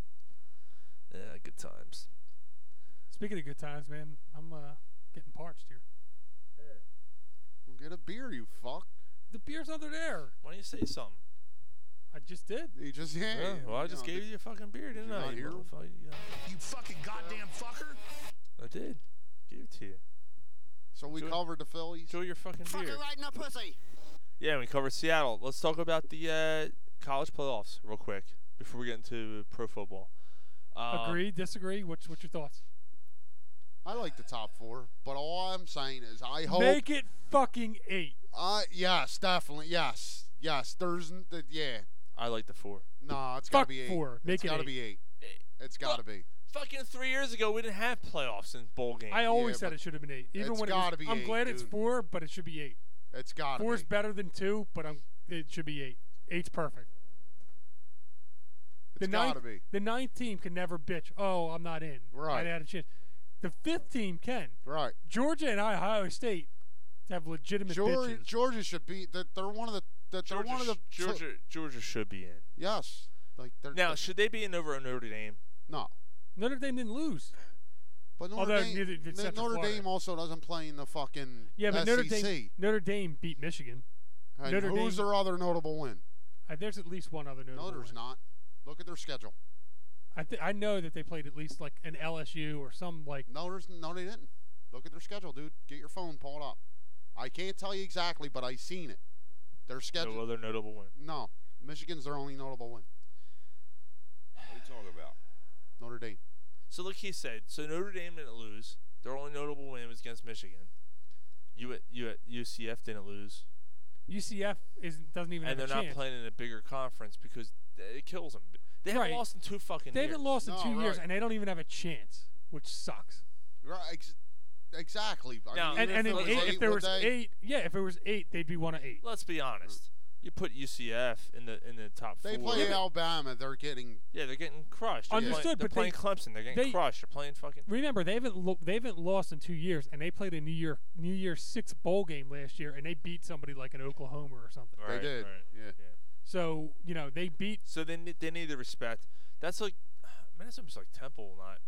[SPEAKER 6] Yeah, good times.
[SPEAKER 9] Speaking of good times, man, I'm uh, getting parched here.
[SPEAKER 10] Go Get a beer, you fuck.
[SPEAKER 9] The beer's under there.
[SPEAKER 6] Why don't you say something?
[SPEAKER 9] I just did.
[SPEAKER 10] He just yeah.
[SPEAKER 6] Yeah, well, I
[SPEAKER 10] you
[SPEAKER 6] just
[SPEAKER 10] know,
[SPEAKER 6] gave you a fucking beer, didn't
[SPEAKER 10] you
[SPEAKER 6] I?
[SPEAKER 10] not
[SPEAKER 6] you
[SPEAKER 10] hear?
[SPEAKER 6] motherfucker? Yeah,
[SPEAKER 4] You fucking goddamn fucker.
[SPEAKER 6] I did. Give it to you.
[SPEAKER 10] So we
[SPEAKER 6] Enjoy-
[SPEAKER 10] covered the Phillies.
[SPEAKER 6] Enjoy your fucking beer.
[SPEAKER 16] right in the pussy.
[SPEAKER 6] Yeah, we covered Seattle. Let's talk about the uh, college playoffs real quick before we get into pro football. Uh,
[SPEAKER 9] Agree? Disagree? What's what's your thoughts?
[SPEAKER 10] I like the top four, but all I'm saying is I hope.
[SPEAKER 9] Make it fucking eight.
[SPEAKER 10] Uh, yes, definitely, yes, yes. There's, n- th- yeah,
[SPEAKER 6] I like the four.
[SPEAKER 10] no, it's
[SPEAKER 9] Fuck
[SPEAKER 10] gotta be eight.
[SPEAKER 9] four. Make
[SPEAKER 10] it's
[SPEAKER 9] it
[SPEAKER 10] gotta
[SPEAKER 9] eight.
[SPEAKER 10] be eight. It's gotta be.
[SPEAKER 6] Fucking three years ago, we didn't have playoffs and bowl games.
[SPEAKER 9] I always
[SPEAKER 10] Yeah,
[SPEAKER 9] said
[SPEAKER 10] but
[SPEAKER 9] it should have been eight. Even
[SPEAKER 10] it's
[SPEAKER 9] when it was-
[SPEAKER 10] gotta be
[SPEAKER 9] I'm
[SPEAKER 10] eight,
[SPEAKER 9] glad it's
[SPEAKER 10] dude.
[SPEAKER 9] four, but it should be eight.
[SPEAKER 10] It's gotta
[SPEAKER 9] Four's
[SPEAKER 10] be.
[SPEAKER 9] better than two, but I'm it should be eight. Eight's perfect.
[SPEAKER 10] It's
[SPEAKER 9] ninth,
[SPEAKER 10] gotta be.
[SPEAKER 9] The ninth team can never bitch. Oh, I'm not in.
[SPEAKER 10] Right.
[SPEAKER 9] I had a chance. The fifth team can.
[SPEAKER 10] Right.
[SPEAKER 9] Georgia and Ohio State have legitimate
[SPEAKER 10] Georgia,
[SPEAKER 9] bitches.
[SPEAKER 10] Georgia should be. They're, they're one of the. They're, they're one of the.
[SPEAKER 6] sh- Georgia, Georgia should be in.
[SPEAKER 10] Yes. Like they're.
[SPEAKER 6] Now, should they be in over a Notre Dame?
[SPEAKER 10] no.
[SPEAKER 9] Notre Dame didn't lose.
[SPEAKER 10] But Notre
[SPEAKER 9] Although
[SPEAKER 10] Dame,
[SPEAKER 9] neither did
[SPEAKER 10] N-
[SPEAKER 9] Central
[SPEAKER 10] Notre
[SPEAKER 9] Florida.
[SPEAKER 10] Dame also doesn't play in the fucking
[SPEAKER 9] Yeah, but
[SPEAKER 10] SEC.
[SPEAKER 9] Notre Dame Notre Dame beat Michigan.
[SPEAKER 10] And
[SPEAKER 9] Notre
[SPEAKER 10] who's
[SPEAKER 9] Dame,
[SPEAKER 10] their other notable win?
[SPEAKER 9] uh, there's at least one other Notre
[SPEAKER 10] No,
[SPEAKER 9] Dame
[SPEAKER 10] there's
[SPEAKER 9] win.
[SPEAKER 10] not. Look at their schedule.
[SPEAKER 9] I th- I know that they played at least like an LSU or some like
[SPEAKER 10] No, there's no, they didn't. Look at their schedule, dude. Get your phone, pull it up. I can't tell you exactly, but I seen it. Their schedule.
[SPEAKER 6] No other notable win.
[SPEAKER 10] No, Michigan's their only notable win.
[SPEAKER 17] What are you talking about?
[SPEAKER 10] Notre Dame.
[SPEAKER 6] So look, he said. So Notre Dame didn't lose. Their only notable win was against Michigan. U U UCF didn't lose,
[SPEAKER 9] UCF is doesn't even
[SPEAKER 6] and they're
[SPEAKER 9] have a
[SPEAKER 6] not
[SPEAKER 9] chance.
[SPEAKER 6] playing in a bigger conference because it kills them. They haven't
[SPEAKER 9] Right.
[SPEAKER 6] lost in two fucking.
[SPEAKER 9] They
[SPEAKER 6] years.
[SPEAKER 9] haven't lost in
[SPEAKER 10] No,
[SPEAKER 9] two years,
[SPEAKER 10] right.
[SPEAKER 9] and they don't even have a chance, which sucks.
[SPEAKER 10] Right. Ex- exactly. I
[SPEAKER 6] No.
[SPEAKER 10] mean,
[SPEAKER 9] And,
[SPEAKER 10] even
[SPEAKER 9] and
[SPEAKER 10] if,
[SPEAKER 9] in
[SPEAKER 10] it was
[SPEAKER 9] eight, if there
[SPEAKER 10] would
[SPEAKER 9] was
[SPEAKER 10] they-
[SPEAKER 9] eight, yeah, if it was eight, they'd be one of eight.
[SPEAKER 6] Let's be
[SPEAKER 9] Mm.
[SPEAKER 6] honest. You put UCF in the in the top
[SPEAKER 10] they
[SPEAKER 6] four.
[SPEAKER 10] play Alabama, they're getting.
[SPEAKER 6] yeah, they're getting crushed. They're playing-
[SPEAKER 9] Understood,
[SPEAKER 6] they're
[SPEAKER 9] but
[SPEAKER 6] playing
[SPEAKER 9] they-
[SPEAKER 6] Clemson. They're getting
[SPEAKER 9] they-
[SPEAKER 6] crushed. They're playing fucking.
[SPEAKER 9] Remember, they haven't lo- they haven't lost in two years, and they played a New Year New Year's Six bowl game last year, and they beat somebody like an Oklahoma or something.
[SPEAKER 10] They
[SPEAKER 6] Right,
[SPEAKER 10] did.
[SPEAKER 6] right,
[SPEAKER 10] Yeah.
[SPEAKER 6] yeah.
[SPEAKER 9] So you know they beat
[SPEAKER 6] So they need, <sighs> they need the respect. That's like, man, that's almost like Temple, not,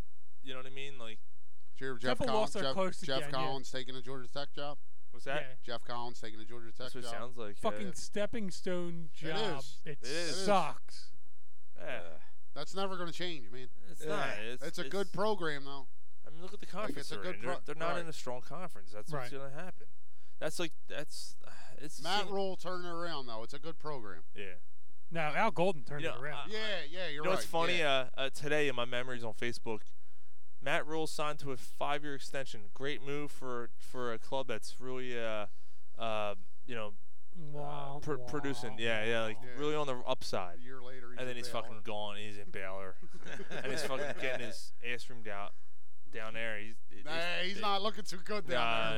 [SPEAKER 6] you know what I mean? Like,
[SPEAKER 10] Did you hear Jeff
[SPEAKER 9] Temple Walls
[SPEAKER 10] Collins?
[SPEAKER 9] are
[SPEAKER 10] Jeff,
[SPEAKER 9] close to
[SPEAKER 10] Jeff
[SPEAKER 9] the end, yeah.
[SPEAKER 10] Collins taking a Georgia Tech job.
[SPEAKER 6] What's that? Yeah.
[SPEAKER 10] Jeff Collins taking a Georgia Tech
[SPEAKER 6] That's what it
[SPEAKER 10] job.
[SPEAKER 6] sounds like, yeah.
[SPEAKER 9] Fucking stepping stone job.
[SPEAKER 10] is.
[SPEAKER 9] It,
[SPEAKER 10] It is.
[SPEAKER 9] sucks.
[SPEAKER 10] That's never going to change, man.
[SPEAKER 6] It's not. It's-
[SPEAKER 10] a good
[SPEAKER 6] it's-
[SPEAKER 10] program, though.
[SPEAKER 6] I mean, look at the conference
[SPEAKER 10] it's a
[SPEAKER 6] they're
[SPEAKER 10] good
[SPEAKER 6] in. They're,
[SPEAKER 10] pro-
[SPEAKER 6] they're not
[SPEAKER 10] right.
[SPEAKER 6] in a strong conference. That's what's
[SPEAKER 10] Right.
[SPEAKER 6] going to happen. That's like that's <sighs> it's the
[SPEAKER 10] Matt
[SPEAKER 6] same-
[SPEAKER 10] Rule turning around, though. It's a good program.
[SPEAKER 6] Yeah.
[SPEAKER 9] Now Al Golden turned
[SPEAKER 6] You know,
[SPEAKER 9] it around.
[SPEAKER 10] Yeah, yeah, you're
[SPEAKER 6] you know
[SPEAKER 10] right.
[SPEAKER 6] what's funny?
[SPEAKER 10] Yeah.
[SPEAKER 6] Uh, uh, today in my memories on Facebook, Matt Rule signed to a five-year extension. Great move for for a club that's really uh, uh you know uh,
[SPEAKER 9] Wow.
[SPEAKER 6] pr- producing. Yeah, yeah, like really on the upside.
[SPEAKER 10] A year later, he's
[SPEAKER 6] and then
[SPEAKER 10] in
[SPEAKER 6] he's
[SPEAKER 10] Baylor.
[SPEAKER 6] fucking gone. He's in
[SPEAKER 10] <laughs>
[SPEAKER 6] Baylor, and he's fucking getting his ass room down down there. He's, he's
[SPEAKER 10] Nah, he's not looking too good down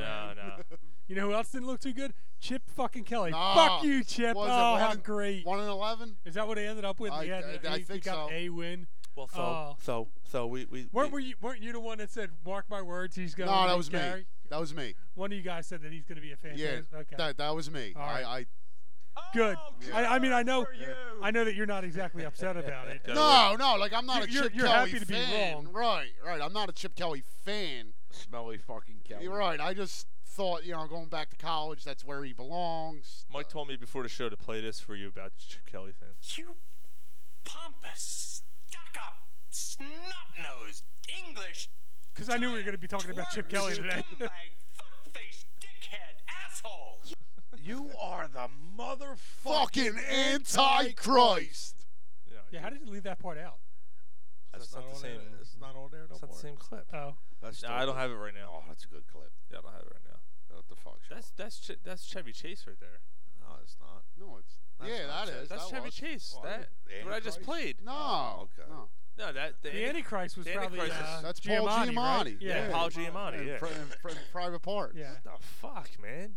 [SPEAKER 6] No,
[SPEAKER 10] there. <laughs>
[SPEAKER 6] no, no.
[SPEAKER 9] You know who else didn't look too good? Chip fucking Kelly.
[SPEAKER 10] Nah.
[SPEAKER 9] Fuck you, Chip.
[SPEAKER 10] Was it
[SPEAKER 9] oh,
[SPEAKER 10] one
[SPEAKER 9] how
[SPEAKER 10] and-
[SPEAKER 9] great.
[SPEAKER 10] One and eleven.
[SPEAKER 9] Is that what he ended up with?
[SPEAKER 10] I-
[SPEAKER 9] he had,
[SPEAKER 10] I-
[SPEAKER 9] he,
[SPEAKER 10] I
[SPEAKER 9] he
[SPEAKER 10] think
[SPEAKER 9] got
[SPEAKER 10] so.
[SPEAKER 9] a win.
[SPEAKER 6] Well, so
[SPEAKER 9] Oh.
[SPEAKER 6] so so we we
[SPEAKER 9] weren't were you weren't you the one that said mark my words he's going?
[SPEAKER 10] No,
[SPEAKER 9] to
[SPEAKER 10] that was me. That was me.
[SPEAKER 9] One of you guys said that he's going to be a fan.
[SPEAKER 10] Yeah,
[SPEAKER 9] Okay.
[SPEAKER 10] that that was me.
[SPEAKER 9] All right.
[SPEAKER 10] I, I
[SPEAKER 9] Good. I, I mean, I know, I know that you're not exactly upset about it.
[SPEAKER 10] No, no, like I'm not
[SPEAKER 9] You're-
[SPEAKER 10] a Chip
[SPEAKER 9] you're, you're
[SPEAKER 10] Kelly
[SPEAKER 9] happy to
[SPEAKER 10] fan.
[SPEAKER 9] be wrong.
[SPEAKER 10] Right, right. I'm not a Chip Kelly fan.
[SPEAKER 8] Smelly fucking Kelly.
[SPEAKER 10] You're right. I just thought, you know, going back to college, that's where he belongs.
[SPEAKER 6] Mike told me before the show to play this for you about Chip Kelly thing.
[SPEAKER 4] <laughs> You pompous, stuck up, snot nosed English
[SPEAKER 9] Because I knew we were going to be talking about Chip Kelly today. <laughs>
[SPEAKER 4] dickhead asshole.
[SPEAKER 8] You are the motherfucking
[SPEAKER 10] antichrist.
[SPEAKER 9] yeah. How did you leave that part out?
[SPEAKER 8] That's not,
[SPEAKER 6] the
[SPEAKER 8] on
[SPEAKER 6] same.
[SPEAKER 8] There. It's not on there no
[SPEAKER 6] It's
[SPEAKER 8] more.
[SPEAKER 6] not the same clip.
[SPEAKER 9] Oh.
[SPEAKER 8] That's
[SPEAKER 6] No,
[SPEAKER 8] still
[SPEAKER 6] I don't
[SPEAKER 8] good.
[SPEAKER 6] have it right now.
[SPEAKER 8] Oh, that's a good clip.
[SPEAKER 6] Yeah, I don't have it right now.
[SPEAKER 8] What the fuck?
[SPEAKER 6] That's that's Ch- that's Chevy Chase right there.
[SPEAKER 8] No, it's not.
[SPEAKER 10] No, it's yeah,
[SPEAKER 6] not
[SPEAKER 10] that
[SPEAKER 6] Chevy-
[SPEAKER 10] is.
[SPEAKER 6] That's
[SPEAKER 10] that
[SPEAKER 6] Chevy
[SPEAKER 10] was.
[SPEAKER 6] Chase.
[SPEAKER 10] Well,
[SPEAKER 6] that
[SPEAKER 10] the
[SPEAKER 6] what I just
[SPEAKER 10] Antichrist?
[SPEAKER 6] played.
[SPEAKER 10] No.
[SPEAKER 8] okay.
[SPEAKER 10] no.
[SPEAKER 6] No, that the,
[SPEAKER 9] The Antichrist was
[SPEAKER 6] the
[SPEAKER 9] probably,
[SPEAKER 6] Antichrist is-
[SPEAKER 9] uh,
[SPEAKER 10] That's Paul
[SPEAKER 9] Giamatti,
[SPEAKER 10] Giamatti.
[SPEAKER 9] right?
[SPEAKER 6] Yeah,
[SPEAKER 9] Yeah.
[SPEAKER 6] Paul Giamatti.
[SPEAKER 10] In
[SPEAKER 6] yeah.
[SPEAKER 10] pri- in pri- private parts.
[SPEAKER 9] Yeah.
[SPEAKER 6] What the fuck, man?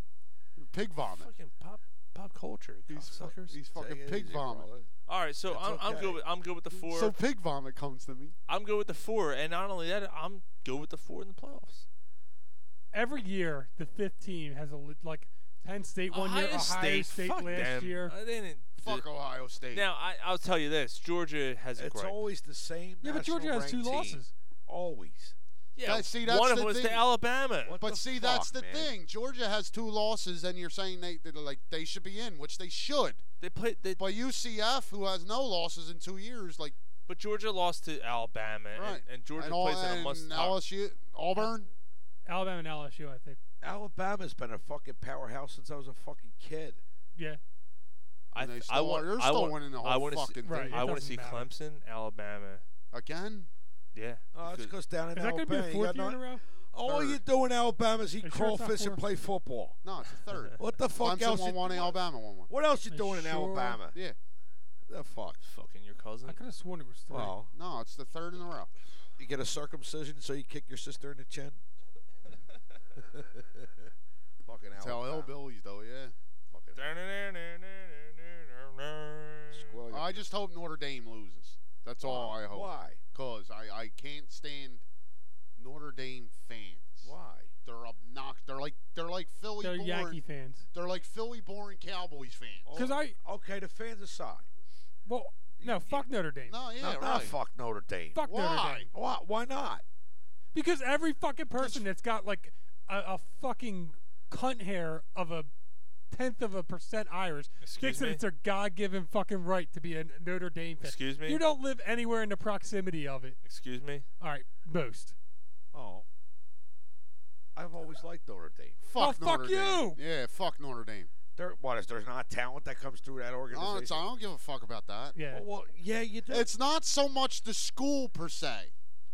[SPEAKER 10] Pig vomit.
[SPEAKER 6] Fucking pop pop culture, cocksuckers.
[SPEAKER 10] He's fucking
[SPEAKER 8] it
[SPEAKER 10] pig
[SPEAKER 8] easy,
[SPEAKER 10] vomit.
[SPEAKER 8] brother.
[SPEAKER 6] All right, so
[SPEAKER 8] It's
[SPEAKER 6] I'm, I'm
[SPEAKER 8] okay.
[SPEAKER 6] good. With, I'm good with the four.
[SPEAKER 10] So pig vomit comes to me.
[SPEAKER 6] I'm good with the four, and not only that, I'm good with the four in the playoffs.
[SPEAKER 9] Every year, the fifth team has a li- like Penn State one year,
[SPEAKER 6] Ohio
[SPEAKER 9] Ohio
[SPEAKER 6] State,
[SPEAKER 9] State,
[SPEAKER 6] fuck
[SPEAKER 9] last
[SPEAKER 6] them.
[SPEAKER 9] year.
[SPEAKER 6] Uh, they didn't.
[SPEAKER 10] Fuck
[SPEAKER 6] the-
[SPEAKER 10] Ohio State.
[SPEAKER 6] Now I, I'll tell you this: Georgia has a
[SPEAKER 8] It's
[SPEAKER 6] great.
[SPEAKER 8] always the same.
[SPEAKER 9] Yeah, but
[SPEAKER 8] national
[SPEAKER 9] Georgia has
[SPEAKER 8] ranked
[SPEAKER 9] two
[SPEAKER 8] team.
[SPEAKER 9] losses.
[SPEAKER 8] Always.
[SPEAKER 6] Yeah,
[SPEAKER 10] That- see, that's
[SPEAKER 6] one of
[SPEAKER 10] the
[SPEAKER 6] them was
[SPEAKER 10] thing.
[SPEAKER 6] to Alabama.
[SPEAKER 10] But see, that's the thing. Georgia has two losses, and you're saying they they're like they should be in, which they should.
[SPEAKER 6] They played. They,
[SPEAKER 10] But UCF, who has no losses in two years, like
[SPEAKER 6] but Georgia lost to Alabama, and-
[SPEAKER 10] right,
[SPEAKER 6] and, Georgia
[SPEAKER 10] and all,
[SPEAKER 6] plays in a
[SPEAKER 10] and
[SPEAKER 6] must.
[SPEAKER 10] LSU, Auburn.
[SPEAKER 9] Alabama and LSU, I think.
[SPEAKER 8] Alabama's been a fucking powerhouse since I was a fucking kid.
[SPEAKER 9] Yeah.
[SPEAKER 6] I,
[SPEAKER 10] and they
[SPEAKER 6] th- I
[SPEAKER 10] still
[SPEAKER 6] want.
[SPEAKER 10] are- they're
[SPEAKER 6] I
[SPEAKER 10] still
[SPEAKER 6] want,
[SPEAKER 10] winning the
[SPEAKER 6] I
[SPEAKER 10] whole
[SPEAKER 6] wanna
[SPEAKER 10] fucking
[SPEAKER 6] see,
[SPEAKER 10] thing. Right, it
[SPEAKER 6] I want to
[SPEAKER 9] doesn't
[SPEAKER 6] see
[SPEAKER 9] matter.
[SPEAKER 6] Clemson, Alabama.
[SPEAKER 10] Again,
[SPEAKER 6] Yeah.
[SPEAKER 8] Oh, it's
[SPEAKER 6] Good.
[SPEAKER 8] because down in
[SPEAKER 9] Is that going to be
[SPEAKER 8] Alabama.
[SPEAKER 9] the
[SPEAKER 8] you
[SPEAKER 9] fourth
[SPEAKER 8] got
[SPEAKER 9] year
[SPEAKER 8] not-
[SPEAKER 9] in a row?
[SPEAKER 8] All you do in Alabama is eat
[SPEAKER 9] Are you sure it's not
[SPEAKER 8] crawfish and
[SPEAKER 9] four?
[SPEAKER 8] play football.
[SPEAKER 10] no, it's a
[SPEAKER 6] <laughs>
[SPEAKER 10] third.
[SPEAKER 8] What the fuck
[SPEAKER 10] Clemson
[SPEAKER 8] else?
[SPEAKER 10] won
[SPEAKER 8] you,
[SPEAKER 10] one,
[SPEAKER 8] what,
[SPEAKER 10] Alabama won one.
[SPEAKER 8] what else you
[SPEAKER 9] Are you
[SPEAKER 8] doing in
[SPEAKER 9] sure?
[SPEAKER 8] Alabama?
[SPEAKER 10] Yeah,
[SPEAKER 8] The fuck.
[SPEAKER 6] Fucking your cousin.
[SPEAKER 9] I could have sworn it was three.
[SPEAKER 8] Well,
[SPEAKER 10] no, it's the third in a row.
[SPEAKER 8] you get a circumcision, so you kick your sister in the chin. fucking
[SPEAKER 10] It's how
[SPEAKER 8] Alabama.
[SPEAKER 10] hillbillies though, yeah.
[SPEAKER 8] Fucking squirrel.
[SPEAKER 10] I just hope Notre Dame loses. That's all I hope.
[SPEAKER 8] Oh, Why?
[SPEAKER 10] Cause I, I can't stand Notre Dame fans.
[SPEAKER 8] Why?
[SPEAKER 10] They're obnoxious. They're like they're like Philly
[SPEAKER 9] They're
[SPEAKER 10] born.
[SPEAKER 9] Yankee fans.
[SPEAKER 10] They're like Philly born Cowboys fans.
[SPEAKER 9] Because I
[SPEAKER 8] Okay, the fans aside.
[SPEAKER 9] well, no, fuck Notre Dame.
[SPEAKER 10] No, yeah,
[SPEAKER 8] No,
[SPEAKER 10] right.
[SPEAKER 8] no, fuck Notre Dame.
[SPEAKER 9] Fuck Notre
[SPEAKER 10] Why?
[SPEAKER 9] Dame.
[SPEAKER 8] Why? Why not?
[SPEAKER 9] Because every fucking person that's got like a, a fucking cunt hair of a tenth of a percent Irish
[SPEAKER 6] Excuse
[SPEAKER 9] thinks
[SPEAKER 6] me?
[SPEAKER 9] that it's their God-given fucking right to be a Notre Dame fan.
[SPEAKER 6] Excuse me?
[SPEAKER 9] You don't live anywhere in the proximity of it.
[SPEAKER 6] Excuse me.
[SPEAKER 9] All right, most.
[SPEAKER 8] Oh, I've always liked Notre Dame.
[SPEAKER 10] Fuck
[SPEAKER 9] Well, fuck
[SPEAKER 10] Notre Dame. Yeah, fuck Notre Dame.
[SPEAKER 8] There, what is there's not talent that comes through that
[SPEAKER 10] No,
[SPEAKER 8] organization?
[SPEAKER 10] it's, I don't give a fuck about that.
[SPEAKER 9] Yeah.
[SPEAKER 8] Oh, well, yeah, you do.
[SPEAKER 10] It's not so much the school per se.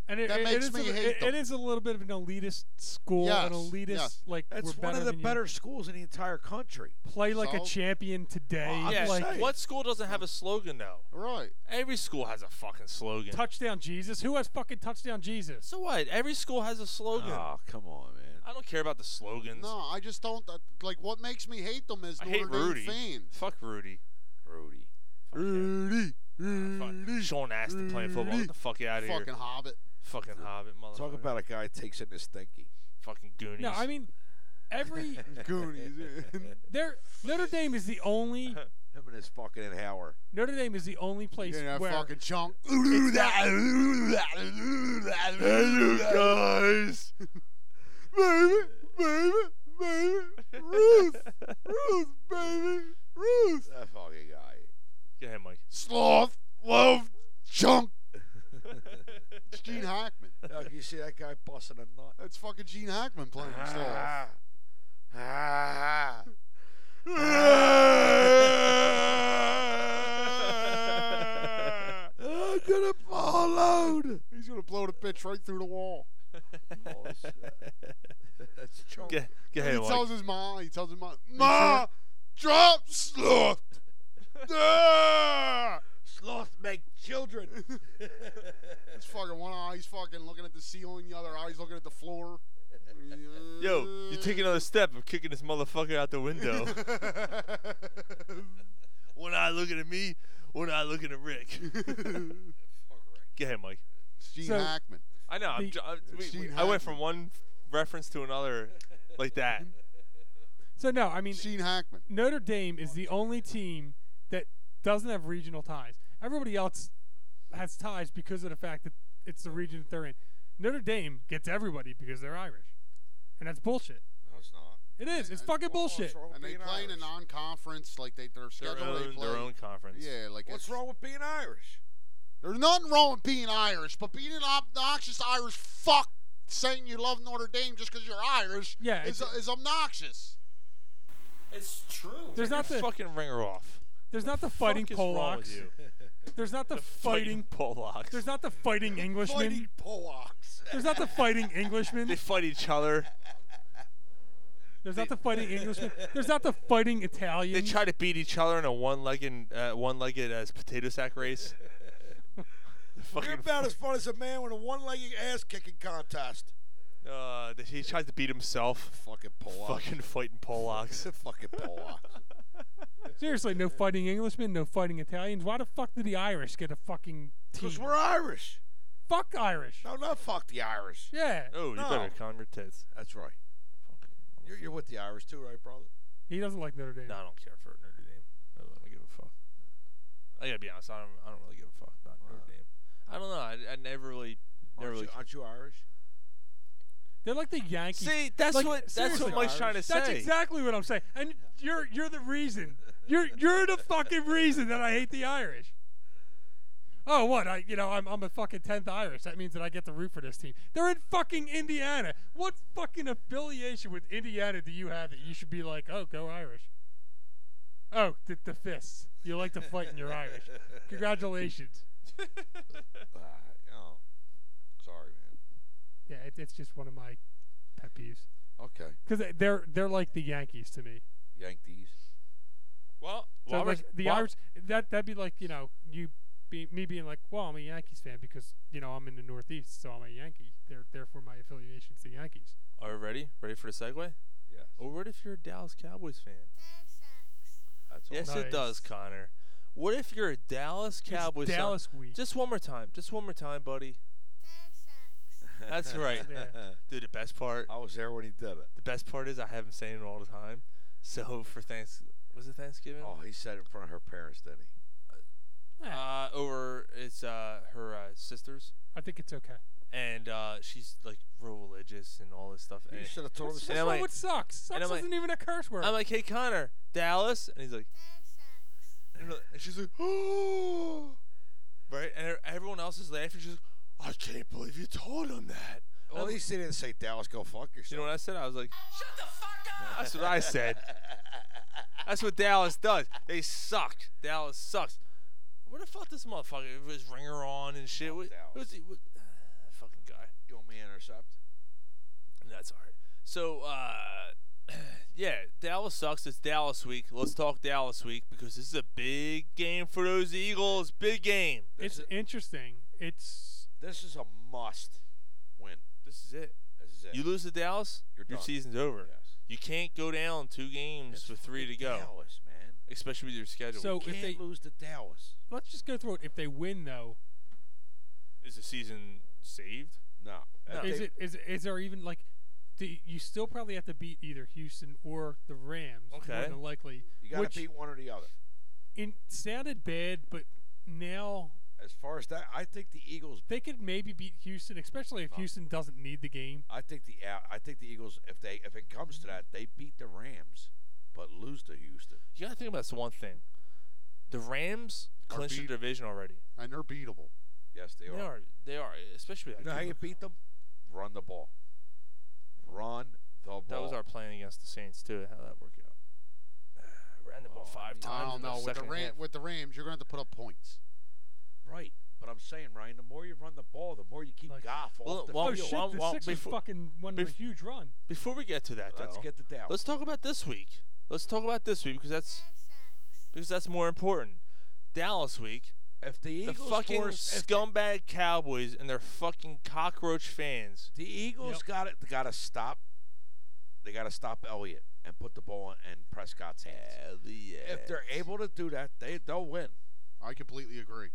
[SPEAKER 9] And it,
[SPEAKER 10] That
[SPEAKER 9] it- it
[SPEAKER 10] makes
[SPEAKER 9] is
[SPEAKER 10] me
[SPEAKER 9] a,
[SPEAKER 10] hate
[SPEAKER 9] it-
[SPEAKER 10] them.
[SPEAKER 9] it is a little bit of an elitist school,
[SPEAKER 10] Yes,
[SPEAKER 9] an elitist
[SPEAKER 10] yes.
[SPEAKER 9] like
[SPEAKER 8] It's
[SPEAKER 9] we're
[SPEAKER 8] one
[SPEAKER 9] better
[SPEAKER 8] of the
[SPEAKER 9] than you.
[SPEAKER 8] better schools in the entire country.
[SPEAKER 9] Play like
[SPEAKER 10] So?
[SPEAKER 9] a champion today.
[SPEAKER 8] I'm
[SPEAKER 6] Yeah.
[SPEAKER 9] like
[SPEAKER 8] saying.
[SPEAKER 6] what school doesn't have a slogan though?
[SPEAKER 10] Right.
[SPEAKER 6] Every school has a fucking slogan.
[SPEAKER 9] touchdown Jesus. Who has fucking touchdown Jesus?
[SPEAKER 6] so what? Every school has a slogan.
[SPEAKER 8] Oh, come on, man.
[SPEAKER 6] I don't care about the slogans.
[SPEAKER 10] No, I just don't uh, like. What makes me hate them is
[SPEAKER 6] I
[SPEAKER 10] Notre
[SPEAKER 6] hate
[SPEAKER 10] Dame
[SPEAKER 6] Rudy.
[SPEAKER 10] fans.
[SPEAKER 6] Fuck Rudy.
[SPEAKER 8] Rudy.
[SPEAKER 6] Fuck him.
[SPEAKER 10] Rudy,
[SPEAKER 6] Fuck.
[SPEAKER 10] Rudy,
[SPEAKER 6] Sean Astin playing football. Get the fuck out of here.
[SPEAKER 10] fucking hobbit.
[SPEAKER 6] Fucking hobbit, motherfucker.
[SPEAKER 8] Talk about a guy that takes in
[SPEAKER 13] <laughs>
[SPEAKER 8] his stinky.
[SPEAKER 6] fucking Goonies.
[SPEAKER 9] No, I mean every
[SPEAKER 10] Goonies.
[SPEAKER 8] <laughs>
[SPEAKER 9] there Notre Dame is the only
[SPEAKER 8] Him and Chapman is fucking in Howard.
[SPEAKER 9] Notre Dame is the only place
[SPEAKER 8] Yeah,
[SPEAKER 9] where
[SPEAKER 8] fucking
[SPEAKER 10] chunk.
[SPEAKER 8] guys.
[SPEAKER 13] baby, baby, baby, Ruth, Ruth, baby, Ruth.
[SPEAKER 8] That fucking guy.
[SPEAKER 6] Go ahead, <laughs> Mike.
[SPEAKER 10] Sloth, love, junk.
[SPEAKER 8] it's
[SPEAKER 10] Gene Hackman.
[SPEAKER 8] Oh, you see that guy busting a nut?
[SPEAKER 10] That's fucking Gene Hackman playing
[SPEAKER 8] Ah.
[SPEAKER 10] Sloth.
[SPEAKER 13] Ah.
[SPEAKER 8] <laughs>
[SPEAKER 13] <laughs>
[SPEAKER 8] I'm gonna
[SPEAKER 10] blow load. He's gonna blow the bitch right through the wall.
[SPEAKER 8] Oh, <laughs> That's chunk.
[SPEAKER 6] Go- go
[SPEAKER 10] And
[SPEAKER 6] ahead,
[SPEAKER 10] he
[SPEAKER 6] Mike.
[SPEAKER 10] tells his mom. He tells his mom, Ma, drop sloth. Ah!
[SPEAKER 8] Sloth make
[SPEAKER 6] <laughs>
[SPEAKER 8] children.
[SPEAKER 10] It's fucking one eye's fucking looking at the ceiling, the other eye's looking at the floor.
[SPEAKER 6] Yo, you take another step of kicking this motherfucker out the <laughs>
[SPEAKER 10] <laughs>
[SPEAKER 6] window. one eye looking at me, one eye looking at Rick. Go ahead, Mike.
[SPEAKER 10] Gene
[SPEAKER 6] So-
[SPEAKER 10] Hackman.
[SPEAKER 6] I know. I'm,
[SPEAKER 10] The-
[SPEAKER 6] ju- I'm, we-
[SPEAKER 10] Gene
[SPEAKER 6] we- I went
[SPEAKER 10] Hackman.
[SPEAKER 6] from one reference to another like that.
[SPEAKER 9] So no, I mean
[SPEAKER 10] Gene Hackman.
[SPEAKER 9] Notre Dame is the only team that doesn't have regional ties. Everybody else has ties because of the fact that it's the region that they're in. Notre Dame gets everybody because they're Irish, and that's bullshit.
[SPEAKER 8] No, it's not.
[SPEAKER 9] It is. It's
[SPEAKER 10] And-
[SPEAKER 9] fucking
[SPEAKER 10] Well,
[SPEAKER 9] bullshit.
[SPEAKER 10] And they play in a non-conference, like they they're scheduled to
[SPEAKER 6] own-
[SPEAKER 10] play
[SPEAKER 6] their own conference.
[SPEAKER 10] Yeah, like
[SPEAKER 8] What's
[SPEAKER 10] it's-
[SPEAKER 8] wrong with being Irish?
[SPEAKER 10] There's nothing wrong with being Irish, but being an obnoxious Irish fuck saying you love Notre Dame just because you're Irish
[SPEAKER 9] Yeah,
[SPEAKER 10] is,
[SPEAKER 9] it's-
[SPEAKER 10] is obnoxious.
[SPEAKER 7] It's true.
[SPEAKER 9] There's not the
[SPEAKER 6] fucking ringer off.
[SPEAKER 9] There's not the
[SPEAKER 6] fuck
[SPEAKER 9] fighting
[SPEAKER 6] is wrong
[SPEAKER 9] Polacks.
[SPEAKER 6] with
[SPEAKER 9] <laughs>
[SPEAKER 6] you?
[SPEAKER 9] There's not the,
[SPEAKER 6] Fighting
[SPEAKER 9] fighting.
[SPEAKER 6] Polacks.
[SPEAKER 9] There's not the fighting Englishmen.
[SPEAKER 8] Fighting Polacks.
[SPEAKER 9] There's not the fighting Englishmen.
[SPEAKER 6] They fight each other.
[SPEAKER 9] There's not the fighting Englishmen. There's not the fighting Italians.
[SPEAKER 6] They try to beat each other in a one-legged, uh, one-legged as potato sack
[SPEAKER 8] <laughs>
[SPEAKER 6] race.
[SPEAKER 8] You're
[SPEAKER 6] fucking
[SPEAKER 8] about as fun as a man with a one-legged ass kicking contest.
[SPEAKER 6] Uh, th- he tries to beat himself.
[SPEAKER 8] Fucking Polacks.
[SPEAKER 6] Fucking fighting
[SPEAKER 8] <laughs>
[SPEAKER 6] Polacks.
[SPEAKER 8] fucking
[SPEAKER 6] <laughs>
[SPEAKER 8] Polacks.
[SPEAKER 9] Seriously, no fighting Englishmen, no fighting Italians. Why the fuck did the Irish get a fucking team?
[SPEAKER 8] Because we're Irish.
[SPEAKER 9] Fuck Irish.
[SPEAKER 8] No, not fuck the Irish.
[SPEAKER 9] Yeah.
[SPEAKER 6] Oh, you
[SPEAKER 8] No.
[SPEAKER 6] better calm your tits.
[SPEAKER 8] That's right. You're, you're with the Irish too, right, brother?
[SPEAKER 9] He doesn't like Notre Dame.
[SPEAKER 6] No, I don't care for Notre Dame. I don't really give a fuck. I gotta be honest. I don't. I don't really give a fuck about Notre Dame. I don't know. I, I never really. Never
[SPEAKER 8] Uh. Aren't
[SPEAKER 6] really.
[SPEAKER 8] you, aren't you Irish?
[SPEAKER 9] They're like the Yankees.
[SPEAKER 6] See, that's
[SPEAKER 9] Like,
[SPEAKER 6] what- that's what
[SPEAKER 9] seriously,
[SPEAKER 6] Mike's trying to
[SPEAKER 9] That's
[SPEAKER 6] say.
[SPEAKER 8] <laughs>
[SPEAKER 9] exactly what I'm saying. And you're you're the reason. You're you're the fucking reason that I hate the Irish. Oh, what? I you know I'm I'm a fucking tenth Irish. That means that I get to root for this team. They're in fucking Indiana. What fucking affiliation with Indiana do you have that you should be like, oh, go Irish? Oh, the, the fists. You like to fight and you're Irish. Congratulations.
[SPEAKER 8] Uh, oh, sorry, man.
[SPEAKER 9] Yeah, it, it's just one of my pet peeves.
[SPEAKER 8] Okay.
[SPEAKER 9] Because they're they're like the Yankees to me.
[SPEAKER 8] Yankees.
[SPEAKER 6] Well,
[SPEAKER 9] So
[SPEAKER 6] Robert-
[SPEAKER 9] like the
[SPEAKER 6] Rob-
[SPEAKER 9] Irish, that that'd be like you know you be, me being like, well, I'm a Yankees fan because you know I'm in the Northeast, so I'm a Yankee. They're, therefore, my affiliation's the Yankees.
[SPEAKER 6] Are you ready? Ready for the segue?
[SPEAKER 8] Yeah.
[SPEAKER 6] Or what if you're a Dallas Cowboys fan?
[SPEAKER 8] That's all.
[SPEAKER 6] Yes, it does, Connor. What if you're a Dallas Cowboys fan?
[SPEAKER 9] Dallas week.
[SPEAKER 6] Just one more time. Just one more time, buddy.
[SPEAKER 8] <laughs>
[SPEAKER 6] That's right.
[SPEAKER 8] Yeah.
[SPEAKER 6] Dude, the best part.
[SPEAKER 8] I was there when he did it.
[SPEAKER 6] The best part is I have him saying it all the time. So <laughs> for thanks, was it Thanksgiving?
[SPEAKER 8] Oh, he said it in front of her parents, didn't he?
[SPEAKER 6] Uh, over it's uh her uh, sisters,
[SPEAKER 9] I think it's okay.
[SPEAKER 6] and uh she's like real religious and all this stuff.
[SPEAKER 8] You
[SPEAKER 6] and-
[SPEAKER 8] should have told him
[SPEAKER 9] What's,
[SPEAKER 8] to
[SPEAKER 6] And
[SPEAKER 9] what's
[SPEAKER 6] I'm
[SPEAKER 9] wrong
[SPEAKER 6] like-
[SPEAKER 9] with sucks? Sucks
[SPEAKER 6] and I'm like-
[SPEAKER 9] isn't even a curse word.
[SPEAKER 6] I'm like, hey Connor, Dallas, and he's like, and we're like- <laughs> and she's like, oh, right, and e- everyone else is laughing. She's like, I can't believe you told him that. And I'm
[SPEAKER 8] Well, <gasps> at
[SPEAKER 6] like-
[SPEAKER 8] least he didn't say Dallas, go fuck yourself.
[SPEAKER 6] you know what I said? I was like,
[SPEAKER 7] Shut the fuck up!
[SPEAKER 6] that's what I said. That's what Dallas does. They suck. Dallas sucks. Where the fuck this motherfucker? It was ringer on and shit. What,
[SPEAKER 8] Dallas.
[SPEAKER 6] what's he, what, <sighs> fucking guy.
[SPEAKER 8] You want me to intercept?
[SPEAKER 6] That's all right. So, uh, <clears throat> yeah, Dallas sucks. It's Dallas week. Let's talk Dallas week because this is a big game for those Eagles. Big game.
[SPEAKER 9] it's interesting. It's
[SPEAKER 8] This is a must win.
[SPEAKER 6] This is it.
[SPEAKER 8] This is it.
[SPEAKER 6] You lose to Dallas,
[SPEAKER 8] You're
[SPEAKER 6] your
[SPEAKER 8] done.
[SPEAKER 6] season's over.
[SPEAKER 8] Yes.
[SPEAKER 6] You can't go down two games
[SPEAKER 8] It's
[SPEAKER 6] with three to
[SPEAKER 8] fucking
[SPEAKER 6] go,
[SPEAKER 8] Dallas, man.
[SPEAKER 6] especially with your schedule.
[SPEAKER 9] So-
[SPEAKER 8] Can't
[SPEAKER 9] if they-
[SPEAKER 8] lose to Dallas.
[SPEAKER 9] let's just go through it. If they win though,
[SPEAKER 6] is the season saved?
[SPEAKER 8] No.
[SPEAKER 6] No.
[SPEAKER 9] is
[SPEAKER 8] They-
[SPEAKER 9] it is is there even like? Do you, you still probably have to beat either Houston or the Rams,
[SPEAKER 6] Okay.
[SPEAKER 9] more than likely.
[SPEAKER 8] You got
[SPEAKER 9] which
[SPEAKER 8] to beat one or the other.
[SPEAKER 9] it sounded bad, but now
[SPEAKER 8] As far as that, I think the Eagles.
[SPEAKER 9] they could maybe beat Houston, especially if Houston doesn't need the game.
[SPEAKER 8] I think the uh, I think the Eagles. If they if it comes to that, they beat the Rams, but lose to Houston.
[SPEAKER 6] You gotta think about this one thing. The Rams
[SPEAKER 8] Are
[SPEAKER 6] clinched the
[SPEAKER 8] beat-
[SPEAKER 6] division already.
[SPEAKER 10] And they're beatable.
[SPEAKER 8] Yes, they
[SPEAKER 6] They
[SPEAKER 8] are.
[SPEAKER 6] are. They are, especially
[SPEAKER 8] You
[SPEAKER 6] with
[SPEAKER 8] know
[SPEAKER 6] that
[SPEAKER 8] how you
[SPEAKER 6] Cooper
[SPEAKER 8] beat them? Run the ball. Run the ball.
[SPEAKER 6] That was our plan against the Saints too. How that worked out. <sighs> Ran the ball five
[SPEAKER 10] Oh, I
[SPEAKER 6] times.
[SPEAKER 10] don't
[SPEAKER 6] in
[SPEAKER 10] know. With the,
[SPEAKER 6] second
[SPEAKER 10] Ram-
[SPEAKER 6] half.
[SPEAKER 10] with the Rams, you're going to have to put up points.
[SPEAKER 8] Right, but I'm saying, Ryan, the more you run the ball, the more you keep Goff
[SPEAKER 6] well,
[SPEAKER 8] off the
[SPEAKER 6] well,
[SPEAKER 9] oh
[SPEAKER 8] field.
[SPEAKER 9] shit! the Sixers fucking won a
[SPEAKER 6] bef-
[SPEAKER 9] huge run.
[SPEAKER 6] Before we get to that,
[SPEAKER 8] Let's
[SPEAKER 6] though,
[SPEAKER 8] get to that
[SPEAKER 6] Let's talk about this week. Let's talk about this week because that's because that's more important. Dallas week.
[SPEAKER 8] If the Eagles
[SPEAKER 6] fucking
[SPEAKER 8] force- if the-
[SPEAKER 6] scumbag Cowboys and their fucking cockroach fans.
[SPEAKER 8] The Eagles got it. Got to stop. They got to stop Elliott and put the ball in Prescott's hands. If they're able to do that, they they'll win.
[SPEAKER 10] I completely agree.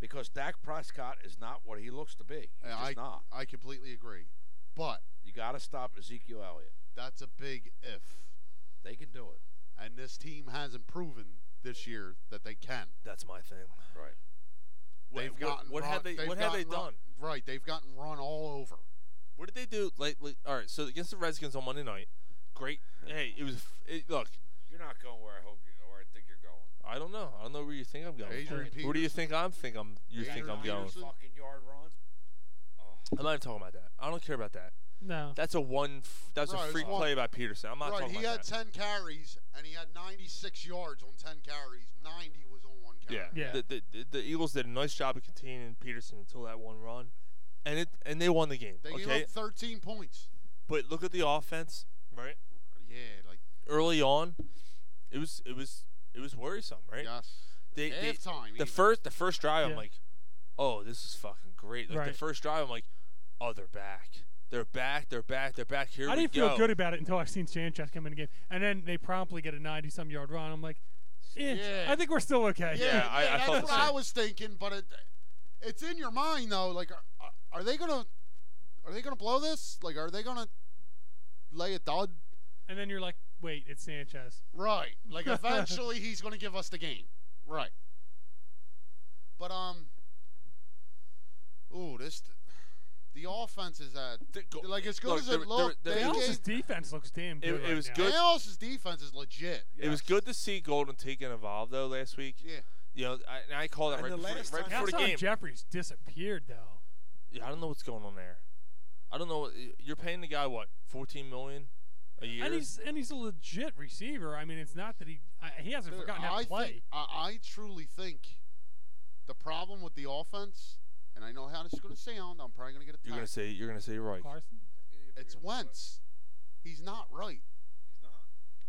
[SPEAKER 8] Because Dak Prescott is not what he looks to be. He's
[SPEAKER 10] And
[SPEAKER 8] just
[SPEAKER 10] I,
[SPEAKER 8] not.
[SPEAKER 10] I completely agree. But
[SPEAKER 8] You got to stop Ezekiel Elliott.
[SPEAKER 10] that's a big if.
[SPEAKER 8] They can do <sighs> it.
[SPEAKER 10] And this team hasn't proven this year that they can.
[SPEAKER 6] That's my thing.
[SPEAKER 8] Right.
[SPEAKER 6] What-
[SPEAKER 10] They've
[SPEAKER 6] what-
[SPEAKER 10] gotten
[SPEAKER 6] what
[SPEAKER 10] run,
[SPEAKER 6] have they-
[SPEAKER 10] they've
[SPEAKER 6] what have they
[SPEAKER 10] gotten run-
[SPEAKER 6] done?
[SPEAKER 10] Right, they've gotten run all over.
[SPEAKER 6] What did they do? Like, like all right. So against the Redskins on Monday night, great. Hey, it was. It, look,
[SPEAKER 8] You're not going where I hope you or I think you're going.
[SPEAKER 6] I don't know. I don't know where you think I'm going.
[SPEAKER 8] Adrian
[SPEAKER 6] where do you think I'm think I'm? You think I'm going?
[SPEAKER 8] Fucking yard run.
[SPEAKER 6] I'm not even talking about that. I don't care about that.
[SPEAKER 9] No.
[SPEAKER 6] That's a one. F- that's
[SPEAKER 10] Right,
[SPEAKER 6] a
[SPEAKER 10] it's
[SPEAKER 6] freak
[SPEAKER 10] one-
[SPEAKER 6] play by Peterson. I'm not
[SPEAKER 10] right,
[SPEAKER 6] talking
[SPEAKER 10] he
[SPEAKER 6] about
[SPEAKER 10] had
[SPEAKER 6] that.
[SPEAKER 10] 10 carries and he had 96 yards on 10 carries. 90 was on one carry.
[SPEAKER 6] Yeah. The, the, the, the Eagles did a nice job of containing Peterson until that one run, and it and they won the game.
[SPEAKER 10] They
[SPEAKER 6] okay,
[SPEAKER 10] gave up 13 points.
[SPEAKER 6] but look at the offense. Right.
[SPEAKER 10] Yeah, like
[SPEAKER 6] Early on, it was it was it was worrisome, right?
[SPEAKER 10] Yes.
[SPEAKER 6] They, they-
[SPEAKER 10] Halftime
[SPEAKER 6] The
[SPEAKER 10] even.
[SPEAKER 6] first the first drive,
[SPEAKER 10] Yeah.
[SPEAKER 6] I'm like, oh, this is fucking great. Like the
[SPEAKER 9] Right.
[SPEAKER 6] first drive, I'm like, oh, they're back. They're back. They're back. They're back. Here
[SPEAKER 9] I
[SPEAKER 6] we
[SPEAKER 9] didn't
[SPEAKER 6] go.
[SPEAKER 9] feel good about it until I seen Sanchez come in the game, and then they promptly get a 90-some yard run. I'm like, eh,
[SPEAKER 10] Yeah.
[SPEAKER 9] I think we're still okay.
[SPEAKER 10] yeah, that's what I was thinking, but it, it's in your mind though. Like, are, are they gonna are they gonna blow this? Like, are they gonna lay a dud?
[SPEAKER 9] <laughs> And then you're like, wait, it's Sanchez.
[SPEAKER 10] Right. <laughs> Like, eventually he's gonna give us the game. Right. But um, ooh, this the offense is at like as good
[SPEAKER 6] look,
[SPEAKER 10] as
[SPEAKER 6] there-
[SPEAKER 10] it
[SPEAKER 6] there-
[SPEAKER 10] looked.
[SPEAKER 6] there-
[SPEAKER 10] they
[SPEAKER 6] Dallas
[SPEAKER 10] gave,
[SPEAKER 6] is
[SPEAKER 9] defense looks damn
[SPEAKER 6] It- good it right was now. good.
[SPEAKER 10] Dallas's defense is legit.
[SPEAKER 6] It was good to see Golden taking involved though last week.
[SPEAKER 10] Yeah.
[SPEAKER 6] You know, I, and I called that
[SPEAKER 9] And
[SPEAKER 6] right
[SPEAKER 9] the
[SPEAKER 6] before,
[SPEAKER 9] last
[SPEAKER 6] right
[SPEAKER 9] time-
[SPEAKER 6] before the
[SPEAKER 9] Alshon
[SPEAKER 6] game.
[SPEAKER 9] Jeffries disappeared though.
[SPEAKER 6] Yeah, I don't know what's going on there. I don't know. what- You're paying the guy what, 14 million a year?
[SPEAKER 9] And he's and he's a legit receiver. I mean, it's not that he I, he hasn't
[SPEAKER 10] Dude,
[SPEAKER 9] forgotten how
[SPEAKER 10] I
[SPEAKER 9] to play.
[SPEAKER 10] Think, I, I truly think the problem with the offense, and I know how this is going to sound. I'm probably going to get attacked.
[SPEAKER 6] you're gonna say you're gonna say you're right.
[SPEAKER 10] it's Wentz. He's not right.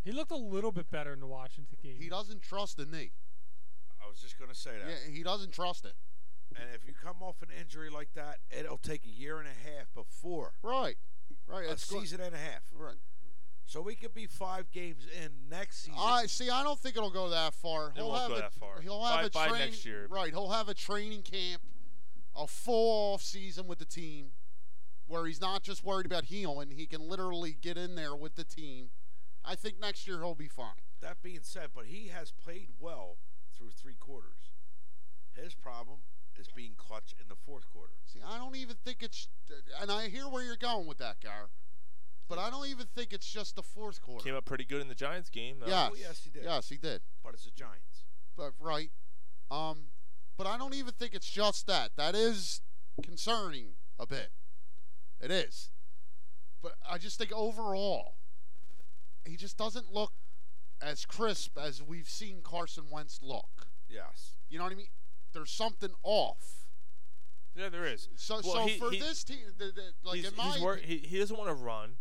[SPEAKER 9] He looked a little bit better in the Washington game.
[SPEAKER 10] He doesn't trust the knee.
[SPEAKER 8] I was just gonna say that.
[SPEAKER 10] Yeah, he doesn't trust it.
[SPEAKER 8] And if you come off an injury like that, it'll take a year and a half before.
[SPEAKER 10] Right. Right.
[SPEAKER 8] A
[SPEAKER 10] it's go-
[SPEAKER 8] season and a half.
[SPEAKER 10] Right.
[SPEAKER 8] So we could be five games in next season.
[SPEAKER 10] I see. I don't think it'll go that far.
[SPEAKER 8] It
[SPEAKER 10] he'll
[SPEAKER 8] won't
[SPEAKER 10] have
[SPEAKER 8] go
[SPEAKER 10] a,
[SPEAKER 8] that far.
[SPEAKER 10] He'll have
[SPEAKER 8] By-
[SPEAKER 10] a
[SPEAKER 8] by
[SPEAKER 10] train,
[SPEAKER 8] next year.
[SPEAKER 10] Right. He'll have a training camp, a full off season with the team, where he's not just worried about healing. He can literally get in there with the team. I think next year he'll be fine.
[SPEAKER 8] That being said, but he has played well through three quarters. His problem is being clutch in the fourth quarter.
[SPEAKER 10] See, I don't even think it's, and I hear where you're going with that, Gar, but I don't even think it's just the fourth quarter.
[SPEAKER 6] Came up pretty good in the Giants game. though.
[SPEAKER 10] Yes.
[SPEAKER 8] Oh, yes, he did.
[SPEAKER 10] Yes, he did.
[SPEAKER 8] But it's the Giants.
[SPEAKER 10] But right, um, but I don't even think it's just that. That is concerning a bit. It is, but I just think overall, he just doesn't look as crisp as we've seen Carson Wentz look.
[SPEAKER 8] Yes.
[SPEAKER 10] You know what I mean? There's something off.
[SPEAKER 6] Yeah, there is.
[SPEAKER 10] So,
[SPEAKER 6] Well,
[SPEAKER 10] so
[SPEAKER 6] he-
[SPEAKER 10] for
[SPEAKER 6] he-
[SPEAKER 10] this team, th- th- like
[SPEAKER 6] he's,
[SPEAKER 10] in my
[SPEAKER 6] he's wor-
[SPEAKER 10] opinion-
[SPEAKER 6] he, he doesn't want to run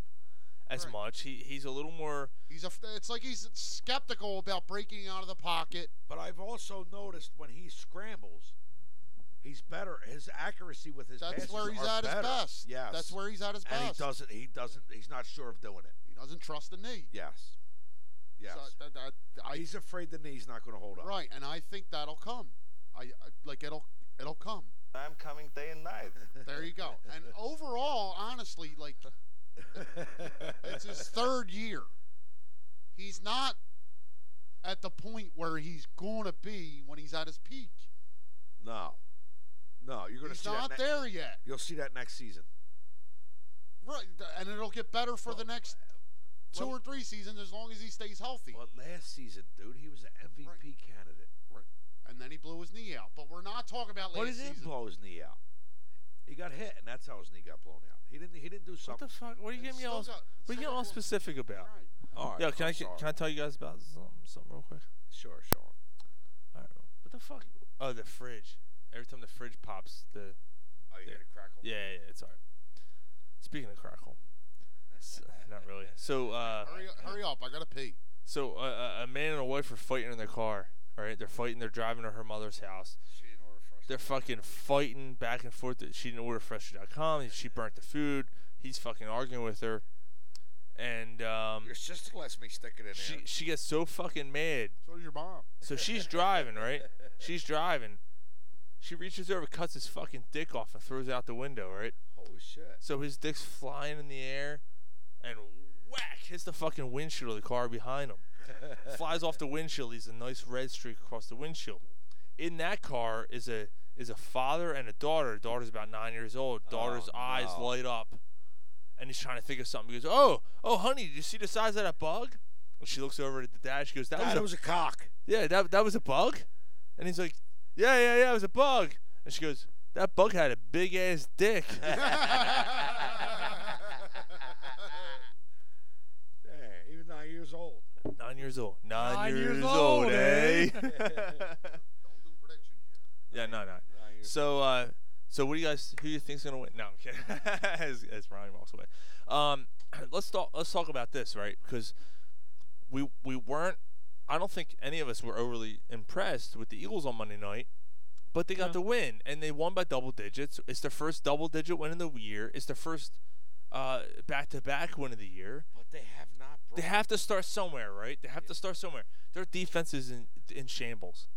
[SPEAKER 6] as
[SPEAKER 10] Right.
[SPEAKER 6] much. He he's a little more.
[SPEAKER 10] He's a. It's like he's skeptical about breaking out of the pocket.
[SPEAKER 8] But I've also noticed when he scrambles, he's better. His accuracy with his
[SPEAKER 10] That's
[SPEAKER 8] passes
[SPEAKER 10] where he's
[SPEAKER 8] are
[SPEAKER 10] at his
[SPEAKER 8] better.
[SPEAKER 10] best.
[SPEAKER 8] Yes.
[SPEAKER 10] That's where he's at his
[SPEAKER 8] And
[SPEAKER 10] best.
[SPEAKER 8] he doesn't. He doesn't. He's not sure of doing it.
[SPEAKER 10] He doesn't trust the knee.
[SPEAKER 8] Yes. Yes.
[SPEAKER 10] So that- that- I-
[SPEAKER 8] he's afraid the knee's not going to hold up.
[SPEAKER 10] right, and I think that'll come. I, I like it'll it'll come.
[SPEAKER 4] I'm coming day and night.
[SPEAKER 10] There
[SPEAKER 8] <laughs>
[SPEAKER 10] you go. And overall, honestly, like
[SPEAKER 8] <laughs>
[SPEAKER 10] it's his third year. He's not
[SPEAKER 15] at the point where he's going to be when he's at his peak.
[SPEAKER 8] No, no, you're gonna
[SPEAKER 15] He's
[SPEAKER 8] see that
[SPEAKER 15] not
[SPEAKER 8] ne-
[SPEAKER 15] there yet.
[SPEAKER 8] You'll see that next season.
[SPEAKER 15] Right, th- and it'll get better for the next two or three seasons as long as he stays healthy.
[SPEAKER 8] uh, Well, last season, dude, he was an MVP candidate.
[SPEAKER 15] Right. And then he blew his knee out. But we're not talking about
[SPEAKER 8] But he
[SPEAKER 15] last
[SPEAKER 8] didn't
[SPEAKER 15] season.
[SPEAKER 8] blow his knee out. He got hit, and that's how his knee got blown out. He didn't. He didn't do something.
[SPEAKER 6] What the fuck? What are you getting me all? What are you getting all specific about?
[SPEAKER 8] All right,
[SPEAKER 6] Yo, can
[SPEAKER 8] I'm
[SPEAKER 6] I
[SPEAKER 8] sorry.
[SPEAKER 6] can I tell you guys about something, something real quick?
[SPEAKER 8] Sure, Oh, sure.
[SPEAKER 6] All right, bro. What the fuck? Oh, the fridge. Every time the fridge pops, the
[SPEAKER 8] Oh, you
[SPEAKER 6] the,
[SPEAKER 8] hear the crackle?
[SPEAKER 6] Yeah, yeah, yeah, it's alright. Speaking of crackle, s- not really. So uh,
[SPEAKER 15] Hurry, hurry up! I gotta pee.
[SPEAKER 6] so uh, a man and a wife are fighting in their car. All right, they're fighting. They're driving to her mother's house.
[SPEAKER 8] She didn't order fresh.
[SPEAKER 6] They're fucking fighting back and forth. That she didn't order fresher.com. She burnt the food. He's fucking arguing with her, and um,
[SPEAKER 8] Your sister lets me stick it in
[SPEAKER 6] she
[SPEAKER 8] there.
[SPEAKER 6] she gets so fucking mad.
[SPEAKER 15] So does your mom.
[SPEAKER 6] So she's driving, right? She's driving. She reaches over, cuts his fucking dick off, and throws it out the window, right?
[SPEAKER 8] Holy shit.
[SPEAKER 6] So his dick's flying in the air, and whack hits the fucking windshield of the car behind
[SPEAKER 8] <laughs>
[SPEAKER 6] him. Flies off the windshield. Leaves a nice red streak across the windshield. In that car is a is a father and a daughter. Daughter's about nine years old. Daughter's eyes
[SPEAKER 8] Oh, no.
[SPEAKER 6] light up, and he's trying to think of something. He goes, "Oh, oh, honey, did you see the size of that bug?" And she looks over at the dad. She goes, "That,
[SPEAKER 8] Dad,
[SPEAKER 6] was, a,
[SPEAKER 8] it was a cock."
[SPEAKER 6] <laughs> Yeah, that that was a bug. And he's like, "Yeah, yeah, yeah, it was a bug." And she goes, "That bug had a big ass
[SPEAKER 8] <laughs>
[SPEAKER 6] dick."
[SPEAKER 11] Yeah, he was nine years old.
[SPEAKER 6] <laughs> Nine years old. Nine,
[SPEAKER 11] Nine
[SPEAKER 6] years,
[SPEAKER 11] years
[SPEAKER 6] old,
[SPEAKER 11] old,
[SPEAKER 6] eh? <laughs>
[SPEAKER 11] eh?
[SPEAKER 6] Don't do
[SPEAKER 11] <laughs>
[SPEAKER 6] predictions yet. Yeah, no, no. So, uh, so what do you guys? Who do you think's gonna win? No, I'm kidding. <laughs> as, as Ryan walks away. Um, <clears throat> let's talk. Let's talk about this, right? Because we we weren't. I don't think any of us were overly impressed with the Eagles on Monday night, but they got the win and they won by double digits. It's their first double digit win in the year. It's their first uh back to back win of the year.
[SPEAKER 8] But they have not.
[SPEAKER 6] They have to start somewhere, right? They have to start somewhere. Their defense is in in shambles.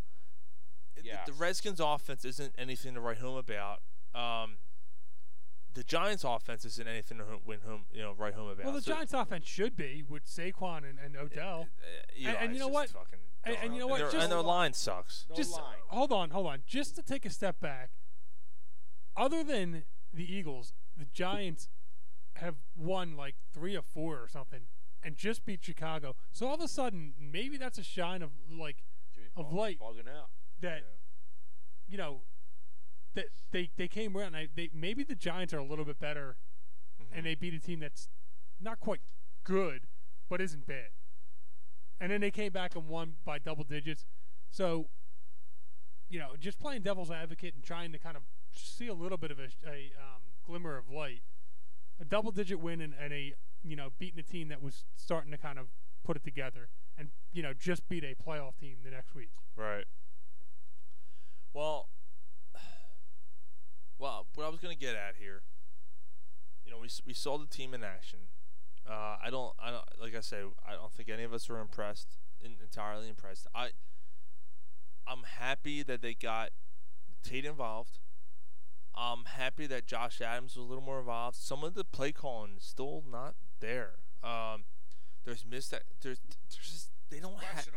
[SPEAKER 8] Yeah.
[SPEAKER 6] The Redskins' offense isn't anything to write home about. Um, the Giants' offense isn't anything to ho- win home, you know, write home about.
[SPEAKER 9] Well, the
[SPEAKER 6] So- uh,
[SPEAKER 9] Giants' offense should be with Saquon and, and Odell.
[SPEAKER 6] Eli
[SPEAKER 9] and, and you
[SPEAKER 6] is
[SPEAKER 9] know
[SPEAKER 6] just
[SPEAKER 9] what?
[SPEAKER 6] fucking
[SPEAKER 9] And, and you know
[SPEAKER 6] And
[SPEAKER 9] what?
[SPEAKER 6] their-
[SPEAKER 9] Just,
[SPEAKER 6] and their line sucks.
[SPEAKER 9] Just hold on, hold on. Just to take a step back. Other than the Eagles, the Giants have won like three or four or something, and just beat Chicago. So all of a sudden, maybe that's a shine of like of light
[SPEAKER 8] Oh, Bugging out.
[SPEAKER 9] that you know that they they came around. And I, they maybe the Giants are a little bit better, and they beat a team that's not quite good, but isn't bad. And then they came back and won by double digits. So, you know, just playing devil's advocate and trying to kind of see a little bit of a, a um, glimmer of light. A double digit win and, and a, you know, beating a team that was starting to kind of put it together and, you know, just beat a playoff team the next week.
[SPEAKER 6] Right. Well, <sighs> well, what I was gonna get at here, you know, we, s- we saw the team in action. Uh, I don't, I don't, like I say, I don't think any of us were impressed, in, entirely impressed. I, I'm happy that they got Tate involved. I'm happy that Josh Adams was a little more involved. Some of the play calling is still not there. Um, there's missed that. There's, there's just they don't have.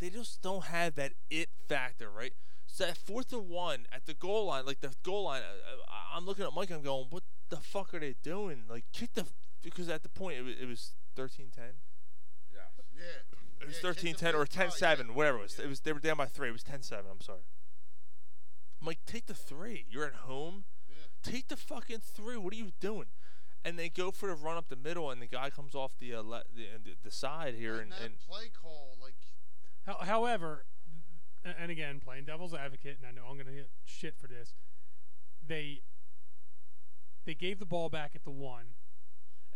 [SPEAKER 6] They just don't have that it factor, right? So that fourth and one at the goal line, like the goal line, uh, uh, I'm looking at Mike. I'm going, what the fuck are they doing? Like kick the because at the point it was, it was 13-10.
[SPEAKER 11] Yeah.
[SPEAKER 15] Yeah.
[SPEAKER 6] It was 13-10 or 10-7, whatever it was. It was they were down by three. It was 10-7. I'm sorry. I'm like, take the three. You're at home. Take the fucking three. What are you doing? And they go for the run up the middle, and the guy comes off the uh, le- the, the the side here, and, and
[SPEAKER 15] Play call like
[SPEAKER 9] How, however, a- and again, playing devil's advocate, and I know I'm going to get shit for this. They they gave the ball back at the one.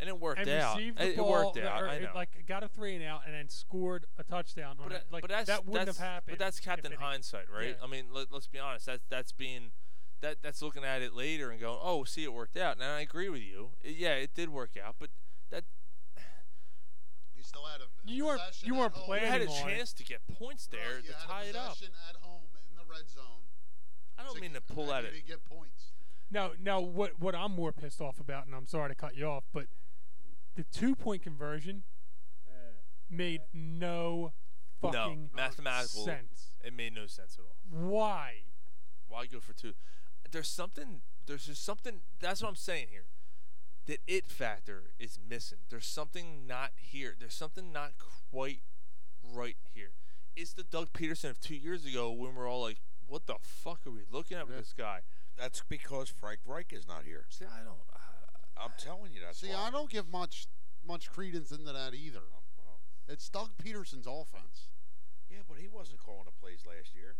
[SPEAKER 6] And it worked
[SPEAKER 9] and
[SPEAKER 6] out.
[SPEAKER 9] Received the
[SPEAKER 6] It- it
[SPEAKER 9] ball,
[SPEAKER 6] worked out,
[SPEAKER 9] Or,
[SPEAKER 6] I
[SPEAKER 9] it,
[SPEAKER 6] know.
[SPEAKER 9] Like got a three and out, and then scored a touchdown. on
[SPEAKER 6] But,
[SPEAKER 9] it.
[SPEAKER 6] that-
[SPEAKER 9] Like
[SPEAKER 6] but that's,
[SPEAKER 9] that wouldn't
[SPEAKER 6] that's,
[SPEAKER 9] have happened.
[SPEAKER 6] But that's
[SPEAKER 9] if
[SPEAKER 6] Captain
[SPEAKER 9] it-
[SPEAKER 6] Hindsight, right?
[SPEAKER 9] Yeah.
[SPEAKER 6] I mean, let, let's be honest. That's that's being that that's looking at it later and going, oh, see, it worked out. And I agree with you. It- yeah, it did work out, but that
[SPEAKER 15] you still had a
[SPEAKER 9] You are you are
[SPEAKER 6] you
[SPEAKER 9] planning
[SPEAKER 6] had a
[SPEAKER 9] on it.
[SPEAKER 6] chance to get points there
[SPEAKER 15] you
[SPEAKER 6] to
[SPEAKER 15] had
[SPEAKER 6] tie
[SPEAKER 15] a
[SPEAKER 6] it up.
[SPEAKER 15] possession at home in the red zone.
[SPEAKER 6] I don't mean to pull at
[SPEAKER 15] you
[SPEAKER 6] it.
[SPEAKER 15] didn't get points.
[SPEAKER 9] No, no. What what I'm more pissed off about, and I'm sorry to cut you off, but the two point conversion made no fucking
[SPEAKER 6] no, mathematical.
[SPEAKER 9] sense.
[SPEAKER 6] It made no sense at all.
[SPEAKER 9] Why? <laughs>
[SPEAKER 6] Why go for two? There's something. There's just something. That's what I'm saying here. The it factor is missing. There's something not here. There's something not quite right here. It's the Doug Peterson of two years ago when we're all like, "What the fuck are we looking at with this guy?"
[SPEAKER 8] That's because Frank Reich is not here.
[SPEAKER 6] See, I don't.
[SPEAKER 8] I'm telling you, that's
[SPEAKER 10] See,
[SPEAKER 8] why.
[SPEAKER 10] I don't give much much credence into that either. It's Doug Peterson's offense.
[SPEAKER 8] Yeah, but he wasn't calling the plays last year.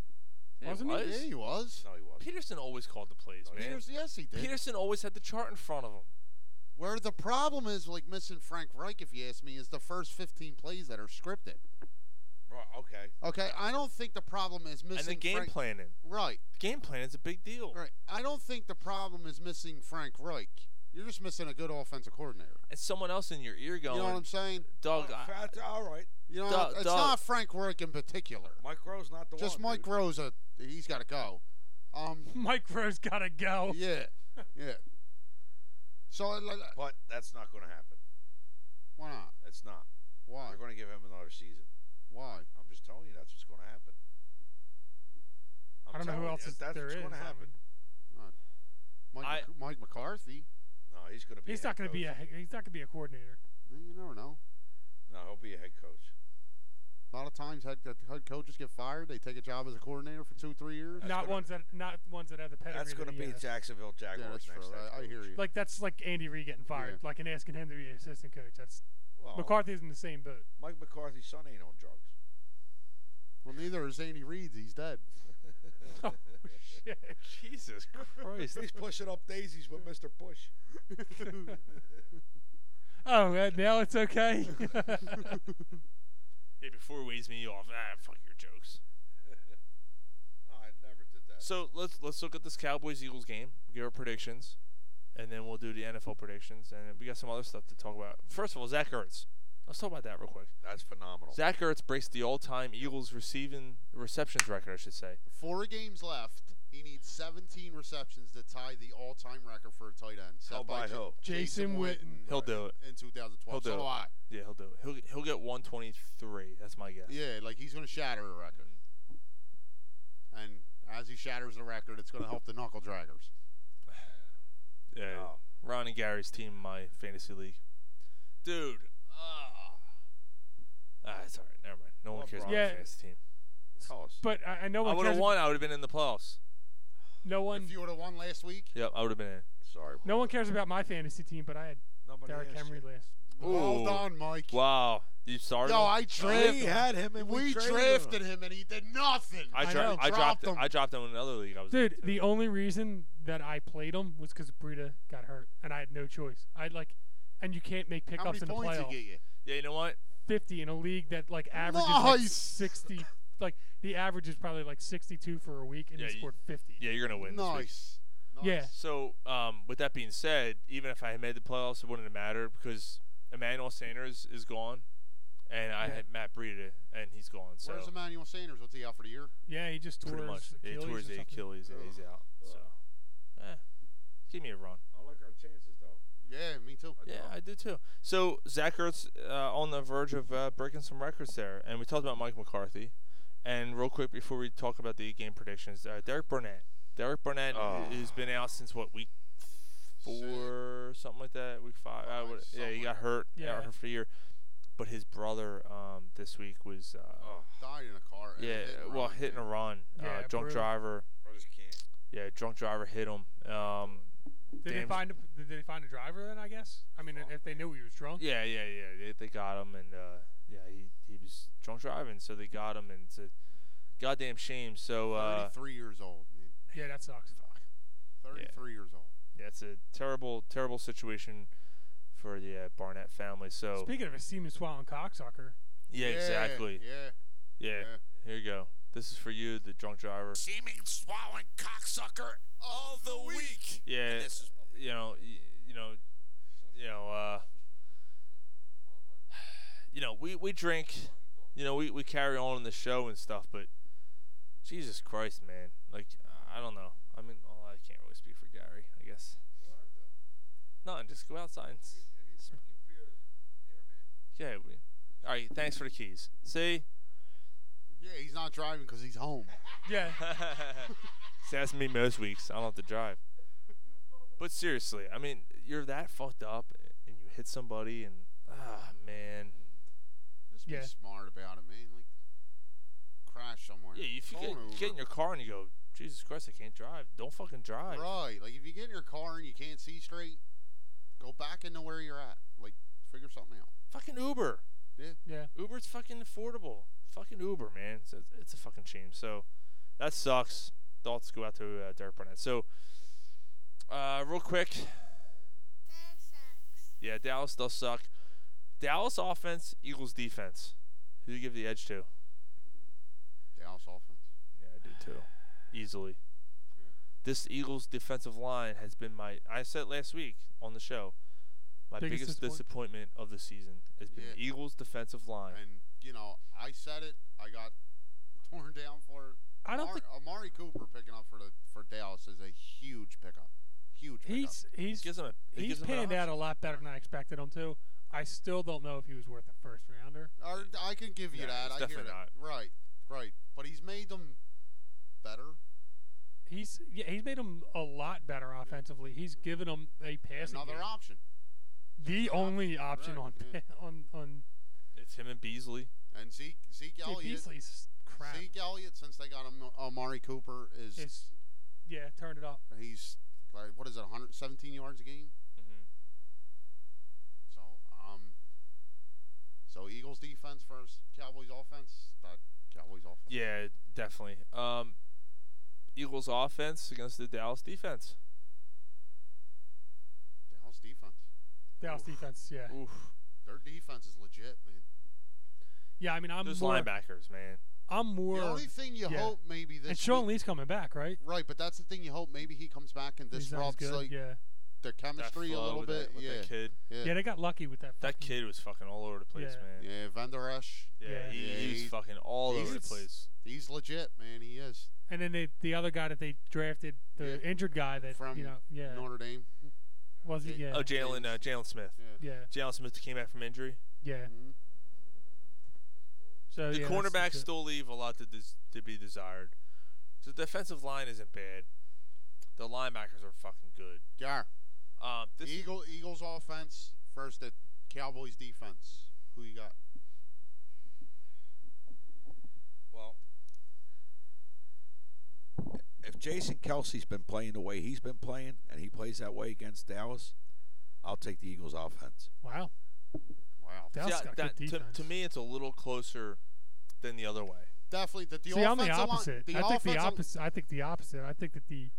[SPEAKER 10] Yeah, he was.
[SPEAKER 8] No, he wasn't.
[SPEAKER 6] Peterson always called the plays.
[SPEAKER 8] No, he
[SPEAKER 6] man.
[SPEAKER 8] didn't.
[SPEAKER 10] Yes, he did.
[SPEAKER 6] Peterson always had the chart in front of him.
[SPEAKER 10] Where the problem is, like missing Frank Reich, if you ask me, is the first 15 plays that are scripted.
[SPEAKER 8] Right, okay.
[SPEAKER 10] Okay, I don't think the problem is missing
[SPEAKER 6] and the game
[SPEAKER 10] Frank-
[SPEAKER 6] planning.
[SPEAKER 10] Right.
[SPEAKER 6] Game plan is a big deal.
[SPEAKER 10] Right. I don't think the problem is missing Frank Reich. You're just missing a good offensive coordinator.
[SPEAKER 6] And someone else in your ear going.
[SPEAKER 10] you know what I'm saying?
[SPEAKER 6] Doug, I-
[SPEAKER 8] That's all right.
[SPEAKER 10] You know,
[SPEAKER 6] Doug-
[SPEAKER 10] it's
[SPEAKER 6] Doug.
[SPEAKER 10] not Frank Reich in particular.
[SPEAKER 8] Mike Rowe's not the
[SPEAKER 10] Just
[SPEAKER 8] one.
[SPEAKER 10] Mike Rowe's a he's got to go. Um,
[SPEAKER 9] Mike Rowe's got to go.
[SPEAKER 10] Yeah, yeah. So, like,
[SPEAKER 8] but that's not going to happen.
[SPEAKER 10] Why not?
[SPEAKER 8] That's not.
[SPEAKER 10] Why?
[SPEAKER 8] They're going to give him another season.
[SPEAKER 10] Why?
[SPEAKER 8] I'm just telling you, that's what's going to happen. I'm
[SPEAKER 9] I don't know who
[SPEAKER 8] telling
[SPEAKER 9] else
[SPEAKER 8] you,
[SPEAKER 9] is-
[SPEAKER 8] that's
[SPEAKER 9] there
[SPEAKER 8] what's
[SPEAKER 9] is.
[SPEAKER 8] gonna
[SPEAKER 9] I
[SPEAKER 8] happen.
[SPEAKER 9] mean,
[SPEAKER 10] Mike,
[SPEAKER 9] I-
[SPEAKER 10] Mc- Mike McCarthy.
[SPEAKER 8] No, he's going to be.
[SPEAKER 9] he's
[SPEAKER 8] a
[SPEAKER 9] not
[SPEAKER 8] head
[SPEAKER 9] going to be a
[SPEAKER 8] coach.
[SPEAKER 9] he's not going to be a coordinator.
[SPEAKER 10] Eh, You never know.
[SPEAKER 8] No, he'll be a head coach.
[SPEAKER 10] A lot of times, head, head coaches get fired. They take a job as a coordinator for two, three years.
[SPEAKER 9] not ones that not ones that have the pedigree.
[SPEAKER 8] That's
[SPEAKER 9] going to
[SPEAKER 8] be
[SPEAKER 9] he has.
[SPEAKER 8] Jacksonville Jaguars
[SPEAKER 10] that's
[SPEAKER 8] next
[SPEAKER 10] true.
[SPEAKER 8] head
[SPEAKER 10] I- I hear
[SPEAKER 8] coach.
[SPEAKER 10] you.
[SPEAKER 9] Like that's like Andy Reid getting fired, like and asking him to be an assistant coach. That's
[SPEAKER 8] Well-
[SPEAKER 9] McCarthy's in the same
[SPEAKER 8] <laughs>
[SPEAKER 9] boat.
[SPEAKER 8] Mike McCarthy's son ain't on
[SPEAKER 9] <laughs>
[SPEAKER 8] drugs.
[SPEAKER 10] Well, neither is Andy Reid's. He's <laughs> dead.
[SPEAKER 9] Oh,
[SPEAKER 6] Jesus Christ.
[SPEAKER 18] He's pushing up daisies with Mr. Bush.
[SPEAKER 9] Oh, uh, now it's okay. <laughs>
[SPEAKER 6] Hey, before it weighs me off, ah, fuck your jokes.
[SPEAKER 8] No, I never did that.
[SPEAKER 6] So let's let's look at this Cowboys Eagles game. Give our predictions, and then we'll do the NFL predictions, and we got some other stuff to talk about. First of all, Zach Ertz. Let's talk about that real quick.
[SPEAKER 8] That's phenomenal.
[SPEAKER 6] Zach Ertz breaks the all-time Eagles receiving receptions record, I should say.
[SPEAKER 10] Four games left. He needs 17 receptions to tie the all-time record for a tight end. set
[SPEAKER 8] Held by
[SPEAKER 10] Ja-
[SPEAKER 8] who?
[SPEAKER 9] Jason Witten.
[SPEAKER 6] He'll do it.
[SPEAKER 10] in 2012.
[SPEAKER 6] He'll do
[SPEAKER 10] so do
[SPEAKER 6] it.
[SPEAKER 10] I.
[SPEAKER 6] Yeah, he'll do it. He'll he'll get 123. That's my guess.
[SPEAKER 10] Yeah, like he's going to shatter a record. And as he shatters the record, it's going to help the knuckle draggers.
[SPEAKER 6] Yeah. Ron and Gary's team, in my fantasy league. Dude. ah. Ah, it's all right. Never mind. No one
[SPEAKER 8] Love
[SPEAKER 6] cares about
[SPEAKER 8] Ron.
[SPEAKER 6] my
[SPEAKER 9] Yeah.
[SPEAKER 6] fantasy team.
[SPEAKER 8] Tell us.
[SPEAKER 9] but I, I know
[SPEAKER 6] I
[SPEAKER 9] one
[SPEAKER 6] would have
[SPEAKER 9] cares-
[SPEAKER 6] won. I would have been in the playoffs.
[SPEAKER 9] No one,
[SPEAKER 10] If you would have won last week,
[SPEAKER 6] Yep, I would have been in.
[SPEAKER 8] Sorry.
[SPEAKER 9] no one cares about my fantasy team, but I had
[SPEAKER 8] Nobody
[SPEAKER 9] Derrick
[SPEAKER 8] asked
[SPEAKER 9] Henry last.
[SPEAKER 10] well
[SPEAKER 6] Ooh.
[SPEAKER 10] done, Mike.
[SPEAKER 6] Wow. You started?
[SPEAKER 10] Yo,
[SPEAKER 6] him?
[SPEAKER 10] I drafted.
[SPEAKER 18] We had him and we traded him.
[SPEAKER 10] drafted him. and he did nothing.
[SPEAKER 6] I,
[SPEAKER 9] I
[SPEAKER 6] dra-
[SPEAKER 9] know.
[SPEAKER 6] I dropped
[SPEAKER 10] Dropped
[SPEAKER 6] him.
[SPEAKER 10] him.
[SPEAKER 6] I dropped him in another league. I was in
[SPEAKER 9] Dude,
[SPEAKER 6] too.
[SPEAKER 9] the only reason that I played him was because Breida got hurt, and I had no choice. I like, and you can't make
[SPEAKER 10] How many
[SPEAKER 9] pickups in the
[SPEAKER 10] points did he
[SPEAKER 9] playoffs.
[SPEAKER 10] get you?
[SPEAKER 6] yeah, you know what?
[SPEAKER 9] Fifty in a league that like averages like,
[SPEAKER 10] Nice.
[SPEAKER 9] sixty. Like the average is probably like sixty-two for a week, and
[SPEAKER 6] Yeah,
[SPEAKER 9] he
[SPEAKER 6] you-
[SPEAKER 9] scored fifty.
[SPEAKER 6] Yeah, you're gonna win. this week.
[SPEAKER 10] Nice. nice.
[SPEAKER 9] Yeah.
[SPEAKER 6] So, um, with that being said, even if I had made the playoffs, it wouldn't have mattered because Emmanuel Sanders is gone, and I
[SPEAKER 9] Yeah.
[SPEAKER 6] had Matt Breida, and he's gone. So
[SPEAKER 10] Where's Emmanuel Sanders? What's he out for the year?
[SPEAKER 9] Yeah, he just tore
[SPEAKER 6] pretty
[SPEAKER 9] his
[SPEAKER 6] much, yeah,
[SPEAKER 9] Achilles
[SPEAKER 6] towards
[SPEAKER 9] or
[SPEAKER 6] the
[SPEAKER 9] something. Oh.
[SPEAKER 6] Achilles, yeah, he's out. So, eh, give me a run.
[SPEAKER 8] I like our chances though.
[SPEAKER 10] Yeah, me too.
[SPEAKER 6] Yeah, I do too. So Zach Ertz uh, on the verge of uh, breaking some records there, and we talked about Mike McCarthy. And real quick before we talk about the game predictions, uh, Derek Burnett. Derek Burnett
[SPEAKER 8] Oh.
[SPEAKER 6] has been out since what week four, something like that, week five. I would, yeah, he got hurt. Yeah,
[SPEAKER 9] Yeah.
[SPEAKER 6] hurt for a year. But his brother um, this week was uh,
[SPEAKER 8] Oh,
[SPEAKER 9] Oh.
[SPEAKER 10] Died in a car.
[SPEAKER 6] yeah, well, hitting a run, uh,
[SPEAKER 9] Yeah,
[SPEAKER 6] drunk
[SPEAKER 9] brutal.
[SPEAKER 6] driver.
[SPEAKER 8] I just can't.
[SPEAKER 6] Yeah, drunk driver hit him. Um,
[SPEAKER 9] Did they
[SPEAKER 6] Damn.
[SPEAKER 9] find a, did they find a driver then? I guess. I mean, if they knew he was drunk.
[SPEAKER 6] Yeah, yeah, yeah. They, they got him, and uh, yeah, he, he was drunk driving, so they got him, and it's a goddamn shame. So uh,
[SPEAKER 10] Thirty-three years old, man.
[SPEAKER 9] Yeah, that sucks.
[SPEAKER 10] Thirty-three years old.
[SPEAKER 6] yeah, it's a terrible, terrible situation for the uh, Barnett family. So
[SPEAKER 9] Speaking of a semen swallowing cocksucker,
[SPEAKER 6] yeah, exactly.
[SPEAKER 10] Yeah.
[SPEAKER 6] Yeah.
[SPEAKER 10] yeah.
[SPEAKER 6] here you go. This is for you, the drunk driver.
[SPEAKER 19] Seeming swallowing cocksucker all the week.
[SPEAKER 6] Yeah,
[SPEAKER 19] And this is
[SPEAKER 6] you know, y- you know, you know, uh, <sighs> you know, we we drink, you know, we we carry on in the show and stuff, but Jesus Christ, man, like I don't know. I mean, oh, I can't really speak for Gary, I guess. Nothing. Just go outside. And s- sm- yeah. We, all right. Thanks for the keys. See,
[SPEAKER 10] Yeah, he's not driving because
[SPEAKER 6] <laughs>
[SPEAKER 10] he's home.
[SPEAKER 9] Yeah.
[SPEAKER 6] See, that's me most weeks. I don't have to drive. But seriously, I mean, you're that fucked up and you hit somebody and ah man.
[SPEAKER 10] Just be
[SPEAKER 6] Yeah.
[SPEAKER 10] smart about it, man. Like, crash somewhere.
[SPEAKER 6] Yeah, if you
[SPEAKER 10] Phone
[SPEAKER 6] get,
[SPEAKER 10] over.
[SPEAKER 6] get in your car and you go, Jesus Christ, I can't drive. Don't fucking drive.
[SPEAKER 10] Right. Like, if you get in your car and you can't see straight, go back into where you're at. Like, figure something out.
[SPEAKER 6] Fucking Uber.
[SPEAKER 10] Yeah.
[SPEAKER 9] Yeah.
[SPEAKER 6] Uber's fucking affordable. Fucking Uber, man. It's a, it's a fucking shame. So that sucks. Thoughts go out to uh, Derek Barnett. So, uh, real quick. Yeah, Dallas does suck. Dallas offense, Eagles defense. Who do you give the edge to?
[SPEAKER 10] Dallas offense.
[SPEAKER 6] Yeah, I do too. Easily. This Eagles defensive line has been my I said last week on the show. My biggest,
[SPEAKER 10] Biggest
[SPEAKER 6] disappointment of the season has been
[SPEAKER 10] Yeah.
[SPEAKER 6] the Eagles defensive line.
[SPEAKER 10] And you know, I said it. I got <laughs> torn down for.
[SPEAKER 9] I don't
[SPEAKER 10] Amari, Amari Cooper picking up for the for Dallas is a huge pickup. Huge. Pickup.
[SPEAKER 9] He's he's
[SPEAKER 6] gives him a,
[SPEAKER 10] he
[SPEAKER 9] he's
[SPEAKER 10] gives him an
[SPEAKER 9] panned out a
[SPEAKER 10] option.
[SPEAKER 9] lot better than I expected him to. I still don't know if he was worth a first rounder.
[SPEAKER 10] Or, I can give you
[SPEAKER 9] No,
[SPEAKER 10] that.
[SPEAKER 9] it's
[SPEAKER 10] I hear
[SPEAKER 9] definitely
[SPEAKER 10] that. Right. Right. But he's made them better.
[SPEAKER 9] He's yeah, he's made him a lot better offensively. He's given him a passing
[SPEAKER 10] Another
[SPEAKER 9] game.
[SPEAKER 10] option.
[SPEAKER 9] The only option
[SPEAKER 10] right,
[SPEAKER 9] on
[SPEAKER 10] yeah.
[SPEAKER 9] pa- <laughs> on on
[SPEAKER 6] It's him and Beasley.
[SPEAKER 10] And Zeke Zeke
[SPEAKER 9] Dude,
[SPEAKER 10] Elliott.
[SPEAKER 9] Beasley's crap.
[SPEAKER 10] Zeke Elliott, since they got Am- Amari Cooper, is
[SPEAKER 9] is yeah, turn it up.
[SPEAKER 10] he's like what is it, 117 yards a game?
[SPEAKER 6] Mm-hmm.
[SPEAKER 10] So um, so Eagles defense versus Cowboys offense. That Cowboys offense.
[SPEAKER 6] Yeah, definitely. Um, Eagles offense against the Dallas defense.
[SPEAKER 10] Dallas defense.
[SPEAKER 9] Dallas defense, yeah.
[SPEAKER 10] Their defense is legit, man.
[SPEAKER 9] Yeah, I mean I'm
[SPEAKER 6] Those
[SPEAKER 9] more,
[SPEAKER 6] linebackers, man.
[SPEAKER 9] I'm more
[SPEAKER 10] the only thing you
[SPEAKER 9] yeah.
[SPEAKER 10] hope maybe this
[SPEAKER 9] And Sean
[SPEAKER 10] week-
[SPEAKER 9] Lee's coming back, right?
[SPEAKER 10] right, but that's the thing you hope maybe he comes back and
[SPEAKER 9] He's not as
[SPEAKER 10] disrupts
[SPEAKER 9] good,
[SPEAKER 10] like
[SPEAKER 9] yeah.
[SPEAKER 10] the chemistry a
[SPEAKER 6] flow
[SPEAKER 10] little
[SPEAKER 6] with
[SPEAKER 10] bit.
[SPEAKER 6] that- with
[SPEAKER 10] yeah.
[SPEAKER 6] that kid.
[SPEAKER 10] yeah,
[SPEAKER 9] Yeah, they got lucky with that.
[SPEAKER 6] That kid was fucking all over the place,
[SPEAKER 9] Yeah.
[SPEAKER 6] man.
[SPEAKER 10] Yeah, Van Der Esch.
[SPEAKER 6] Mm-hmm. Yeah, he, he was
[SPEAKER 10] he's-
[SPEAKER 6] fucking all over the
[SPEAKER 10] he's-
[SPEAKER 6] place.
[SPEAKER 10] He's legit, man. He is
[SPEAKER 9] And then they, the other guy that they drafted, the injured guy that
[SPEAKER 10] from
[SPEAKER 9] you know, yeah,
[SPEAKER 10] Notre Dame.
[SPEAKER 9] was he? Yeah,
[SPEAKER 6] Oh, Jalen, uh, Jalen Smith.
[SPEAKER 9] Yeah.
[SPEAKER 6] Jalen Smith came back from injury.
[SPEAKER 9] yeah.
[SPEAKER 10] Mm-hmm.
[SPEAKER 9] So
[SPEAKER 6] the
[SPEAKER 9] Oh, yeah, that's-
[SPEAKER 6] cornerbacks
[SPEAKER 9] that's it.
[SPEAKER 6] still leave a lot to des- to be desired. So the defensive line isn't bad. The linebackers are fucking good.
[SPEAKER 10] Yeah.
[SPEAKER 6] Um, this
[SPEAKER 10] Eagle Eagles offense first at Cowboys defense. Who you got?
[SPEAKER 8] Well, if Jason Kelsey's been playing the way he's been playing and he plays that way against Dallas, I'll take the Eagles offense.
[SPEAKER 9] Wow.
[SPEAKER 10] Wow.
[SPEAKER 9] Dallas
[SPEAKER 6] Yeah,
[SPEAKER 9] got
[SPEAKER 6] that-
[SPEAKER 9] good
[SPEAKER 6] to,
[SPEAKER 9] defense.
[SPEAKER 6] to me, it's a little closer than the other way.
[SPEAKER 10] Definitely the, the
[SPEAKER 9] See, I'm the
[SPEAKER 10] offensive line-
[SPEAKER 9] opposite.
[SPEAKER 10] the
[SPEAKER 9] I think the
[SPEAKER 10] offensive-
[SPEAKER 9] opposite. I think the opposite. I think that the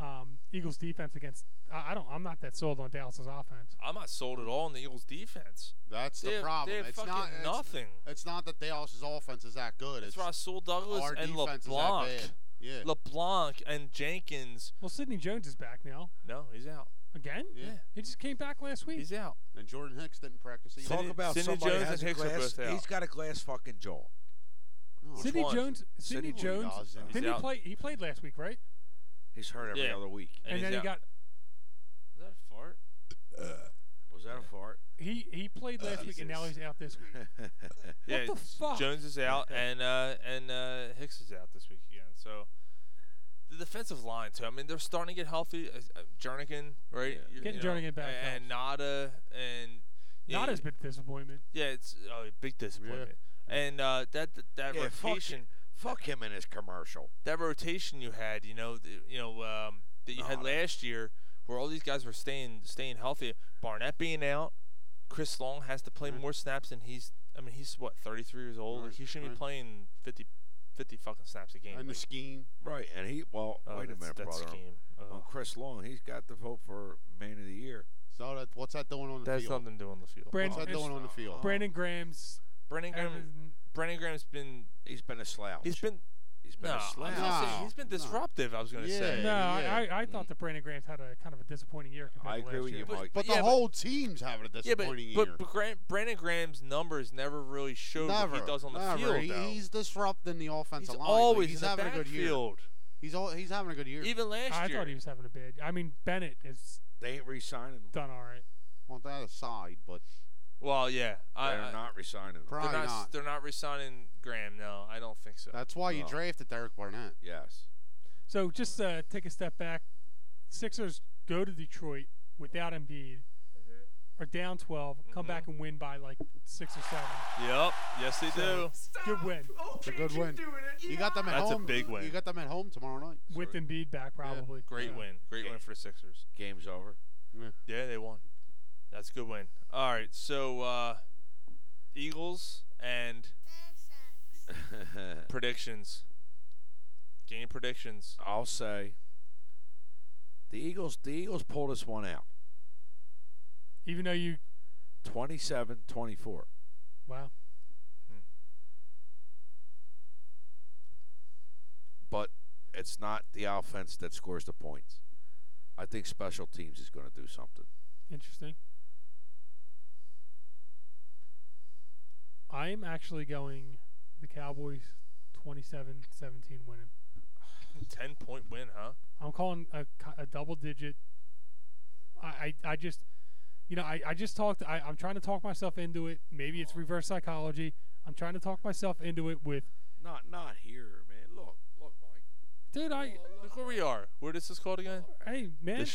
[SPEAKER 9] um, Eagles defense against I, I don't. I'm not that sold on Dallas's offense.
[SPEAKER 6] I'm not sold at all on the Eagles' defense.
[SPEAKER 10] That's the
[SPEAKER 6] They have-
[SPEAKER 10] problem.
[SPEAKER 6] They have
[SPEAKER 10] it's
[SPEAKER 6] fucking
[SPEAKER 10] not it's-
[SPEAKER 6] nothing.
[SPEAKER 10] It's, not that Dallas's offense is that good.
[SPEAKER 6] It's
[SPEAKER 10] It's
[SPEAKER 6] Rasul Douglas
[SPEAKER 10] our
[SPEAKER 6] and
[SPEAKER 10] defense is that
[SPEAKER 6] LeBlanc.
[SPEAKER 10] bad. Yeah.
[SPEAKER 6] LeBlanc and Jenkins.
[SPEAKER 9] Well, Sidney Jones is back now
[SPEAKER 6] No, he's out.
[SPEAKER 9] again.
[SPEAKER 6] Yeah.
[SPEAKER 9] he just came back last week.
[SPEAKER 6] He's out.
[SPEAKER 10] and Jordan Hicks didn't practice either.
[SPEAKER 8] Talk about somebody
[SPEAKER 6] Jones
[SPEAKER 8] has
[SPEAKER 6] and
[SPEAKER 8] a
[SPEAKER 6] Hicks are
[SPEAKER 8] glass.
[SPEAKER 6] both out.
[SPEAKER 8] He's got a glass fucking jaw.
[SPEAKER 10] No.
[SPEAKER 9] Sidney
[SPEAKER 8] one?
[SPEAKER 9] Jones. Sidney
[SPEAKER 8] Sidney
[SPEAKER 9] Jones.
[SPEAKER 8] Jones.
[SPEAKER 9] Didn't
[SPEAKER 8] He's
[SPEAKER 9] he
[SPEAKER 8] out.
[SPEAKER 9] play? He played last week, right?
[SPEAKER 8] He's hurt every
[SPEAKER 6] Yeah.
[SPEAKER 8] other week.
[SPEAKER 6] And
[SPEAKER 9] And,
[SPEAKER 6] he's
[SPEAKER 9] then he
[SPEAKER 6] out.
[SPEAKER 9] got
[SPEAKER 6] Is that a fart?
[SPEAKER 8] Was that a fart? <laughs>
[SPEAKER 9] he he played last week, and now he's out this week.
[SPEAKER 6] yeah,
[SPEAKER 9] the fuck?
[SPEAKER 6] Jones is out and uh, and uh, Hicks is out this week again. So the defensive line too. I mean, they're starting to get healthy. Uh, uh, Jernigan, right?
[SPEAKER 9] Yeah.
[SPEAKER 6] You-
[SPEAKER 9] Getting
[SPEAKER 6] you know,
[SPEAKER 9] Jernigan back
[SPEAKER 6] And Nada and yeah,
[SPEAKER 9] Not as big disappointment.
[SPEAKER 6] Yeah, it's oh, a big disappointment. And uh, that that
[SPEAKER 8] Yeah, fuck
[SPEAKER 6] rotation,
[SPEAKER 8] Fuck him in his commercial.
[SPEAKER 6] that rotation you had, you know, th- you know um, that you had
[SPEAKER 8] Nada.
[SPEAKER 6] last year, where all these guys were staying staying healthy. Barnett being out, Chris Long has to
[SPEAKER 8] Mm-hmm.
[SPEAKER 6] play more snaps, and he's I mean he's what 33 years old. Like, he shouldn't be
[SPEAKER 10] right.
[SPEAKER 6] playing 50, 50 fucking snaps a game.
[SPEAKER 10] And the
[SPEAKER 6] Like,
[SPEAKER 10] scheme.
[SPEAKER 8] Right, and he well,
[SPEAKER 6] Oh,
[SPEAKER 8] wait a
[SPEAKER 6] that's-
[SPEAKER 8] minute,
[SPEAKER 6] that's
[SPEAKER 8] brother.
[SPEAKER 6] scheme.
[SPEAKER 8] On
[SPEAKER 6] Ugh.
[SPEAKER 8] Chris Long, he's got the vote for man of the year.
[SPEAKER 10] So that, what's that doing on the
[SPEAKER 6] that's
[SPEAKER 10] field?
[SPEAKER 6] nothing to do on the field.
[SPEAKER 9] Brandon,
[SPEAKER 10] What's that
[SPEAKER 9] it's-
[SPEAKER 10] doing on the field?
[SPEAKER 9] Brandon Graham's.
[SPEAKER 6] Brandon Graham,
[SPEAKER 9] Evan-
[SPEAKER 6] Brandon Graham's been
[SPEAKER 8] He's been a slouch.
[SPEAKER 6] he's been
[SPEAKER 8] he's been
[SPEAKER 6] no, I
[SPEAKER 8] a
[SPEAKER 6] was
[SPEAKER 8] slouch.
[SPEAKER 6] gonna say,
[SPEAKER 10] No,
[SPEAKER 6] he's been
[SPEAKER 10] no.
[SPEAKER 6] disruptive. I was gonna
[SPEAKER 10] Yeah.
[SPEAKER 6] say
[SPEAKER 9] No, I, I, I thought that Brandon Graham's had a kind of a disappointing year compared
[SPEAKER 8] I
[SPEAKER 9] to last
[SPEAKER 8] agree with
[SPEAKER 9] year.
[SPEAKER 8] you, Mike.
[SPEAKER 10] But the
[SPEAKER 6] Yeah, but-
[SPEAKER 10] whole team's having a
[SPEAKER 6] Yeah, but
[SPEAKER 10] disappointing year.
[SPEAKER 6] but, but Grant, Brandon Graham's numbers never really showed
[SPEAKER 10] never.
[SPEAKER 6] what he does on the
[SPEAKER 10] never.
[SPEAKER 6] field.
[SPEAKER 10] He-
[SPEAKER 6] though.
[SPEAKER 10] he's disrupting the offensive
[SPEAKER 6] He's
[SPEAKER 10] line. Like,
[SPEAKER 6] always
[SPEAKER 10] he's
[SPEAKER 6] in the
[SPEAKER 10] having a good year.
[SPEAKER 6] backfield.
[SPEAKER 10] He's all, he's having a good year.
[SPEAKER 6] Even last
[SPEAKER 9] I
[SPEAKER 6] year,
[SPEAKER 9] thought he was having a bad. I mean, Bennett has
[SPEAKER 8] They ain't re-signing him.
[SPEAKER 9] done all right.
[SPEAKER 10] well, that aside, but
[SPEAKER 6] Well, yeah, I,
[SPEAKER 8] They're
[SPEAKER 6] I-
[SPEAKER 8] not resigning him.
[SPEAKER 6] They're
[SPEAKER 20] Probably
[SPEAKER 6] not,
[SPEAKER 20] not.
[SPEAKER 6] They're not resigning Graham. No, I don't think so.
[SPEAKER 20] That's why you
[SPEAKER 6] No.
[SPEAKER 20] drafted Derek Barnett.
[SPEAKER 8] Yes.
[SPEAKER 9] So just uh, take a step back. Sixers go to Detroit without Embiid, are down 12, come back and win by like six or seven.
[SPEAKER 6] Yep. Yes, they do.
[SPEAKER 9] Good win.
[SPEAKER 20] It's a good win. You got them at
[SPEAKER 6] That's a
[SPEAKER 20] home.
[SPEAKER 6] big win.
[SPEAKER 20] You got them at home tomorrow night.
[SPEAKER 9] With Embiid back, probably.
[SPEAKER 6] Great
[SPEAKER 9] Yeah.
[SPEAKER 6] win. Great win for the Sixers.
[SPEAKER 8] Game's over. <laughs>
[SPEAKER 20] Yeah.
[SPEAKER 6] they won. That's a good win. All right, so uh, Eagles and predictions. Game
[SPEAKER 10] Oh.
[SPEAKER 6] predictions.
[SPEAKER 8] I'll say the Eagles. The Eagles pulled this one out.
[SPEAKER 9] Even though you
[SPEAKER 8] 27-24.
[SPEAKER 9] Wow.
[SPEAKER 8] but it's not the offense that scores the points. I think special teams is going to do something.
[SPEAKER 9] Interesting. I'm actually going the Cowboys 27 17 winning.
[SPEAKER 6] Ten point win, huh?
[SPEAKER 9] I'm calling a, co- a double digit. I, I, I just, you know, I, I just talked. I, I'm trying to talk myself into it. Maybe it's reverse psychology. I'm trying to talk myself into it with,
[SPEAKER 8] Not not here, man. Look, look, Mike.
[SPEAKER 9] dude, I,
[SPEAKER 6] Look where we are. Where this is called again?
[SPEAKER 9] hey, man.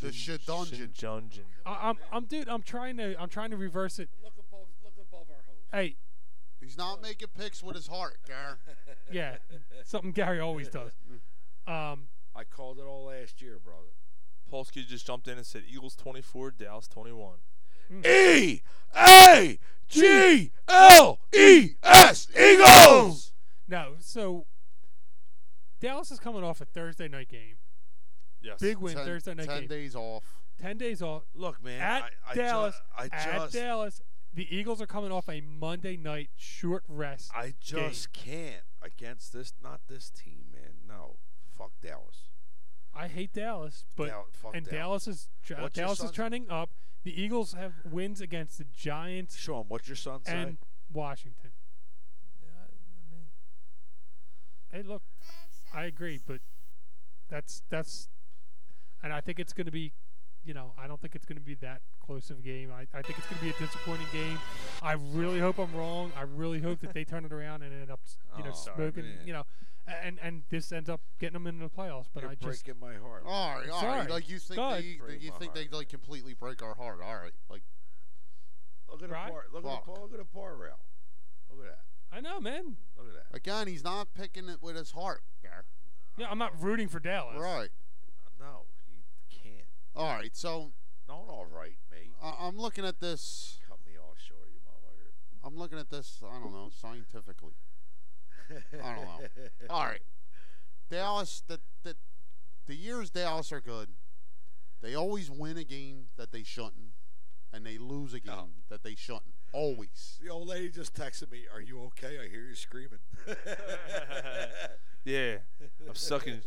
[SPEAKER 6] the shit dungeon. dungeon.
[SPEAKER 9] I, I'm, I'm, dude, I'm trying to, I'm trying to reverse it.
[SPEAKER 4] Look above, look above our host.
[SPEAKER 9] Hey,
[SPEAKER 10] He's not making picks with his heart, Gar.
[SPEAKER 9] yeah, something Gary always does. Um,
[SPEAKER 8] I called it all last year, brother.
[SPEAKER 6] Polsky just jumped in and said Eagles 24, Dallas 21.
[SPEAKER 8] E A G L E S Eagles.
[SPEAKER 9] No, so Dallas is coming off a Thursday night game.
[SPEAKER 6] Yes.
[SPEAKER 9] <laughs> Big win
[SPEAKER 10] Ten-
[SPEAKER 9] Thursday night
[SPEAKER 10] ten
[SPEAKER 9] game.
[SPEAKER 10] days off.
[SPEAKER 9] Ten days off.
[SPEAKER 8] Look, man,
[SPEAKER 9] At
[SPEAKER 8] I- I ju-
[SPEAKER 9] Dallas.
[SPEAKER 8] I
[SPEAKER 9] at
[SPEAKER 8] just-
[SPEAKER 9] Dallas. The Eagles are coming off a Monday night short rest.
[SPEAKER 8] I just
[SPEAKER 9] game.
[SPEAKER 8] can't against this. Not this team, man. No, fuck Dallas.
[SPEAKER 9] I hate Dallas, but
[SPEAKER 8] Dal- fuck
[SPEAKER 9] and Dallas,
[SPEAKER 8] Dallas.
[SPEAKER 9] is tr-
[SPEAKER 8] What's your
[SPEAKER 9] Dallas is
[SPEAKER 8] son's-
[SPEAKER 9] trending up. The Eagles have wins against the Giants
[SPEAKER 8] Show him what your son said.
[SPEAKER 9] and Washington. Hey, look, I agree, but that's that's, and I think it's going to be, you know, I don't think it's going to be that close of a game. I, I think it's going to be a disappointing game. I really hope I'm wrong. I really hope that they turn it around and end up, you know,
[SPEAKER 8] <laughs> Oh, sorry,
[SPEAKER 9] smoking,
[SPEAKER 8] man.
[SPEAKER 9] you know, a- and and this ends up getting them into the playoffs. But
[SPEAKER 8] You're
[SPEAKER 9] I just
[SPEAKER 8] breaking my heart.
[SPEAKER 10] All right, all right.
[SPEAKER 9] Sorry.
[SPEAKER 10] Like you think
[SPEAKER 9] Go ahead.
[SPEAKER 10] they,
[SPEAKER 8] Break
[SPEAKER 10] you
[SPEAKER 8] my
[SPEAKER 10] think they like completely break our heart? All right, like
[SPEAKER 8] Look at
[SPEAKER 9] Right?
[SPEAKER 8] the bar. Look at
[SPEAKER 10] Fuck.
[SPEAKER 8] the bar. Look at the bar rail. Look at that.
[SPEAKER 9] I know, man.
[SPEAKER 8] Look at that.
[SPEAKER 10] again, he's not picking it with his heart, Gar.
[SPEAKER 9] Yeah, I'm not rooting for Dallas.
[SPEAKER 10] Right.
[SPEAKER 8] No, you can't.
[SPEAKER 10] All right. So
[SPEAKER 8] Not all right, mate.
[SPEAKER 10] I I'm looking at this.
[SPEAKER 8] Cut me off short, you motherfucker. <laughs>
[SPEAKER 10] I'm looking at this. I don't know scientifically. I
[SPEAKER 6] <laughs>
[SPEAKER 10] don't know. All right, Dallas. The the the years Dallas are good. They always win a game that they shouldn't, and they lose a game
[SPEAKER 6] Oh.
[SPEAKER 10] that they shouldn't. Always.
[SPEAKER 4] The old lady just texted me, "Are you okay? I hear you screaming."
[SPEAKER 8] <laughs>
[SPEAKER 6] Yeah, I'm
[SPEAKER 8] <laughs>
[SPEAKER 6] sucking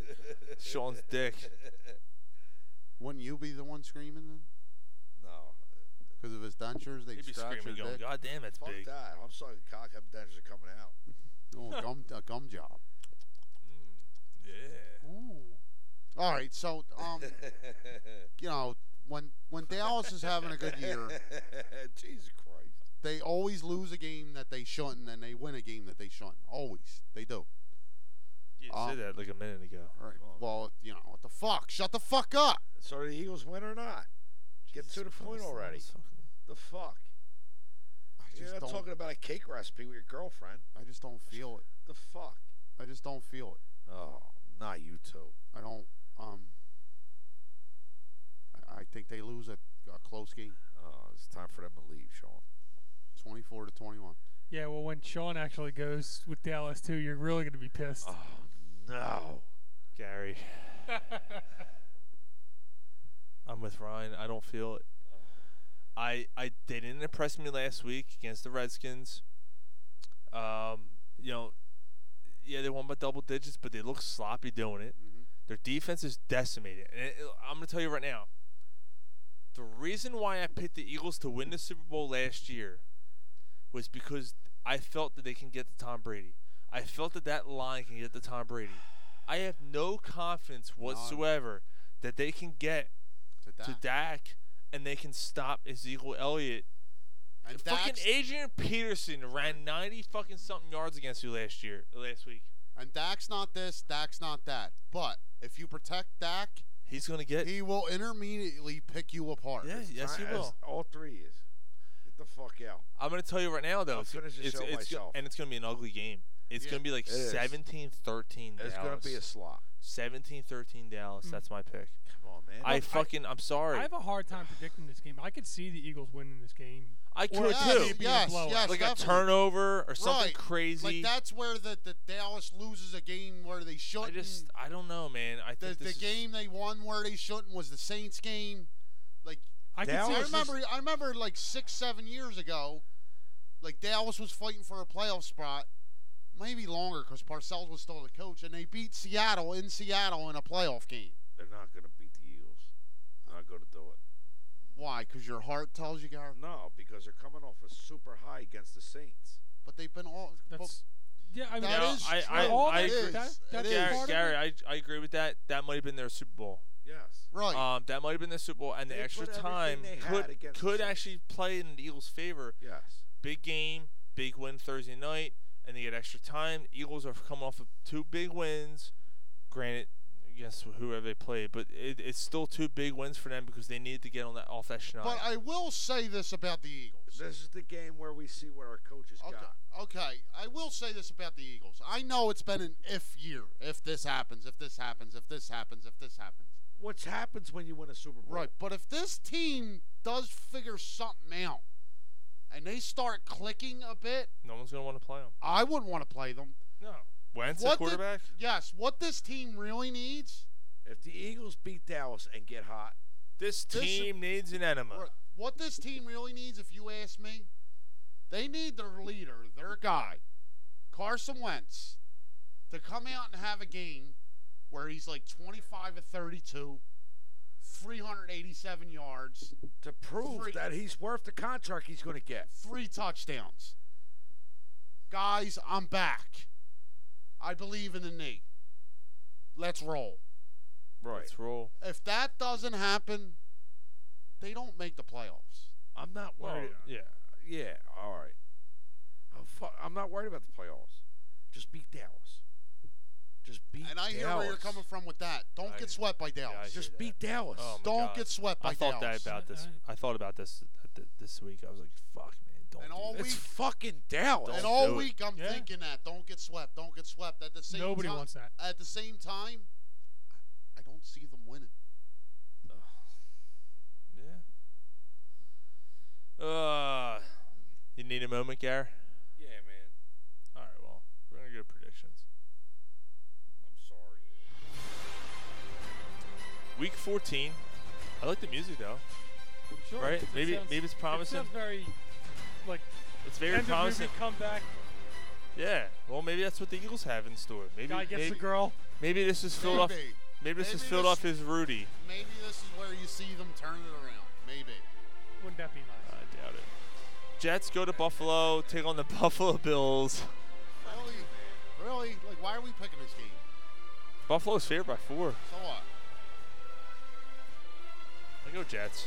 [SPEAKER 6] Sean's dick.
[SPEAKER 10] Wouldn't you be the one screaming then?
[SPEAKER 8] No,
[SPEAKER 10] Because of his dentures, they
[SPEAKER 6] He'd be
[SPEAKER 10] extract your
[SPEAKER 6] screaming, going,
[SPEAKER 10] dick.
[SPEAKER 6] "God damn, it's
[SPEAKER 8] fuck
[SPEAKER 6] big."
[SPEAKER 8] that. I'm sucking cock. I'm dentures are coming <laughs> out.
[SPEAKER 6] <laughs>
[SPEAKER 10] Oh, gum, a gum job.
[SPEAKER 6] Mm, Yeah.
[SPEAKER 9] Ooh.
[SPEAKER 10] All right, so
[SPEAKER 6] <laughs>
[SPEAKER 10] um, you know, when when Dallas is having a good year,
[SPEAKER 8] <laughs> Jesus Christ.
[SPEAKER 10] they always lose a game that they shouldn't, and they win a game that they shouldn't. Always, they do.
[SPEAKER 6] You
[SPEAKER 10] Um,
[SPEAKER 6] said that like a minute ago.
[SPEAKER 10] All right. Well, you know what the fuck? Shut the fuck up.
[SPEAKER 8] So do the Eagles win or not? Get to the point already. The fuck.
[SPEAKER 10] I
[SPEAKER 8] You're
[SPEAKER 10] just
[SPEAKER 8] not
[SPEAKER 10] don't.
[SPEAKER 8] talking about a cake recipe with your girlfriend.
[SPEAKER 10] I just don't feel it.
[SPEAKER 8] The fuck.
[SPEAKER 10] I just don't feel it.
[SPEAKER 8] Oh, not you two.
[SPEAKER 10] I don't. Um. I, I think they lose a, a close game,
[SPEAKER 8] Oh, it's time for them to leave, Sean.
[SPEAKER 10] twenty-four to twenty-one.
[SPEAKER 9] Yeah, well, when Sean actually goes with Dallas too, you're really going to be pissed.
[SPEAKER 8] Oh no.
[SPEAKER 6] Gary, I'm with Ryan. I don't feel it. I I they didn't impress me last week against the Redskins. Um, you know, yeah, they won by double digits, but they look sloppy doing it. Their defense is decimated. And it, I'm gonna tell you right now, the reason why I picked the Eagles to win the Super Bowl last year was because I felt that they can get to Tom Brady. I felt that that line can get to Tom Brady. I have no confidence whatsoever that they can get
[SPEAKER 10] To
[SPEAKER 6] to
[SPEAKER 10] that.
[SPEAKER 6] Dak and they can stop Ezekiel Elliott
[SPEAKER 10] And
[SPEAKER 6] fucking
[SPEAKER 10] Dax,
[SPEAKER 6] Adrian Peterson ran 90 fucking something yards against you last year, last week.
[SPEAKER 10] and Dak's not this, Dak's not that. But if you protect Dak,
[SPEAKER 6] he's gonna get.
[SPEAKER 10] He will intermediately pick you apart.
[SPEAKER 6] Yeah, yes, he
[SPEAKER 8] Fine,
[SPEAKER 6] will.
[SPEAKER 8] that's All three is. Get the fuck out.
[SPEAKER 6] I'm gonna tell you right now though.
[SPEAKER 8] I'll finish the
[SPEAKER 6] it's,
[SPEAKER 8] show
[SPEAKER 6] it's go-
[SPEAKER 8] myself.
[SPEAKER 6] and it's gonna be an ugly game. It's
[SPEAKER 8] Yeah.
[SPEAKER 6] gonna be like
[SPEAKER 8] It is.
[SPEAKER 6] 17 13
[SPEAKER 8] It's gonna be a slot.
[SPEAKER 6] 17 13 Dallas.
[SPEAKER 9] Mm.
[SPEAKER 6] That's my pick.
[SPEAKER 8] Come on, man.
[SPEAKER 6] I
[SPEAKER 9] Look, I-
[SPEAKER 6] fucking. I, am sorry.
[SPEAKER 9] I have a hard time predicting this game. I could see the Eagles winning this game.
[SPEAKER 6] I
[SPEAKER 9] Or
[SPEAKER 6] could
[SPEAKER 9] it
[SPEAKER 6] too.
[SPEAKER 9] could be a blowout.
[SPEAKER 6] like a turnover or something
[SPEAKER 10] Right.
[SPEAKER 6] crazy.
[SPEAKER 10] Like that's where the, the Dallas loses a game where they shouldn't.
[SPEAKER 6] just- I don't know, man. I
[SPEAKER 10] the,
[SPEAKER 6] think
[SPEAKER 10] the
[SPEAKER 6] this is-
[SPEAKER 10] game they won where they shouldn't was the Saints game. Like
[SPEAKER 9] Oh, I
[SPEAKER 6] could see
[SPEAKER 10] I
[SPEAKER 6] us just-
[SPEAKER 10] remember I remember like six seven years ago, like Dallas was fighting for a playoff spot, maybe longer because Parcells was still the coach, and they beat Seattle in Seattle in a playoff game.
[SPEAKER 8] They're not gonna beat the Eagles. Not gonna do it.
[SPEAKER 10] Why? Because your heart tells you, Gar.
[SPEAKER 8] No, because they're coming off a super high against the Saints.
[SPEAKER 10] But they've been all.
[SPEAKER 9] That's, yeah, I mean,
[SPEAKER 6] Now, I, I,
[SPEAKER 9] all
[SPEAKER 6] I
[SPEAKER 9] that-
[SPEAKER 6] agree.
[SPEAKER 9] that- that's
[SPEAKER 6] Gary,
[SPEAKER 9] part
[SPEAKER 6] Gary,
[SPEAKER 9] of it.
[SPEAKER 6] I, I agree with that. That might have been their Super Bowl.
[SPEAKER 8] Yes.
[SPEAKER 10] Right.
[SPEAKER 6] Um, that might have been their Super Bowl, and
[SPEAKER 8] They
[SPEAKER 6] the extra
[SPEAKER 8] put everything
[SPEAKER 6] time
[SPEAKER 8] they had
[SPEAKER 6] could
[SPEAKER 8] against the
[SPEAKER 6] could
[SPEAKER 8] Saints.
[SPEAKER 6] actually play in the Eagles' favor.
[SPEAKER 8] Yes.
[SPEAKER 6] Big game, big win Thursday night, and they get extra time. Eagles are coming off of two big wins. Granted, against whoever they played, but it, it's still two big wins for them because they needed to get on that off that schneid.
[SPEAKER 10] But I will say this about the Eagles.
[SPEAKER 8] This is the game where we see what our coaches got.
[SPEAKER 10] Okay, I will say this about the Eagles. I know it's been an if year. If this happens, if this happens, if this happens, if this happens.
[SPEAKER 8] What happens when you win a Super Bowl?
[SPEAKER 10] Right, but if this team does figure something out and they start clicking a bit,
[SPEAKER 6] no one's gonna want to play them.
[SPEAKER 10] I wouldn't want to play them.
[SPEAKER 6] No. Wentz at
[SPEAKER 10] What the-
[SPEAKER 6] quarterback.
[SPEAKER 10] yes, what this team really needs,
[SPEAKER 8] If the Eagles beat Dallas and get hot,
[SPEAKER 6] this
[SPEAKER 10] This-
[SPEAKER 6] team needs an enema.
[SPEAKER 10] right, what this team really needs, if you ask me, they need their leader, their guy, Carson Wentz, to come out and have a game where he's like 25 of 32, 387 yards,
[SPEAKER 8] to prove
[SPEAKER 10] Three.
[SPEAKER 8] that he's worth the contract he's going to get.
[SPEAKER 10] three touchdowns. Guys, I'm back. I believe in the knee. Let's roll.
[SPEAKER 8] Right.
[SPEAKER 6] Let's roll.
[SPEAKER 10] If that doesn't happen, they don't make the playoffs.
[SPEAKER 8] I'm not
[SPEAKER 6] Well,
[SPEAKER 8] worried.
[SPEAKER 6] yeah.
[SPEAKER 8] Yeah. All right. I'm, fu- I'm not worried about the playoffs. Just beat Dallas. Just beat.
[SPEAKER 10] And I hear where you're
[SPEAKER 8] Dallas.
[SPEAKER 10] coming from with that. Don't
[SPEAKER 6] I-
[SPEAKER 10] get swept by
[SPEAKER 6] Yeah, I
[SPEAKER 10] Dallas.
[SPEAKER 6] hear
[SPEAKER 8] Just
[SPEAKER 6] that.
[SPEAKER 8] beat Dallas.
[SPEAKER 11] Um,
[SPEAKER 6] Oh my
[SPEAKER 10] Don't
[SPEAKER 6] God.
[SPEAKER 10] get swept by
[SPEAKER 6] I thought
[SPEAKER 10] Dallas.
[SPEAKER 6] that about this. I thought about this uh, th- th- this week. I was like, "Fuck, man, don't."
[SPEAKER 10] And
[SPEAKER 6] do
[SPEAKER 10] all
[SPEAKER 6] that.
[SPEAKER 10] week,
[SPEAKER 8] It's fucking Dallas.
[SPEAKER 6] Don't
[SPEAKER 10] and
[SPEAKER 6] do
[SPEAKER 10] all
[SPEAKER 6] it.
[SPEAKER 10] week, I'm
[SPEAKER 9] Yeah.
[SPEAKER 10] thinking that. Don't get swept. Don't get swept. At the same
[SPEAKER 9] Nobody
[SPEAKER 10] ti-
[SPEAKER 9] wants that.
[SPEAKER 10] At the same time, I, I don't see them winning.
[SPEAKER 6] Yeah. Uh, you need a moment, Gar?
[SPEAKER 8] Yeah, man.
[SPEAKER 6] All right, well, we're gonna go to predictions.
[SPEAKER 8] I'm sorry.
[SPEAKER 6] Week 14. I like the music though.
[SPEAKER 9] Sure,
[SPEAKER 6] Right?
[SPEAKER 9] it
[SPEAKER 6] Maybe-
[SPEAKER 9] sounds-
[SPEAKER 6] maybe it's promising.
[SPEAKER 9] It sounds very, like,
[SPEAKER 6] It's very
[SPEAKER 9] end of movie,
[SPEAKER 6] promising.
[SPEAKER 9] come back.
[SPEAKER 6] Yeah. Well, maybe that's what the Eagles have in store. Maybe
[SPEAKER 9] guy gets
[SPEAKER 6] maybe,
[SPEAKER 9] the girl.
[SPEAKER 6] maybe this is filled off.
[SPEAKER 10] Maybe.
[SPEAKER 6] Maybe this is
[SPEAKER 10] Maybe
[SPEAKER 6] filled
[SPEAKER 10] this-
[SPEAKER 6] off his Rudy.
[SPEAKER 10] Maybe this is where you see them turn it around. Maybe.
[SPEAKER 9] Wouldn't that be
[SPEAKER 6] I
[SPEAKER 9] nice?
[SPEAKER 6] doubt it. Jets go to Buffalo, take on the <laughs> Buffalo Bills.
[SPEAKER 10] Really? Really? Like, why are we picking this game?
[SPEAKER 6] Buffalo's favored by four.
[SPEAKER 10] So what?
[SPEAKER 6] I go Jets.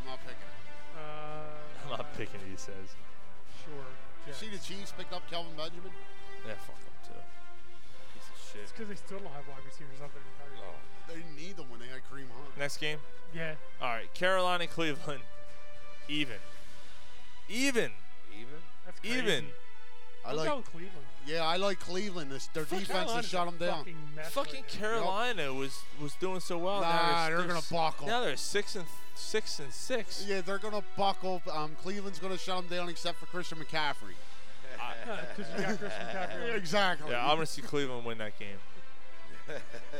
[SPEAKER 10] I'm not picking it.
[SPEAKER 9] Uh,
[SPEAKER 6] I'm not picking it, he says.
[SPEAKER 9] Sure.
[SPEAKER 10] You
[SPEAKER 9] Jets.
[SPEAKER 10] see the Chiefs picked up Kelvin Benjamin?
[SPEAKER 6] Yeah, fuck them too. Piece of shit. Oh.
[SPEAKER 9] It's because they still don't have wide receivers up there.
[SPEAKER 10] They need them when they had Kareem Hunt.
[SPEAKER 6] Next game.
[SPEAKER 9] Yeah.
[SPEAKER 6] All right, Carolina, Cleveland, even, even.
[SPEAKER 8] Even.
[SPEAKER 9] That's crazy.
[SPEAKER 6] Even.
[SPEAKER 10] I
[SPEAKER 9] I'm
[SPEAKER 10] like.
[SPEAKER 9] going Cleveland.
[SPEAKER 10] Yeah, I like Cleveland. This their
[SPEAKER 9] Fuck,
[SPEAKER 10] defense
[SPEAKER 9] Carolina's
[SPEAKER 10] has shut
[SPEAKER 9] a
[SPEAKER 10] them down.
[SPEAKER 9] Fucking, mess
[SPEAKER 6] Fucking
[SPEAKER 9] right now.
[SPEAKER 6] Carolina was was doing so well.
[SPEAKER 10] Nah,
[SPEAKER 6] now
[SPEAKER 10] they're gonna
[SPEAKER 6] s-
[SPEAKER 10] buckle.
[SPEAKER 6] Now they're six and six and six.
[SPEAKER 10] Yeah, they're gonna buckle. Um, Cleveland's gonna shut them down except for Christian McCaffrey.
[SPEAKER 9] Because you got
[SPEAKER 10] <laughs>
[SPEAKER 9] Christian McCaffrey.
[SPEAKER 10] exactly.
[SPEAKER 6] Yeah, I'm gonna see Cleveland win that game.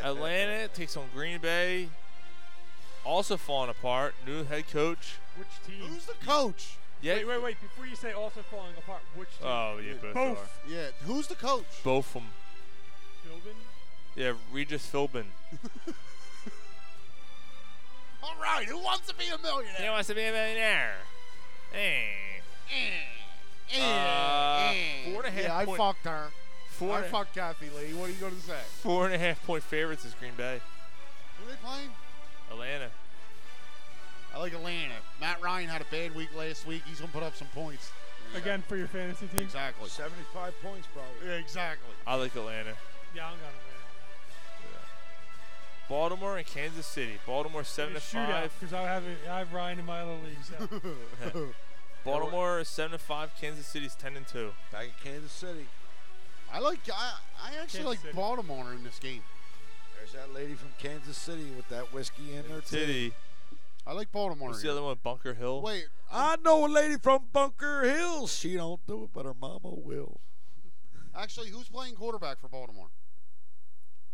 [SPEAKER 6] Atlanta takes on Green Bay. Also falling apart. New head coach.
[SPEAKER 9] Which team?
[SPEAKER 10] Who's the coach?
[SPEAKER 6] Yeah.
[SPEAKER 9] Wait, wait, wait. Before you say also falling apart, which team?
[SPEAKER 6] Oh, yeah, both.
[SPEAKER 9] Both.
[SPEAKER 6] Are.
[SPEAKER 10] Yeah, who's the coach?
[SPEAKER 6] Both of them.
[SPEAKER 9] Philbin?
[SPEAKER 6] Yeah, Regis Philbin.
[SPEAKER 10] All right, who wants to be a millionaire?
[SPEAKER 6] He wants to be a millionaire. Hey. Uh, four and a half
[SPEAKER 10] Yeah, I
[SPEAKER 6] point-
[SPEAKER 10] fucked her.
[SPEAKER 6] Four
[SPEAKER 10] I
[SPEAKER 6] and a-
[SPEAKER 10] fucked Kathy Lee. What are you gonna say?
[SPEAKER 6] Four and a half point favorites is Green Bay.
[SPEAKER 10] Who are they playing?
[SPEAKER 6] Atlanta.
[SPEAKER 10] I like Atlanta. Matt Ryan had a bad week last week. He's gonna put up some points.
[SPEAKER 9] Again for your fantasy team.
[SPEAKER 10] Exactly.
[SPEAKER 11] Seventy-five points, probably.
[SPEAKER 10] Yeah, exactly.
[SPEAKER 6] I like Atlanta.
[SPEAKER 9] Yeah, I'm going
[SPEAKER 6] Baltimore and Kansas City. Baltimore seven to
[SPEAKER 9] to
[SPEAKER 6] five.
[SPEAKER 9] because I have I have Ryan in my other league.
[SPEAKER 10] <laughs>
[SPEAKER 9] So.
[SPEAKER 6] Baltimore is seven to five. Kansas City's ten and two.
[SPEAKER 8] Back at Kansas City.
[SPEAKER 10] I like. I, I actually
[SPEAKER 8] Kansas
[SPEAKER 10] like
[SPEAKER 8] City.
[SPEAKER 10] Baltimore in this game.
[SPEAKER 11] There's that lady from Kansas City with that whiskey in her
[SPEAKER 6] City.
[SPEAKER 10] I like Baltimore.
[SPEAKER 6] Who's the
[SPEAKER 10] here.
[SPEAKER 6] other one? Bunker Hill.
[SPEAKER 10] Wait,
[SPEAKER 11] I know a lady from Bunker Hills. She don't do it, but her mama will.
[SPEAKER 10] Actually, who's playing quarterback for Baltimore?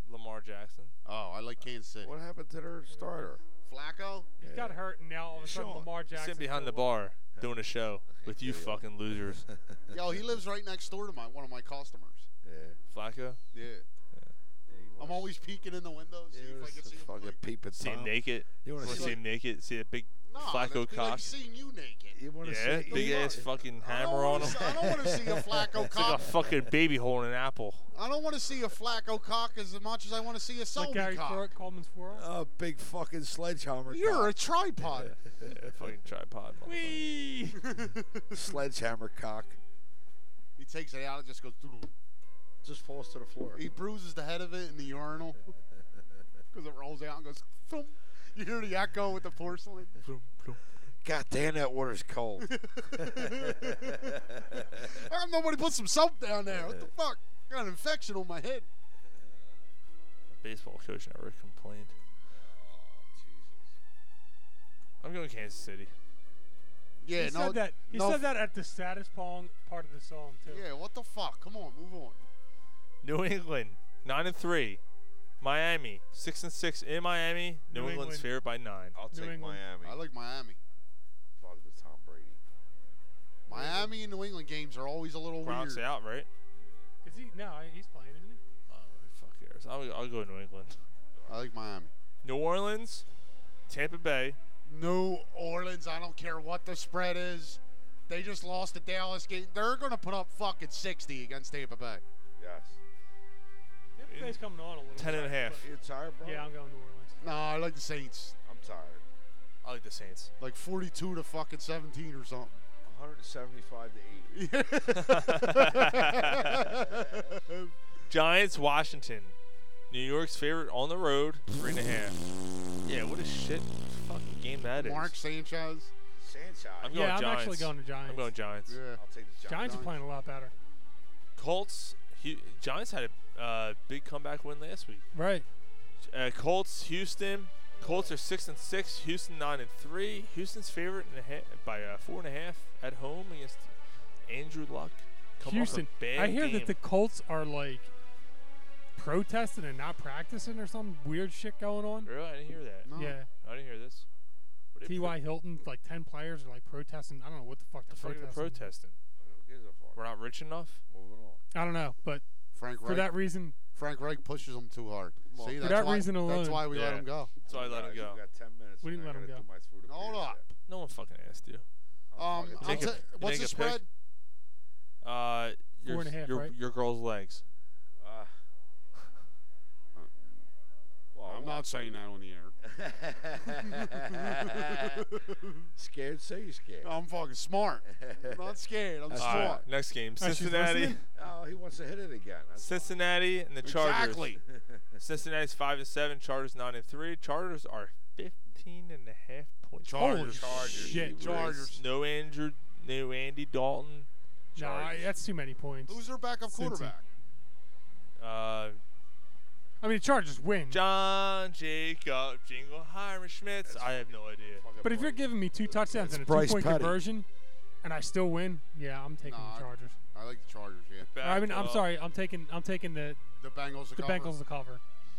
[SPEAKER 6] Lamar Jackson.
[SPEAKER 10] Oh, I like Kansas City.
[SPEAKER 11] What happened to their starter?
[SPEAKER 10] Flacco.
[SPEAKER 9] He's got hurt, and now all of a sudden
[SPEAKER 10] Sean.
[SPEAKER 9] Lamar
[SPEAKER 6] He's
[SPEAKER 9] Jackson.
[SPEAKER 6] sitting behind the bar doing a show with you fucking losers.
[SPEAKER 10] Yo, he lives right next door to my one of my customers.
[SPEAKER 6] Flacco.
[SPEAKER 10] Yeah. I'm always peeking in the windows. See if I can see him.
[SPEAKER 11] Fucking peep at
[SPEAKER 6] See him
[SPEAKER 11] Tom.
[SPEAKER 6] naked.
[SPEAKER 11] You wanna
[SPEAKER 6] Wanna
[SPEAKER 11] see-
[SPEAKER 6] see him naked? See that big
[SPEAKER 10] Nah,
[SPEAKER 6] Flacco
[SPEAKER 10] that'd be
[SPEAKER 6] cock?
[SPEAKER 10] Like seeing you naked.
[SPEAKER 11] You wanna
[SPEAKER 6] yeah,
[SPEAKER 11] see-
[SPEAKER 6] big
[SPEAKER 11] you
[SPEAKER 6] ass
[SPEAKER 11] wanna-
[SPEAKER 6] fucking
[SPEAKER 10] I don't
[SPEAKER 6] hammer on
[SPEAKER 10] wanna
[SPEAKER 6] him.
[SPEAKER 10] <laughs> see- I don't
[SPEAKER 6] <laughs>
[SPEAKER 10] wanna see a Flacco
[SPEAKER 6] it's like
[SPEAKER 10] cock.
[SPEAKER 6] a fucking baby holding an apple.
[SPEAKER 10] I don't want to see a Flacco cock as much as I want to see a Selby
[SPEAKER 9] Gary
[SPEAKER 10] cock.
[SPEAKER 9] Flor- Coleman's forearm.
[SPEAKER 6] Uh,
[SPEAKER 11] A big fucking sledgehammer.
[SPEAKER 10] You're
[SPEAKER 11] cock.
[SPEAKER 10] a tripod.
[SPEAKER 6] Yeah, fucking tripod. motherfucker.
[SPEAKER 11] <laughs> sledgehammer cock.
[SPEAKER 10] He takes it out and just goes. doo-doo.
[SPEAKER 11] Just falls to the floor.
[SPEAKER 10] He bruises the head of it in
[SPEAKER 6] <laughs>
[SPEAKER 10] the urinal because it rolls out and goes. thump. You hear the echo with the porcelain. <laughs>
[SPEAKER 11] God damn, that water's cold. <laughs>
[SPEAKER 10] How come nobody put some soap down there?
[SPEAKER 6] <laughs>
[SPEAKER 10] What the fuck? Got an infection on my head.
[SPEAKER 6] Baseball coach never complained. Oh, I'm going Kansas City.
[SPEAKER 10] Yeah,
[SPEAKER 9] he
[SPEAKER 10] no.
[SPEAKER 9] said that. He
[SPEAKER 10] no
[SPEAKER 9] said that at the saddest pong part of the song too.
[SPEAKER 10] Yeah, what the fuck? Come on, move on.
[SPEAKER 6] New England, nine and three. Miami, six and six in Miami. New, Oh,
[SPEAKER 9] New
[SPEAKER 6] England's
[SPEAKER 9] England.
[SPEAKER 6] favored by nine.
[SPEAKER 8] I'll
[SPEAKER 9] New
[SPEAKER 8] take
[SPEAKER 9] England.
[SPEAKER 8] Miami.
[SPEAKER 10] I like Miami.
[SPEAKER 8] Fuck with Tom Brady.
[SPEAKER 10] Miami and New England games are always a little
[SPEAKER 6] Gronk's
[SPEAKER 10] weird.
[SPEAKER 6] out, right?
[SPEAKER 9] Is he? No, he's playing, isn't he?
[SPEAKER 6] Oh, fuck cares. I'll, I'll go New England.
[SPEAKER 10] I like Miami.
[SPEAKER 6] New Orleans, Tampa Bay.
[SPEAKER 10] New Orleans, I don't care what the spread is. They just lost the Dallas game. They're going to put up fucking 60 against Tampa Bay.
[SPEAKER 8] Yes.
[SPEAKER 9] Tampa Bay's coming on a little.
[SPEAKER 6] Ten and a
[SPEAKER 9] bit,
[SPEAKER 6] half.
[SPEAKER 9] but-
[SPEAKER 8] You tired, bro?
[SPEAKER 9] Yeah, I'm going New Orleans.
[SPEAKER 10] No, I like the Saints.
[SPEAKER 8] I'm tired.
[SPEAKER 6] I like the <laughs> Saints.
[SPEAKER 10] Like 42 to fucking 17 or something.
[SPEAKER 8] 175
[SPEAKER 10] <laughs>
[SPEAKER 8] to 8.
[SPEAKER 6] Giants, Washington. New York's favorite on the road, three and a half. Yeah, what a shit fucking game that is.
[SPEAKER 10] Mark Sanchez.
[SPEAKER 8] Sanchez.
[SPEAKER 6] I'm going
[SPEAKER 9] Yeah, I'm
[SPEAKER 6] Giants.
[SPEAKER 9] actually going to Giants.
[SPEAKER 6] I'm going Giants.
[SPEAKER 10] Yeah.
[SPEAKER 8] I'll take the Giants.
[SPEAKER 9] Giants are playing a lot better.
[SPEAKER 6] Colts. Hu Giants had a uh, big comeback win last week.
[SPEAKER 9] Right.
[SPEAKER 6] Uh, Colts, Houston. Colts are six and six. Houston nine and three. Houston's favorite and a half, by uh, four and a half at home against Andrew Luck. Come off a
[SPEAKER 9] Houston.
[SPEAKER 6] bad
[SPEAKER 9] I hear
[SPEAKER 6] game.
[SPEAKER 9] that the Colts are like protesting and not practicing or some weird shit going on.
[SPEAKER 6] Really, I didn't hear that.
[SPEAKER 10] No.
[SPEAKER 9] Yeah.
[SPEAKER 6] I didn't hear this. What did-
[SPEAKER 9] T.Y. Hilton, like ten players are like protesting. I don't know what the fuck
[SPEAKER 6] The fuck
[SPEAKER 9] they're
[SPEAKER 6] are they
[SPEAKER 9] protesting.
[SPEAKER 6] protesting?
[SPEAKER 8] Who gives a fuck?
[SPEAKER 6] We're not rich enough.
[SPEAKER 8] Moving on.
[SPEAKER 9] I don't know, but
[SPEAKER 10] Frank
[SPEAKER 9] for
[SPEAKER 10] Reich.
[SPEAKER 9] that reason,
[SPEAKER 10] Frank Reich pushes them too hard.
[SPEAKER 8] Well,
[SPEAKER 10] See,
[SPEAKER 8] for
[SPEAKER 10] that's
[SPEAKER 9] that
[SPEAKER 10] why,
[SPEAKER 9] reason
[SPEAKER 10] That's
[SPEAKER 9] alone.
[SPEAKER 10] why we let
[SPEAKER 6] Yeah.
[SPEAKER 10] him go.
[SPEAKER 6] So I let him
[SPEAKER 8] Guys,
[SPEAKER 6] go.
[SPEAKER 8] You got 10 minutes.
[SPEAKER 9] We
[SPEAKER 8] and
[SPEAKER 9] didn't
[SPEAKER 8] I
[SPEAKER 9] let 'em
[SPEAKER 8] gotta do
[SPEAKER 9] go.
[SPEAKER 8] my food
[SPEAKER 10] Hold
[SPEAKER 8] appearance
[SPEAKER 10] up.
[SPEAKER 8] yet.
[SPEAKER 6] No one fucking asked you.
[SPEAKER 8] I'll
[SPEAKER 10] Um,
[SPEAKER 8] fucking
[SPEAKER 10] I'll
[SPEAKER 8] take
[SPEAKER 6] a-
[SPEAKER 10] ta- what's
[SPEAKER 6] make a
[SPEAKER 10] the
[SPEAKER 6] pick.
[SPEAKER 10] spread?
[SPEAKER 6] Uh, your,
[SPEAKER 9] Four and a half,
[SPEAKER 6] your,
[SPEAKER 9] right?
[SPEAKER 6] your girl's legs.
[SPEAKER 8] Uh, well,
[SPEAKER 10] I'm not saying that on the air.
[SPEAKER 8] <laughs> scared, say you scared.
[SPEAKER 10] I'm fucking smart.
[SPEAKER 9] <laughs>
[SPEAKER 10] I'm
[SPEAKER 8] <laughs>
[SPEAKER 10] not scared. I'm
[SPEAKER 6] All right,
[SPEAKER 10] smart.
[SPEAKER 6] next game.
[SPEAKER 9] she's
[SPEAKER 6] Cincinnati.
[SPEAKER 9] listening?
[SPEAKER 8] Oh, he wants to hit it again. That's
[SPEAKER 6] Cincinnati and the Chargers.
[SPEAKER 10] Exactly.
[SPEAKER 6] Cincinnati's five and seven. Chargers nine and three. Chargers are 15 and a half points.
[SPEAKER 10] Chargers.
[SPEAKER 9] Chargers. Shit,
[SPEAKER 10] Chargers.
[SPEAKER 6] No Andrew. No Andy Dalton.
[SPEAKER 9] nah,
[SPEAKER 6] Chargers.
[SPEAKER 9] that's too many points.
[SPEAKER 10] Who's their backup
[SPEAKER 9] Cincy.
[SPEAKER 10] quarterback?
[SPEAKER 6] Uh,
[SPEAKER 9] I mean, the Chargers win.
[SPEAKER 6] John Jacob Jingle Hiram Schmitz. I have no idea.
[SPEAKER 8] fucking
[SPEAKER 9] But if you're
[SPEAKER 8] brilliant.
[SPEAKER 9] giving me two touchdowns and a
[SPEAKER 11] Bryce
[SPEAKER 9] two-point
[SPEAKER 11] Petty.
[SPEAKER 9] conversion, and I still win, yeah, I'm taking
[SPEAKER 10] Nah, I-
[SPEAKER 9] the Chargers.
[SPEAKER 10] I like the Chargers. Yeah.
[SPEAKER 9] I mean, I'm
[SPEAKER 6] Back up.
[SPEAKER 9] sorry, I'm taking I'm taking the
[SPEAKER 10] The Bengals.
[SPEAKER 9] the
[SPEAKER 10] cover.
[SPEAKER 9] Bengals to cover.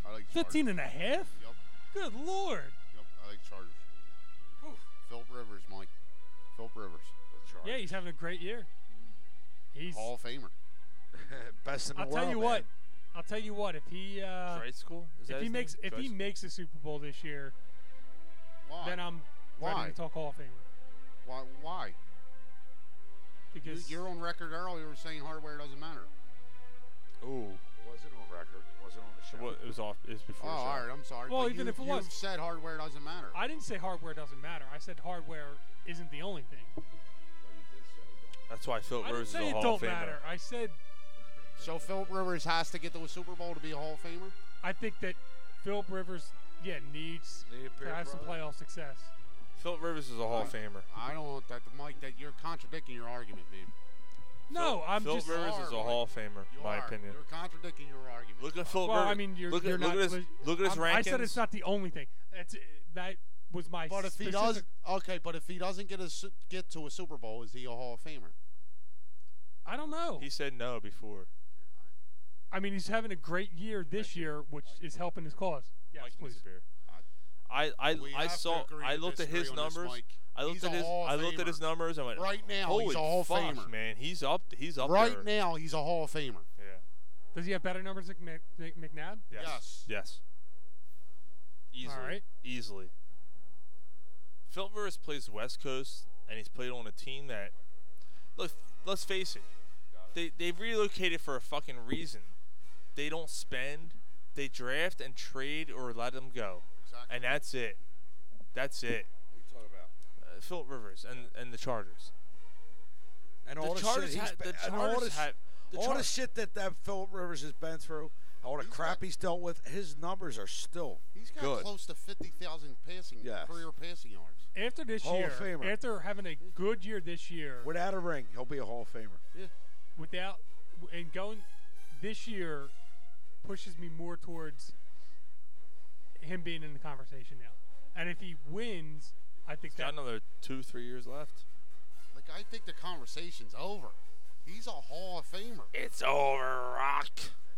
[SPEAKER 10] I like the
[SPEAKER 9] 15
[SPEAKER 10] Chargers.
[SPEAKER 9] and a half?
[SPEAKER 10] Yep.
[SPEAKER 9] Good lord.
[SPEAKER 10] Yep. I like Chargers. Philip Rivers, Mike. Philip Rivers,
[SPEAKER 8] The Chargers.
[SPEAKER 9] Yeah, he's having a great year. He's
[SPEAKER 10] Hall of Famer.
[SPEAKER 8] <laughs> best in the
[SPEAKER 9] I'll
[SPEAKER 8] world.
[SPEAKER 9] tell you
[SPEAKER 8] man.
[SPEAKER 9] what. I'll tell you what. If he uh,
[SPEAKER 6] Dreisaitl? Is that
[SPEAKER 9] if he
[SPEAKER 6] his
[SPEAKER 9] makes
[SPEAKER 6] name?
[SPEAKER 9] if he
[SPEAKER 6] Dreisaitl?
[SPEAKER 9] makes a Super Bowl this year,
[SPEAKER 10] Why?
[SPEAKER 9] then I'm
[SPEAKER 10] Why?
[SPEAKER 9] ready to talk Hall of Famer.
[SPEAKER 10] Why? Why? You,
[SPEAKER 9] Because
[SPEAKER 10] you're on record earlier saying hardware doesn't matter.
[SPEAKER 6] Ooh.
[SPEAKER 8] It wasn't on record. It wasn't on the show.
[SPEAKER 6] Well, it was was off. It was before.
[SPEAKER 10] Oh,
[SPEAKER 6] Shaw.
[SPEAKER 10] all right. I'm sorry.
[SPEAKER 9] Well,
[SPEAKER 10] but
[SPEAKER 9] even
[SPEAKER 10] you,
[SPEAKER 9] if it
[SPEAKER 10] you've
[SPEAKER 9] was-
[SPEAKER 10] said hardware doesn't matter.
[SPEAKER 9] I didn't say hardware doesn't matter. I said hardware isn't the only thing.
[SPEAKER 6] That's why Phil
[SPEAKER 9] I didn't
[SPEAKER 6] Rivers is a
[SPEAKER 9] say it
[SPEAKER 6] Hall
[SPEAKER 9] don't
[SPEAKER 6] of Famer.
[SPEAKER 9] matter. I said
[SPEAKER 10] So Philip Rivers has to get to a Super Bowl to be a Hall of Famer.
[SPEAKER 9] I think that Philip Rivers, yeah, needs
[SPEAKER 10] Need a
[SPEAKER 9] to
[SPEAKER 10] beer
[SPEAKER 9] have some
[SPEAKER 10] brother.
[SPEAKER 9] playoff success.
[SPEAKER 6] Phil Rivers is a Hall of Famer.
[SPEAKER 10] I don't want that, Mike. That you're contradicting your argument, man.
[SPEAKER 9] No, I'm
[SPEAKER 6] Phil
[SPEAKER 9] just.
[SPEAKER 6] Rivers is a Hall of Famer, in
[SPEAKER 10] You
[SPEAKER 6] my
[SPEAKER 10] are.
[SPEAKER 6] opinion.
[SPEAKER 10] You're contradicting your argument.
[SPEAKER 6] Look at Phil
[SPEAKER 9] well,
[SPEAKER 6] Rivers.
[SPEAKER 9] I mean, you're,
[SPEAKER 6] look at,
[SPEAKER 9] you're
[SPEAKER 6] look
[SPEAKER 9] not.
[SPEAKER 6] at his
[SPEAKER 9] li-
[SPEAKER 6] look at his
[SPEAKER 9] I'm-
[SPEAKER 6] rankings.
[SPEAKER 9] I said it's not the only thing. That's, eh, that was my.
[SPEAKER 10] But if he
[SPEAKER 9] specific-
[SPEAKER 10] does, okay. But if he doesn't get a su- get to a Super Bowl, is he a Hall of Famer?
[SPEAKER 9] I don't know.
[SPEAKER 6] He said no before.
[SPEAKER 9] I mean, he's having a great year this year, which is helping his cause. Yes, please.
[SPEAKER 6] I I,
[SPEAKER 9] We
[SPEAKER 6] I
[SPEAKER 9] have to
[SPEAKER 6] saw.
[SPEAKER 9] agree
[SPEAKER 6] I
[SPEAKER 9] to
[SPEAKER 6] looked at
[SPEAKER 9] disagree
[SPEAKER 6] his
[SPEAKER 9] on this,
[SPEAKER 6] numbers.
[SPEAKER 9] Mike.
[SPEAKER 6] I looked
[SPEAKER 10] He's
[SPEAKER 6] at
[SPEAKER 10] a
[SPEAKER 6] his.
[SPEAKER 10] Hall of
[SPEAKER 6] I looked at his
[SPEAKER 10] Famer.
[SPEAKER 6] numbers. I went
[SPEAKER 10] Right now,
[SPEAKER 6] Holy
[SPEAKER 10] he's a Hall of
[SPEAKER 6] fuck,
[SPEAKER 10] Famer."
[SPEAKER 6] man. He's up. He's up
[SPEAKER 10] Right
[SPEAKER 6] there.
[SPEAKER 10] now, he's a Hall of Famer.
[SPEAKER 6] Yeah.
[SPEAKER 9] Does he have better numbers than Mc- Mc- McNabb?
[SPEAKER 6] Yes. Yes. Easily.
[SPEAKER 9] right.
[SPEAKER 6] Easily. Phil Rivers plays West Coast, and he's played on a team that, look, let's face it, they they've relocated for a fucking reason. They don't spend, they draft and trade or let them go,
[SPEAKER 21] Exactly.
[SPEAKER 6] and that's it. That's it.
[SPEAKER 21] What are you talking about?
[SPEAKER 6] Uh, Phil Rivers and and the Chargers.
[SPEAKER 8] And
[SPEAKER 6] The
[SPEAKER 8] all the
[SPEAKER 6] Chargers
[SPEAKER 8] shit he's
[SPEAKER 6] had-
[SPEAKER 8] been-
[SPEAKER 6] the
[SPEAKER 8] and all the,
[SPEAKER 6] Chargers
[SPEAKER 8] sh-
[SPEAKER 6] had- the
[SPEAKER 8] all the
[SPEAKER 6] Char-
[SPEAKER 8] shit that that Philip Rivers has been through, all the crap he's dealt with, his numbers are still
[SPEAKER 10] He's got
[SPEAKER 8] good.
[SPEAKER 10] close to fifty thousand passing
[SPEAKER 8] Yes.
[SPEAKER 10] career passing yards.
[SPEAKER 9] After this
[SPEAKER 8] Hall
[SPEAKER 9] year,
[SPEAKER 8] of Famer.
[SPEAKER 9] after having a good year this year,
[SPEAKER 8] Without a ring, he'll be a Hall of Famer.
[SPEAKER 10] Yeah.
[SPEAKER 9] without and going this year pushes me more towards him being in the conversation now. And if he wins, I think
[SPEAKER 6] Got
[SPEAKER 9] that
[SPEAKER 6] another two three years left.
[SPEAKER 10] Like I think the conversation's over. He's a Hall of Famer.
[SPEAKER 8] It's over, Rock.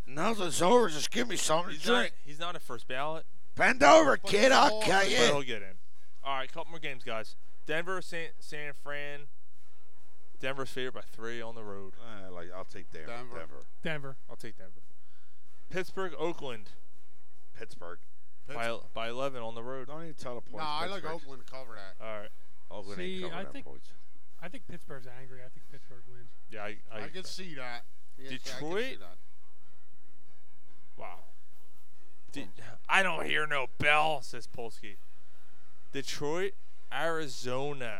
[SPEAKER 8] Now that it's over, just give me something
[SPEAKER 6] He's
[SPEAKER 8] to
[SPEAKER 6] not,
[SPEAKER 8] drink.
[SPEAKER 6] he's not a first ballot.
[SPEAKER 8] Bend over,
[SPEAKER 6] But
[SPEAKER 8] kid.
[SPEAKER 6] he's
[SPEAKER 8] I'll
[SPEAKER 6] all-
[SPEAKER 8] kill
[SPEAKER 6] but
[SPEAKER 8] you.
[SPEAKER 6] He'll get in. All right, couple more games, guys. Denver, San, San Fran. Denver's favored by three on the road.
[SPEAKER 8] Uh, like I'll take Denver. Denver.
[SPEAKER 9] Denver.
[SPEAKER 6] I'll take Denver. Pittsburgh, Oakland.
[SPEAKER 8] Pittsburgh.
[SPEAKER 6] By, by 11 on the road.
[SPEAKER 8] Don't even tell the
[SPEAKER 10] No,
[SPEAKER 8] points.
[SPEAKER 10] I like
[SPEAKER 8] Pittsburgh.
[SPEAKER 10] Oakland to cover that.
[SPEAKER 6] All right.
[SPEAKER 8] Oakland ain't
[SPEAKER 9] See,
[SPEAKER 8] covering
[SPEAKER 9] I
[SPEAKER 8] that
[SPEAKER 9] think
[SPEAKER 8] points.
[SPEAKER 9] I think Pittsburgh's angry. I think Pittsburgh wins.
[SPEAKER 6] Yeah, I, I,
[SPEAKER 10] I, can see that. Yeah, I can see
[SPEAKER 6] Detroit?
[SPEAKER 10] that.
[SPEAKER 6] Wow. Did, I don't hear no bell, says Polsky. Detroit, Arizona.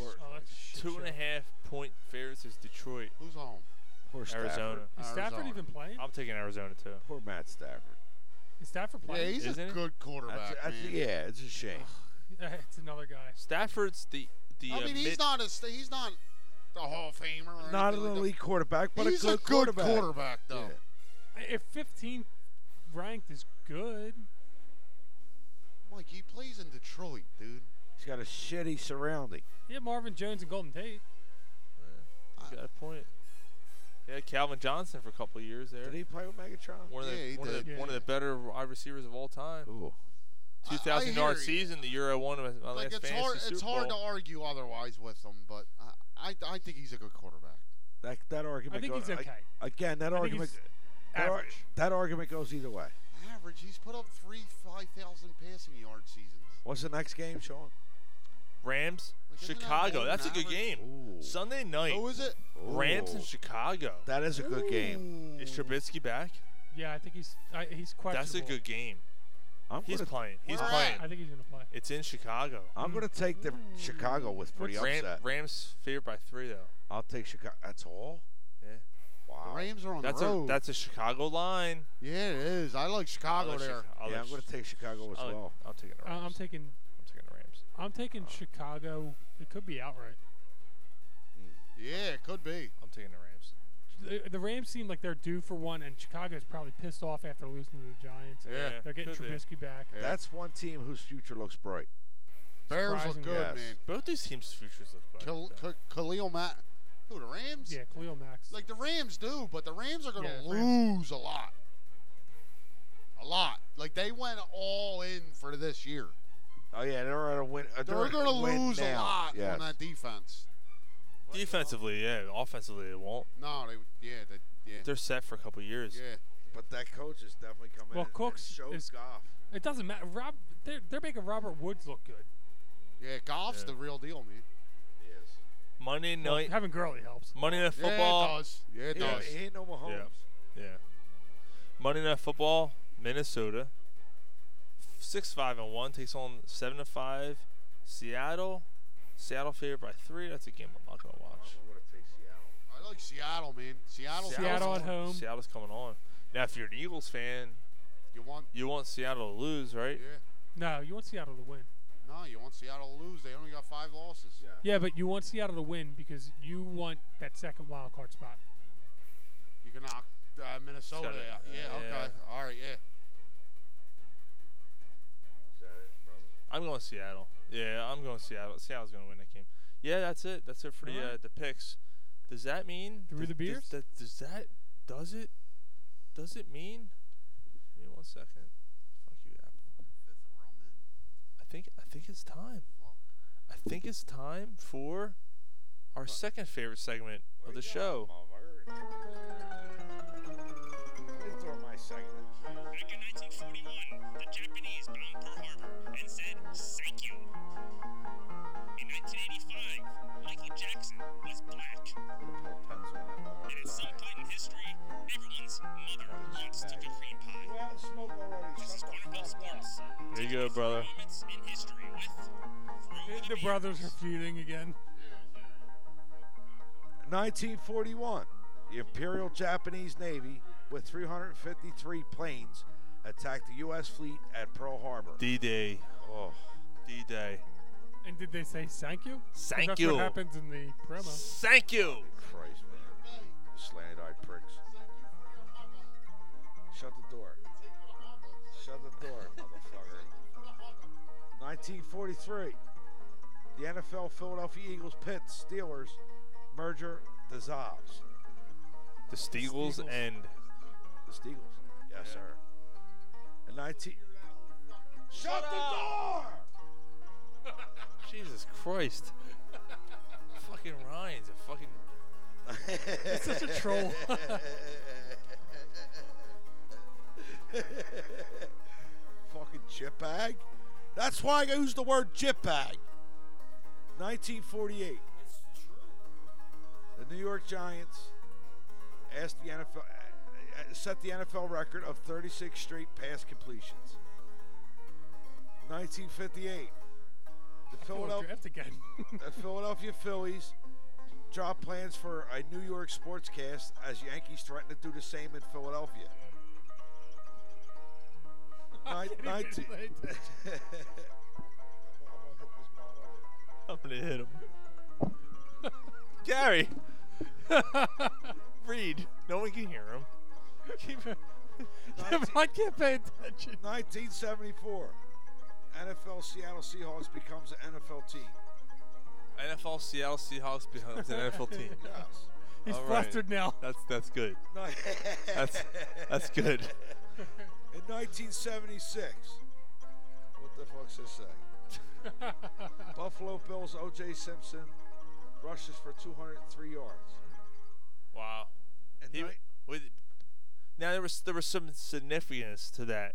[SPEAKER 9] Oh, that's a shit
[SPEAKER 6] Two
[SPEAKER 9] show.
[SPEAKER 6] and a half point favorites is Detroit.
[SPEAKER 10] Who's home?
[SPEAKER 8] Poor Stafford.
[SPEAKER 6] Arizona.
[SPEAKER 9] Is Stafford
[SPEAKER 10] Arizona.
[SPEAKER 9] even playing?
[SPEAKER 6] I'm taking Arizona too.
[SPEAKER 8] Poor Matt Stafford.
[SPEAKER 9] Is Stafford
[SPEAKER 10] Yeah,
[SPEAKER 9] playing?
[SPEAKER 10] he's
[SPEAKER 9] <laughs>
[SPEAKER 10] a
[SPEAKER 6] Isn't it?
[SPEAKER 10] good
[SPEAKER 8] That's,
[SPEAKER 10] quarterback.
[SPEAKER 8] that's-
[SPEAKER 10] man.
[SPEAKER 8] yeah, it's a shame.
[SPEAKER 9] it's another guy.
[SPEAKER 6] Stafford's the the.
[SPEAKER 10] I
[SPEAKER 6] uh,
[SPEAKER 10] mean, he's
[SPEAKER 6] mid-
[SPEAKER 10] not a st- he's not a Hall of Famer. Or
[SPEAKER 8] Not an
[SPEAKER 10] anything like
[SPEAKER 8] elite quarterback,
[SPEAKER 10] that.
[SPEAKER 8] but
[SPEAKER 10] he's
[SPEAKER 8] a good, quarterback.
[SPEAKER 10] quarterback, though.
[SPEAKER 8] Yeah.
[SPEAKER 9] If 15 ranked is good,
[SPEAKER 10] Mike, he plays in Detroit, dude.
[SPEAKER 8] He's got a shitty surrounding.
[SPEAKER 9] yeah, Marvin Jones and Golden Tate.
[SPEAKER 6] You got a point. Yeah, Calvin Johnson for a couple of years there.
[SPEAKER 8] Did he play with Megatron?
[SPEAKER 6] One of the,
[SPEAKER 10] Yeah, he
[SPEAKER 6] one, of the
[SPEAKER 9] did.
[SPEAKER 6] one of the better wide receivers of all time.
[SPEAKER 8] Ooh.
[SPEAKER 10] I- I
[SPEAKER 6] 2,000 yard
[SPEAKER 10] hear you.
[SPEAKER 6] season, the year I won with my last
[SPEAKER 10] Like it's
[SPEAKER 6] fantasy
[SPEAKER 10] hard
[SPEAKER 6] Super
[SPEAKER 10] it's
[SPEAKER 6] Bowl.
[SPEAKER 10] hard to argue otherwise with him, but I I, I think he's a good quarterback.
[SPEAKER 8] That that argument.
[SPEAKER 9] think
[SPEAKER 8] goes,
[SPEAKER 9] he's
[SPEAKER 8] ag-
[SPEAKER 9] okay.
[SPEAKER 8] again, that
[SPEAKER 9] I think
[SPEAKER 8] argument.
[SPEAKER 9] he's
[SPEAKER 8] That, ar-
[SPEAKER 9] average.
[SPEAKER 8] that argument goes either way.
[SPEAKER 10] Average, he's put up three five thousand passing yard seasons.
[SPEAKER 8] What's the next game, Sean?
[SPEAKER 6] Rams,
[SPEAKER 10] Like, isn't that
[SPEAKER 6] Chicago.
[SPEAKER 10] more
[SPEAKER 6] That's a
[SPEAKER 10] than
[SPEAKER 6] good
[SPEAKER 10] average?
[SPEAKER 6] game.
[SPEAKER 8] Ooh.
[SPEAKER 6] Sunday night.
[SPEAKER 10] Who is it?
[SPEAKER 6] Rams
[SPEAKER 8] Ooh.
[SPEAKER 6] and Chicago.
[SPEAKER 8] That is a good game.
[SPEAKER 6] Is Trubisky back?
[SPEAKER 9] Yeah, I think he's I, he's questionable.
[SPEAKER 6] That's a good game.
[SPEAKER 8] I'm
[SPEAKER 6] He's
[SPEAKER 8] gonna,
[SPEAKER 6] playing. He's
[SPEAKER 10] Where
[SPEAKER 6] playing.
[SPEAKER 10] at?
[SPEAKER 9] I think he's gonna play.
[SPEAKER 6] It's in Chicago.
[SPEAKER 8] I'm gonna take the Chicago with pretty
[SPEAKER 6] Ram,
[SPEAKER 8] upset.
[SPEAKER 6] Rams favored by three though.
[SPEAKER 8] I'll take Chicago. That's all.
[SPEAKER 6] Yeah.
[SPEAKER 8] Wow.
[SPEAKER 10] The Rams are on
[SPEAKER 6] That's
[SPEAKER 10] the
[SPEAKER 6] a
[SPEAKER 10] road.
[SPEAKER 6] that's a Chicago line.
[SPEAKER 10] yeah, it is. I like Chicago
[SPEAKER 6] I'll let
[SPEAKER 10] there.
[SPEAKER 6] Chica- I'll
[SPEAKER 8] yeah,
[SPEAKER 6] let
[SPEAKER 8] I'm gonna
[SPEAKER 6] Chi-
[SPEAKER 8] take Chicago as
[SPEAKER 6] I'll let-
[SPEAKER 8] well.
[SPEAKER 6] I'll take it.
[SPEAKER 9] Uh, I'm taking
[SPEAKER 6] I'm taking the Rams.
[SPEAKER 9] I'm taking
[SPEAKER 6] Uh,
[SPEAKER 9] Chicago. It could be outright.
[SPEAKER 10] Yeah, it could be.
[SPEAKER 6] I'm taking the Rams.
[SPEAKER 9] The, the Rams seem like they're due for one, and Chicago's probably pissed off after losing to the Giants.
[SPEAKER 6] Yeah,
[SPEAKER 9] they're getting
[SPEAKER 6] could be.
[SPEAKER 9] Trubisky back.
[SPEAKER 8] That's one team whose future looks bright.
[SPEAKER 10] Bears look
[SPEAKER 9] Surprising.
[SPEAKER 10] good,
[SPEAKER 8] Yes.
[SPEAKER 10] man.
[SPEAKER 6] Both these teams' futures look good.
[SPEAKER 10] Khal-
[SPEAKER 6] though.
[SPEAKER 10] K- Khalil Matt. Who, the Rams?
[SPEAKER 9] Yeah, Khalil Max.
[SPEAKER 10] Like, the Rams do, but the Rams are going
[SPEAKER 9] Yeah,
[SPEAKER 10] to
[SPEAKER 9] the
[SPEAKER 10] lose a lot. A lot. Like, they went all in for this year.
[SPEAKER 8] Oh yeah, they're at a win. Uh,
[SPEAKER 10] They're,
[SPEAKER 8] they're
[SPEAKER 10] going to lose a lot
[SPEAKER 8] Yeah.
[SPEAKER 10] on that defense.
[SPEAKER 6] Defensively, yeah. Offensively, they won't.
[SPEAKER 10] No, they, yeah, they, yeah,
[SPEAKER 6] They're set for a couple years.
[SPEAKER 10] yeah.
[SPEAKER 8] But that coach is definitely coming.
[SPEAKER 9] Well,
[SPEAKER 8] in
[SPEAKER 9] Cooks
[SPEAKER 8] and shows
[SPEAKER 9] is-
[SPEAKER 8] Goff.
[SPEAKER 9] it doesn't matter. Rob, they're they're making Robert Woods look good.
[SPEAKER 10] Yeah, golf's
[SPEAKER 6] Yeah.
[SPEAKER 10] the real deal, man.
[SPEAKER 8] He is.
[SPEAKER 6] Monday
[SPEAKER 9] Well,
[SPEAKER 6] night,
[SPEAKER 9] having Gurley helps.
[SPEAKER 6] Monday night
[SPEAKER 10] Yeah, it
[SPEAKER 6] football.
[SPEAKER 10] does. Yeah, it
[SPEAKER 8] He ain't-
[SPEAKER 10] does.
[SPEAKER 8] He ain't no Mahomes.
[SPEAKER 6] Yeah. Monday Night Football, Minnesota. Six five and one takes on seven to five, Seattle. Seattle favored by three. That's a game I'm not gonna watch.
[SPEAKER 15] I like Seattle, man. Seattle.
[SPEAKER 6] Seattle's- Seattle's coming on. Now, if you're an Eagles fan,
[SPEAKER 15] you want
[SPEAKER 6] you want Seattle to lose, right?
[SPEAKER 15] Yeah.
[SPEAKER 9] No, you want Seattle to win.
[SPEAKER 15] No, you want Seattle to lose. They only got five losses.
[SPEAKER 9] Yeah, but you want Seattle to win because you want that second wild card spot.
[SPEAKER 15] You can knock uh, Minnesota
[SPEAKER 9] Shut it.
[SPEAKER 15] out. Yeah,
[SPEAKER 9] Yeah.
[SPEAKER 15] okay. All right, yeah.
[SPEAKER 6] I'm going Seattle. Yeah, I'm going Seattle. Seattle's gonna win that game. Yeah, that's it. That's it for the
[SPEAKER 9] Alright.
[SPEAKER 6] uh, the picks. Does that mean
[SPEAKER 9] Through
[SPEAKER 6] does-
[SPEAKER 9] the
[SPEAKER 6] does-
[SPEAKER 9] beers?
[SPEAKER 6] Does, does that does it does it mean? Give me one second. Fuck you, Apple. I think I think it's time. I think it's time for our second favorite segment of the show.
[SPEAKER 8] my segment.
[SPEAKER 22] Back in 1941, the Japanese bombed Pearl Harbor and said, thank you. In 1985, Michael Jackson was black. And at some point in history, everyone's mother wants to be cream pie. This is Cornerball Sports.
[SPEAKER 6] There you go, brother.
[SPEAKER 22] Moments in history with
[SPEAKER 9] The brothers are feuding again.
[SPEAKER 8] 1941, the Imperial Japanese Navy, with 353 planes, attacked the U.S. fleet at Pearl Harbor.
[SPEAKER 6] D-Day.
[SPEAKER 8] Oh.
[SPEAKER 6] D-Day.
[SPEAKER 9] And did they say thank you? 'Cause
[SPEAKER 8] Thank
[SPEAKER 9] that's
[SPEAKER 8] you.
[SPEAKER 9] What happens in the promo?
[SPEAKER 6] Thank you.
[SPEAKER 8] Christ, man. Slanted-eyed pricks. Shut the door. Shut the door, motherfucker. 1943, the NFL Philadelphia Eagles Pitts Steelers merger dissolves.
[SPEAKER 6] The Steagles
[SPEAKER 8] Steagles.
[SPEAKER 6] and
[SPEAKER 8] The Steagles. Yes, sir. In 19. Shut the door!
[SPEAKER 6] Jesus
[SPEAKER 9] <laughs>
[SPEAKER 6] Christ. fucking Ryan's a fucking.
[SPEAKER 8] He's
[SPEAKER 6] such a
[SPEAKER 9] <laughs>
[SPEAKER 6] troll.
[SPEAKER 8] <laughs> Fucking chip bag. That's why I used the word chip bag. 1948.
[SPEAKER 7] It's
[SPEAKER 8] true. The New York Giants asked the NFL, uh, uh, set the NFL record of 36 straight pass completions. 1958. The
[SPEAKER 9] feel
[SPEAKER 8] Philadelphia,
[SPEAKER 9] draft again.
[SPEAKER 8] the Philadelphia Phillies dropped plans for a New York sportscast as Yankees threatened to do the same in Philadelphia. Nin-
[SPEAKER 9] <laughs>
[SPEAKER 8] 19 <laughs>
[SPEAKER 6] I'm gonna hit him. <laughs> Gary! <laughs> Reed. No one can hear him. Keep
[SPEAKER 9] <laughs> I can't pay attention.
[SPEAKER 8] 1974. NFL Seattle Seahawks becomes an NFL team.
[SPEAKER 6] NFL Seattle Seahawks <laughs> becomes an NFL team.
[SPEAKER 8] Yes.
[SPEAKER 9] He's
[SPEAKER 6] All right.
[SPEAKER 9] flustered now.
[SPEAKER 6] That's that's good.
[SPEAKER 8] Ni-
[SPEAKER 6] That's that's good.
[SPEAKER 8] In 1976. What the fuck's this thing? <laughs> Buffalo Bills O.J. Simpson rushes for 203 yards.
[SPEAKER 6] <laughs> Wow. He- with, now there was there was some significance to that.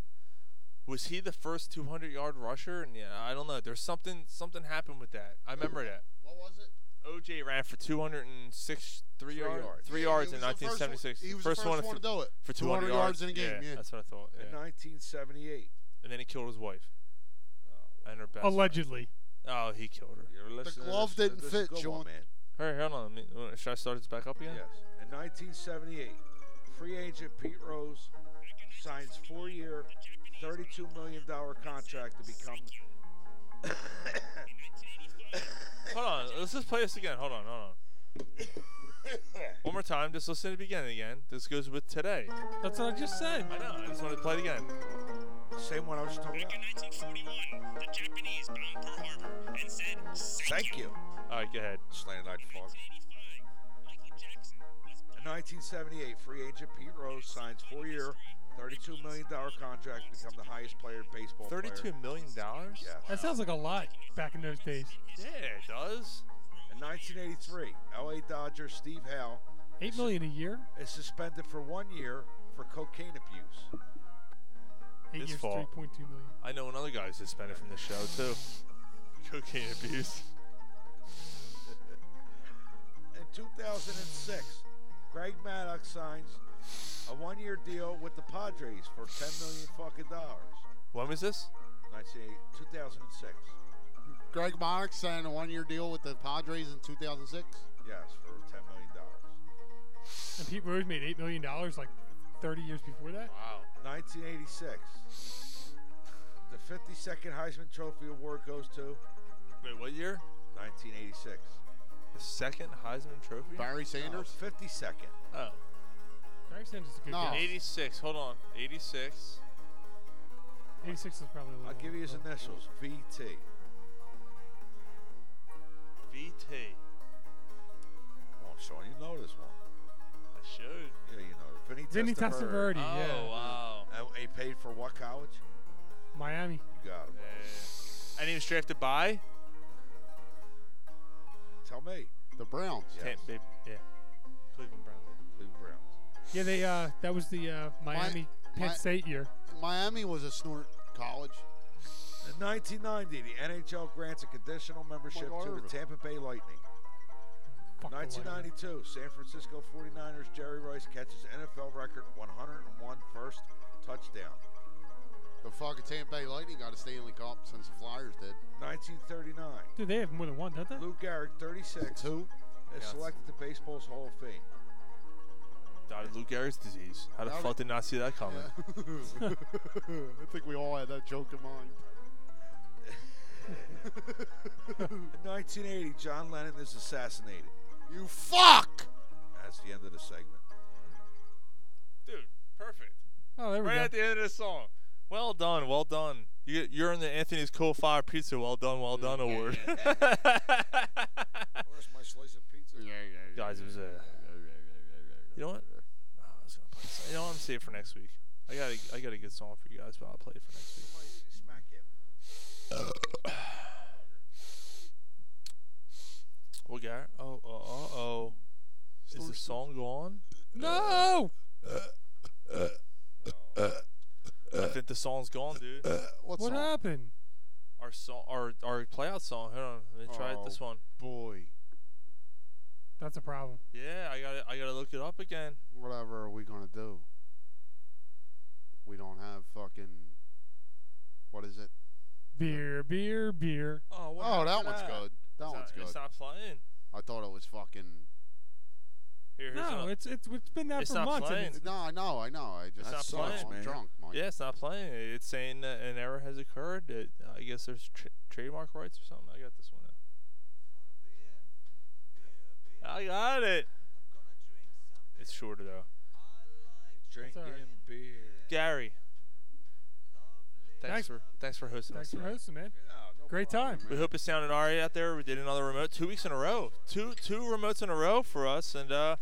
[SPEAKER 6] Was he the first 200 yard rusher? And yeah, I don't know. There's something something happened with that. I remember that.
[SPEAKER 15] What was it?
[SPEAKER 6] OJ ran for 206 three,
[SPEAKER 15] Three
[SPEAKER 6] yards,
[SPEAKER 15] yards.
[SPEAKER 6] three
[SPEAKER 15] Yeah,
[SPEAKER 6] yards
[SPEAKER 15] he
[SPEAKER 6] in
[SPEAKER 15] was the first one-
[SPEAKER 6] 1976.
[SPEAKER 15] he was the first one to do it.
[SPEAKER 6] for 200,
[SPEAKER 15] 200 yards in a game, yeah.
[SPEAKER 6] that's what I thought.
[SPEAKER 8] In
[SPEAKER 6] Yeah.
[SPEAKER 8] 1978.
[SPEAKER 6] And then he killed his wife. and her best friend.
[SPEAKER 9] Allegedly.
[SPEAKER 6] Oh, he killed her.
[SPEAKER 8] You're listening to
[SPEAKER 15] glove
[SPEAKER 8] this-
[SPEAKER 15] didn't
[SPEAKER 8] this is
[SPEAKER 15] fit,
[SPEAKER 8] a good one,
[SPEAKER 15] John.
[SPEAKER 8] man.
[SPEAKER 6] Hey, hold on. let me- Should I start this back up again?
[SPEAKER 8] Yes. In 1978, free agent Pete Rose signs four-year, $32 million contract to become.
[SPEAKER 6] Hold on. Let's just play this again. Hold on. Hold
[SPEAKER 15] <laughs>
[SPEAKER 6] on. One more time. Just listen to the beginning again. This goes with today.
[SPEAKER 9] That's what I just said.
[SPEAKER 6] I know. I just wanted to play it again.
[SPEAKER 8] Same one I was talking about.
[SPEAKER 22] 1941, the Japanese bombed Pearl Harbor and said,
[SPEAKER 8] Thank you.
[SPEAKER 6] All right, go ahead.
[SPEAKER 8] Slanted eyed fuck. In 1978, free agent Pete Rose signs four-year, $32 million contract to become the highest player in baseball. player.
[SPEAKER 6] Thirty-two million dollars.
[SPEAKER 8] Yeah.
[SPEAKER 9] That sounds like a lot back in those days.
[SPEAKER 6] Yeah, it does.
[SPEAKER 8] In 1983, LA Dodger Steve Howe
[SPEAKER 9] Eight million a year.
[SPEAKER 8] is suspended for one year for cocaine abuse.
[SPEAKER 9] Eight
[SPEAKER 6] His
[SPEAKER 9] years,
[SPEAKER 6] fault.
[SPEAKER 9] three point two million.
[SPEAKER 6] I know another guy who's suspended from the show too. Cocaine abuse.
[SPEAKER 8] In 2006, Greg Maddox signs A one year deal with the Padres for ten million fucking dollars.
[SPEAKER 6] When was this?
[SPEAKER 8] 1980 2006.
[SPEAKER 10] Greg Monk signed a one-year deal with the Padres in 2006.
[SPEAKER 8] Yes, for ten million dollars.
[SPEAKER 9] And Pete Rose made eight million dollars like 30 years before that.
[SPEAKER 8] Wow. 1986. The 52nd Heisman Trophy Award goes to
[SPEAKER 6] Wait, what year?
[SPEAKER 8] 1986.
[SPEAKER 6] The second Heisman Trophy?
[SPEAKER 10] Barry Sanders?
[SPEAKER 8] No, 52nd.
[SPEAKER 6] Oh.
[SPEAKER 9] Barry Sanders is a good
[SPEAKER 6] No.
[SPEAKER 9] guy.
[SPEAKER 6] 86. Hold on. 86.
[SPEAKER 9] 86 is probably a little
[SPEAKER 8] I'll give you his initials. VT.
[SPEAKER 6] VT.
[SPEAKER 8] Oh, Sean, you know this one.
[SPEAKER 6] I should.
[SPEAKER 8] Yeah, you know it. Vinny,
[SPEAKER 9] Vinny
[SPEAKER 8] Testaverde.
[SPEAKER 9] Testaverde, Oh, yeah.
[SPEAKER 6] wow.
[SPEAKER 8] And he paid for what college?
[SPEAKER 9] Miami.
[SPEAKER 8] You got him.
[SPEAKER 6] And he was drafted by?
[SPEAKER 8] Tell me.
[SPEAKER 10] The Browns.
[SPEAKER 8] Yes.
[SPEAKER 6] Tampa Bay- yeah. Cleveland Browns.
[SPEAKER 8] Cleveland Browns.
[SPEAKER 9] Yeah, they uh, that was the uh, Miami Penn
[SPEAKER 10] Mi-
[SPEAKER 9] State year.
[SPEAKER 10] Miami was a snort college.
[SPEAKER 8] In 1990, the NHL grants a conditional membership to the
[SPEAKER 10] Irvin.
[SPEAKER 8] Tampa Bay Lightning. 1992, San Francisco 49ers Jerry Rice catches NFL record 101 first touchdown.
[SPEAKER 15] The fucking Tampa Bay Lightning got a Stanley Cup since the Flyers did.
[SPEAKER 8] 1939,
[SPEAKER 9] Dude, they have more than one, don't they?
[SPEAKER 8] Lou Gehrig, 36,
[SPEAKER 10] Two.
[SPEAKER 8] is
[SPEAKER 6] Yes.
[SPEAKER 8] selected to Baseball's Hall of Fame.
[SPEAKER 6] Died of Lou Gehrig's disease. How the
[SPEAKER 10] That
[SPEAKER 6] fuck
[SPEAKER 10] was-
[SPEAKER 6] did not see that coming?
[SPEAKER 10] Yeah. <laughs> I think we all had that joke in mind.
[SPEAKER 8] In 1980, John Lennon is assassinated.
[SPEAKER 10] You fuck!
[SPEAKER 8] That's the end of the segment.
[SPEAKER 6] Dude, perfect.
[SPEAKER 9] Oh, there we
[SPEAKER 6] right
[SPEAKER 9] go.
[SPEAKER 6] at the end of the song. Well done, well done. You, you're in the Anthony's Cold Fire Pizza Well Done, Well Done Award.
[SPEAKER 13] Where's my slice of pizza?
[SPEAKER 6] Guys, it was a. <laughs> You know what? Oh, I was gonna play some- You know what? I'm saving for next week. I got a, I got a good song for you guys, but I'll play it for next week.
[SPEAKER 8] Smack him.
[SPEAKER 6] Well, Garrett. Oh, uh, uh oh. Is the song gone?
[SPEAKER 9] No.
[SPEAKER 6] I think the song's gone, dude.
[SPEAKER 10] What,
[SPEAKER 9] what
[SPEAKER 10] song?
[SPEAKER 9] happened?
[SPEAKER 6] Our song, our our playout song. Hold on, let me try it. This
[SPEAKER 10] Oh,
[SPEAKER 6] one.
[SPEAKER 10] Boy.
[SPEAKER 9] That's a problem.
[SPEAKER 6] Yeah, I gotta I gotta look it up again.
[SPEAKER 10] Whatever are we gonna do? We don't have fucking. What is it?
[SPEAKER 9] Beer, beer, beer.
[SPEAKER 6] Oh, what
[SPEAKER 10] oh,
[SPEAKER 6] happened
[SPEAKER 10] that
[SPEAKER 6] to
[SPEAKER 10] one's good. That
[SPEAKER 6] It's
[SPEAKER 10] one's
[SPEAKER 6] not-
[SPEAKER 10] good.
[SPEAKER 6] It's not playing.
[SPEAKER 10] I thought it was fucking.
[SPEAKER 6] Here, here's
[SPEAKER 9] No,
[SPEAKER 6] another-
[SPEAKER 9] it's it's it's been that
[SPEAKER 6] It's
[SPEAKER 9] for
[SPEAKER 6] not
[SPEAKER 9] months. and
[SPEAKER 6] playing.
[SPEAKER 9] it's-
[SPEAKER 10] No, I know, I know. I just
[SPEAKER 6] It's not
[SPEAKER 10] sucks.
[SPEAKER 6] playing,
[SPEAKER 10] I'm
[SPEAKER 6] man.
[SPEAKER 10] drunk, Mike.
[SPEAKER 6] Yeah, it's not playing. It's saying that an error has occurred. That uh, I guess there's tra- trademark rights or something. I got this one now. I got it. It's shorter though.
[SPEAKER 8] Drinking beer.
[SPEAKER 6] Gary. Thanks
[SPEAKER 9] Thanks.
[SPEAKER 6] for thanks for hosting
[SPEAKER 9] Thanks
[SPEAKER 6] us.
[SPEAKER 9] for
[SPEAKER 6] tonight.
[SPEAKER 9] hosting, man. Great time.
[SPEAKER 6] We hope it's sounded alright out there. We did another remote two weeks in a row. Two two remotes in a row for us, and uh,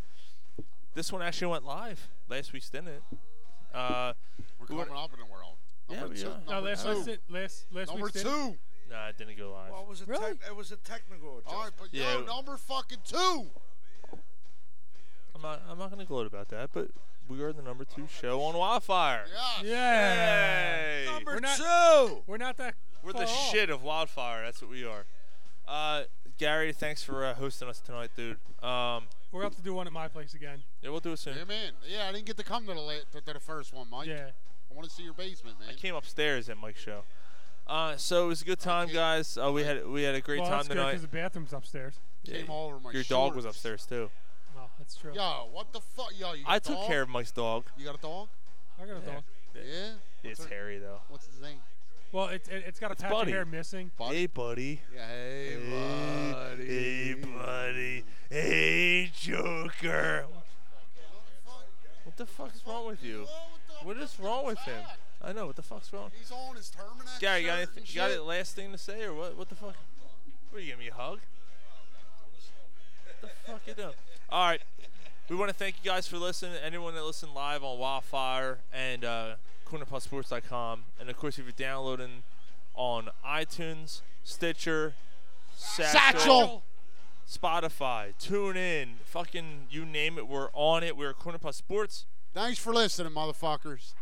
[SPEAKER 6] this one actually went live. Last week's didn't it? Uh,
[SPEAKER 15] We're
[SPEAKER 6] we
[SPEAKER 15] coming
[SPEAKER 6] wanna-
[SPEAKER 15] up in the world.
[SPEAKER 6] Yeah,
[SPEAKER 15] Number
[SPEAKER 6] we
[SPEAKER 15] two.
[SPEAKER 6] are.
[SPEAKER 9] No,
[SPEAKER 15] Number
[SPEAKER 9] last
[SPEAKER 15] two.
[SPEAKER 9] last last last
[SPEAKER 15] Number
[SPEAKER 9] week's dinner-
[SPEAKER 15] two.
[SPEAKER 6] Nah, it didn't go live.
[SPEAKER 8] Well, it was a
[SPEAKER 9] Really?
[SPEAKER 8] tec- it was a technical
[SPEAKER 15] All right,
[SPEAKER 8] adjustment.
[SPEAKER 15] but
[SPEAKER 6] Yeah.
[SPEAKER 15] yo, number fucking two.
[SPEAKER 6] I'm not I'm not gonna gloat about that, but we are the number two show on Wildfire.
[SPEAKER 15] Yes.
[SPEAKER 9] Yeah.
[SPEAKER 6] Hey.
[SPEAKER 8] Number
[SPEAKER 9] We're not-
[SPEAKER 8] two.
[SPEAKER 9] We're not that.
[SPEAKER 6] We're
[SPEAKER 9] far
[SPEAKER 6] the
[SPEAKER 9] off.
[SPEAKER 6] shit of Wildfire. That's what we are. Uh, Gary, thanks for uh, hosting us tonight, dude. Um,
[SPEAKER 9] We're gonna have to do one at my place again.
[SPEAKER 6] yeah, we'll do it soon.
[SPEAKER 15] Yeah, man. Yeah, I didn't get to come to the la- to, to the first one, Mike.
[SPEAKER 9] Yeah.
[SPEAKER 15] I want to see your basement, man.
[SPEAKER 6] I came upstairs at Mike's show. Uh, so it was a good time, guys. Uh, we had we had a great
[SPEAKER 9] well,
[SPEAKER 6] time
[SPEAKER 9] that's good
[SPEAKER 6] tonight.
[SPEAKER 9] because the bathroom's upstairs.
[SPEAKER 15] Came all over my
[SPEAKER 6] Your dog was
[SPEAKER 15] shorts.
[SPEAKER 6] upstairs too.
[SPEAKER 9] Oh, that's true.
[SPEAKER 15] Yo, what the fuck? Yo, you got
[SPEAKER 6] I
[SPEAKER 15] a
[SPEAKER 6] took
[SPEAKER 15] dog?
[SPEAKER 6] care of Mike's dog.
[SPEAKER 15] You got a dog?
[SPEAKER 9] I got a dog.
[SPEAKER 15] Yeah.
[SPEAKER 6] It's
[SPEAKER 15] What's, her-
[SPEAKER 6] hairy though.
[SPEAKER 15] what's his name?
[SPEAKER 9] Well, it's it, it's got a
[SPEAKER 6] It's
[SPEAKER 9] patch
[SPEAKER 6] Buddy.
[SPEAKER 9] of hair missing.
[SPEAKER 15] Buddy.
[SPEAKER 6] Hey, buddy.
[SPEAKER 15] Yeah, hey, buddy.
[SPEAKER 6] Hey, buddy. Hey, Joker. What the fuck's wrong with you? What is wrong with him? I know. What the fuck's wrong?
[SPEAKER 15] He's on his Terminator.
[SPEAKER 6] Gary, you got
[SPEAKER 15] shirt
[SPEAKER 6] anything,
[SPEAKER 15] and
[SPEAKER 6] you got
[SPEAKER 15] shit.
[SPEAKER 6] a last thing to say or what? What the fuck? What are you giving me a hug? What the fuck you doing? All right, we want to thank you guys for listening. Anyone that listened live on Wildfire and uh, CornerPuffSports.com, and of course if you're downloading on iTunes, Stitcher, Satchel,
[SPEAKER 10] Satchel.
[SPEAKER 6] Spotify, TuneIn, fucking you name it, we're on it. We're Corner Puff Sports.
[SPEAKER 10] Thanks for listening, motherfuckers.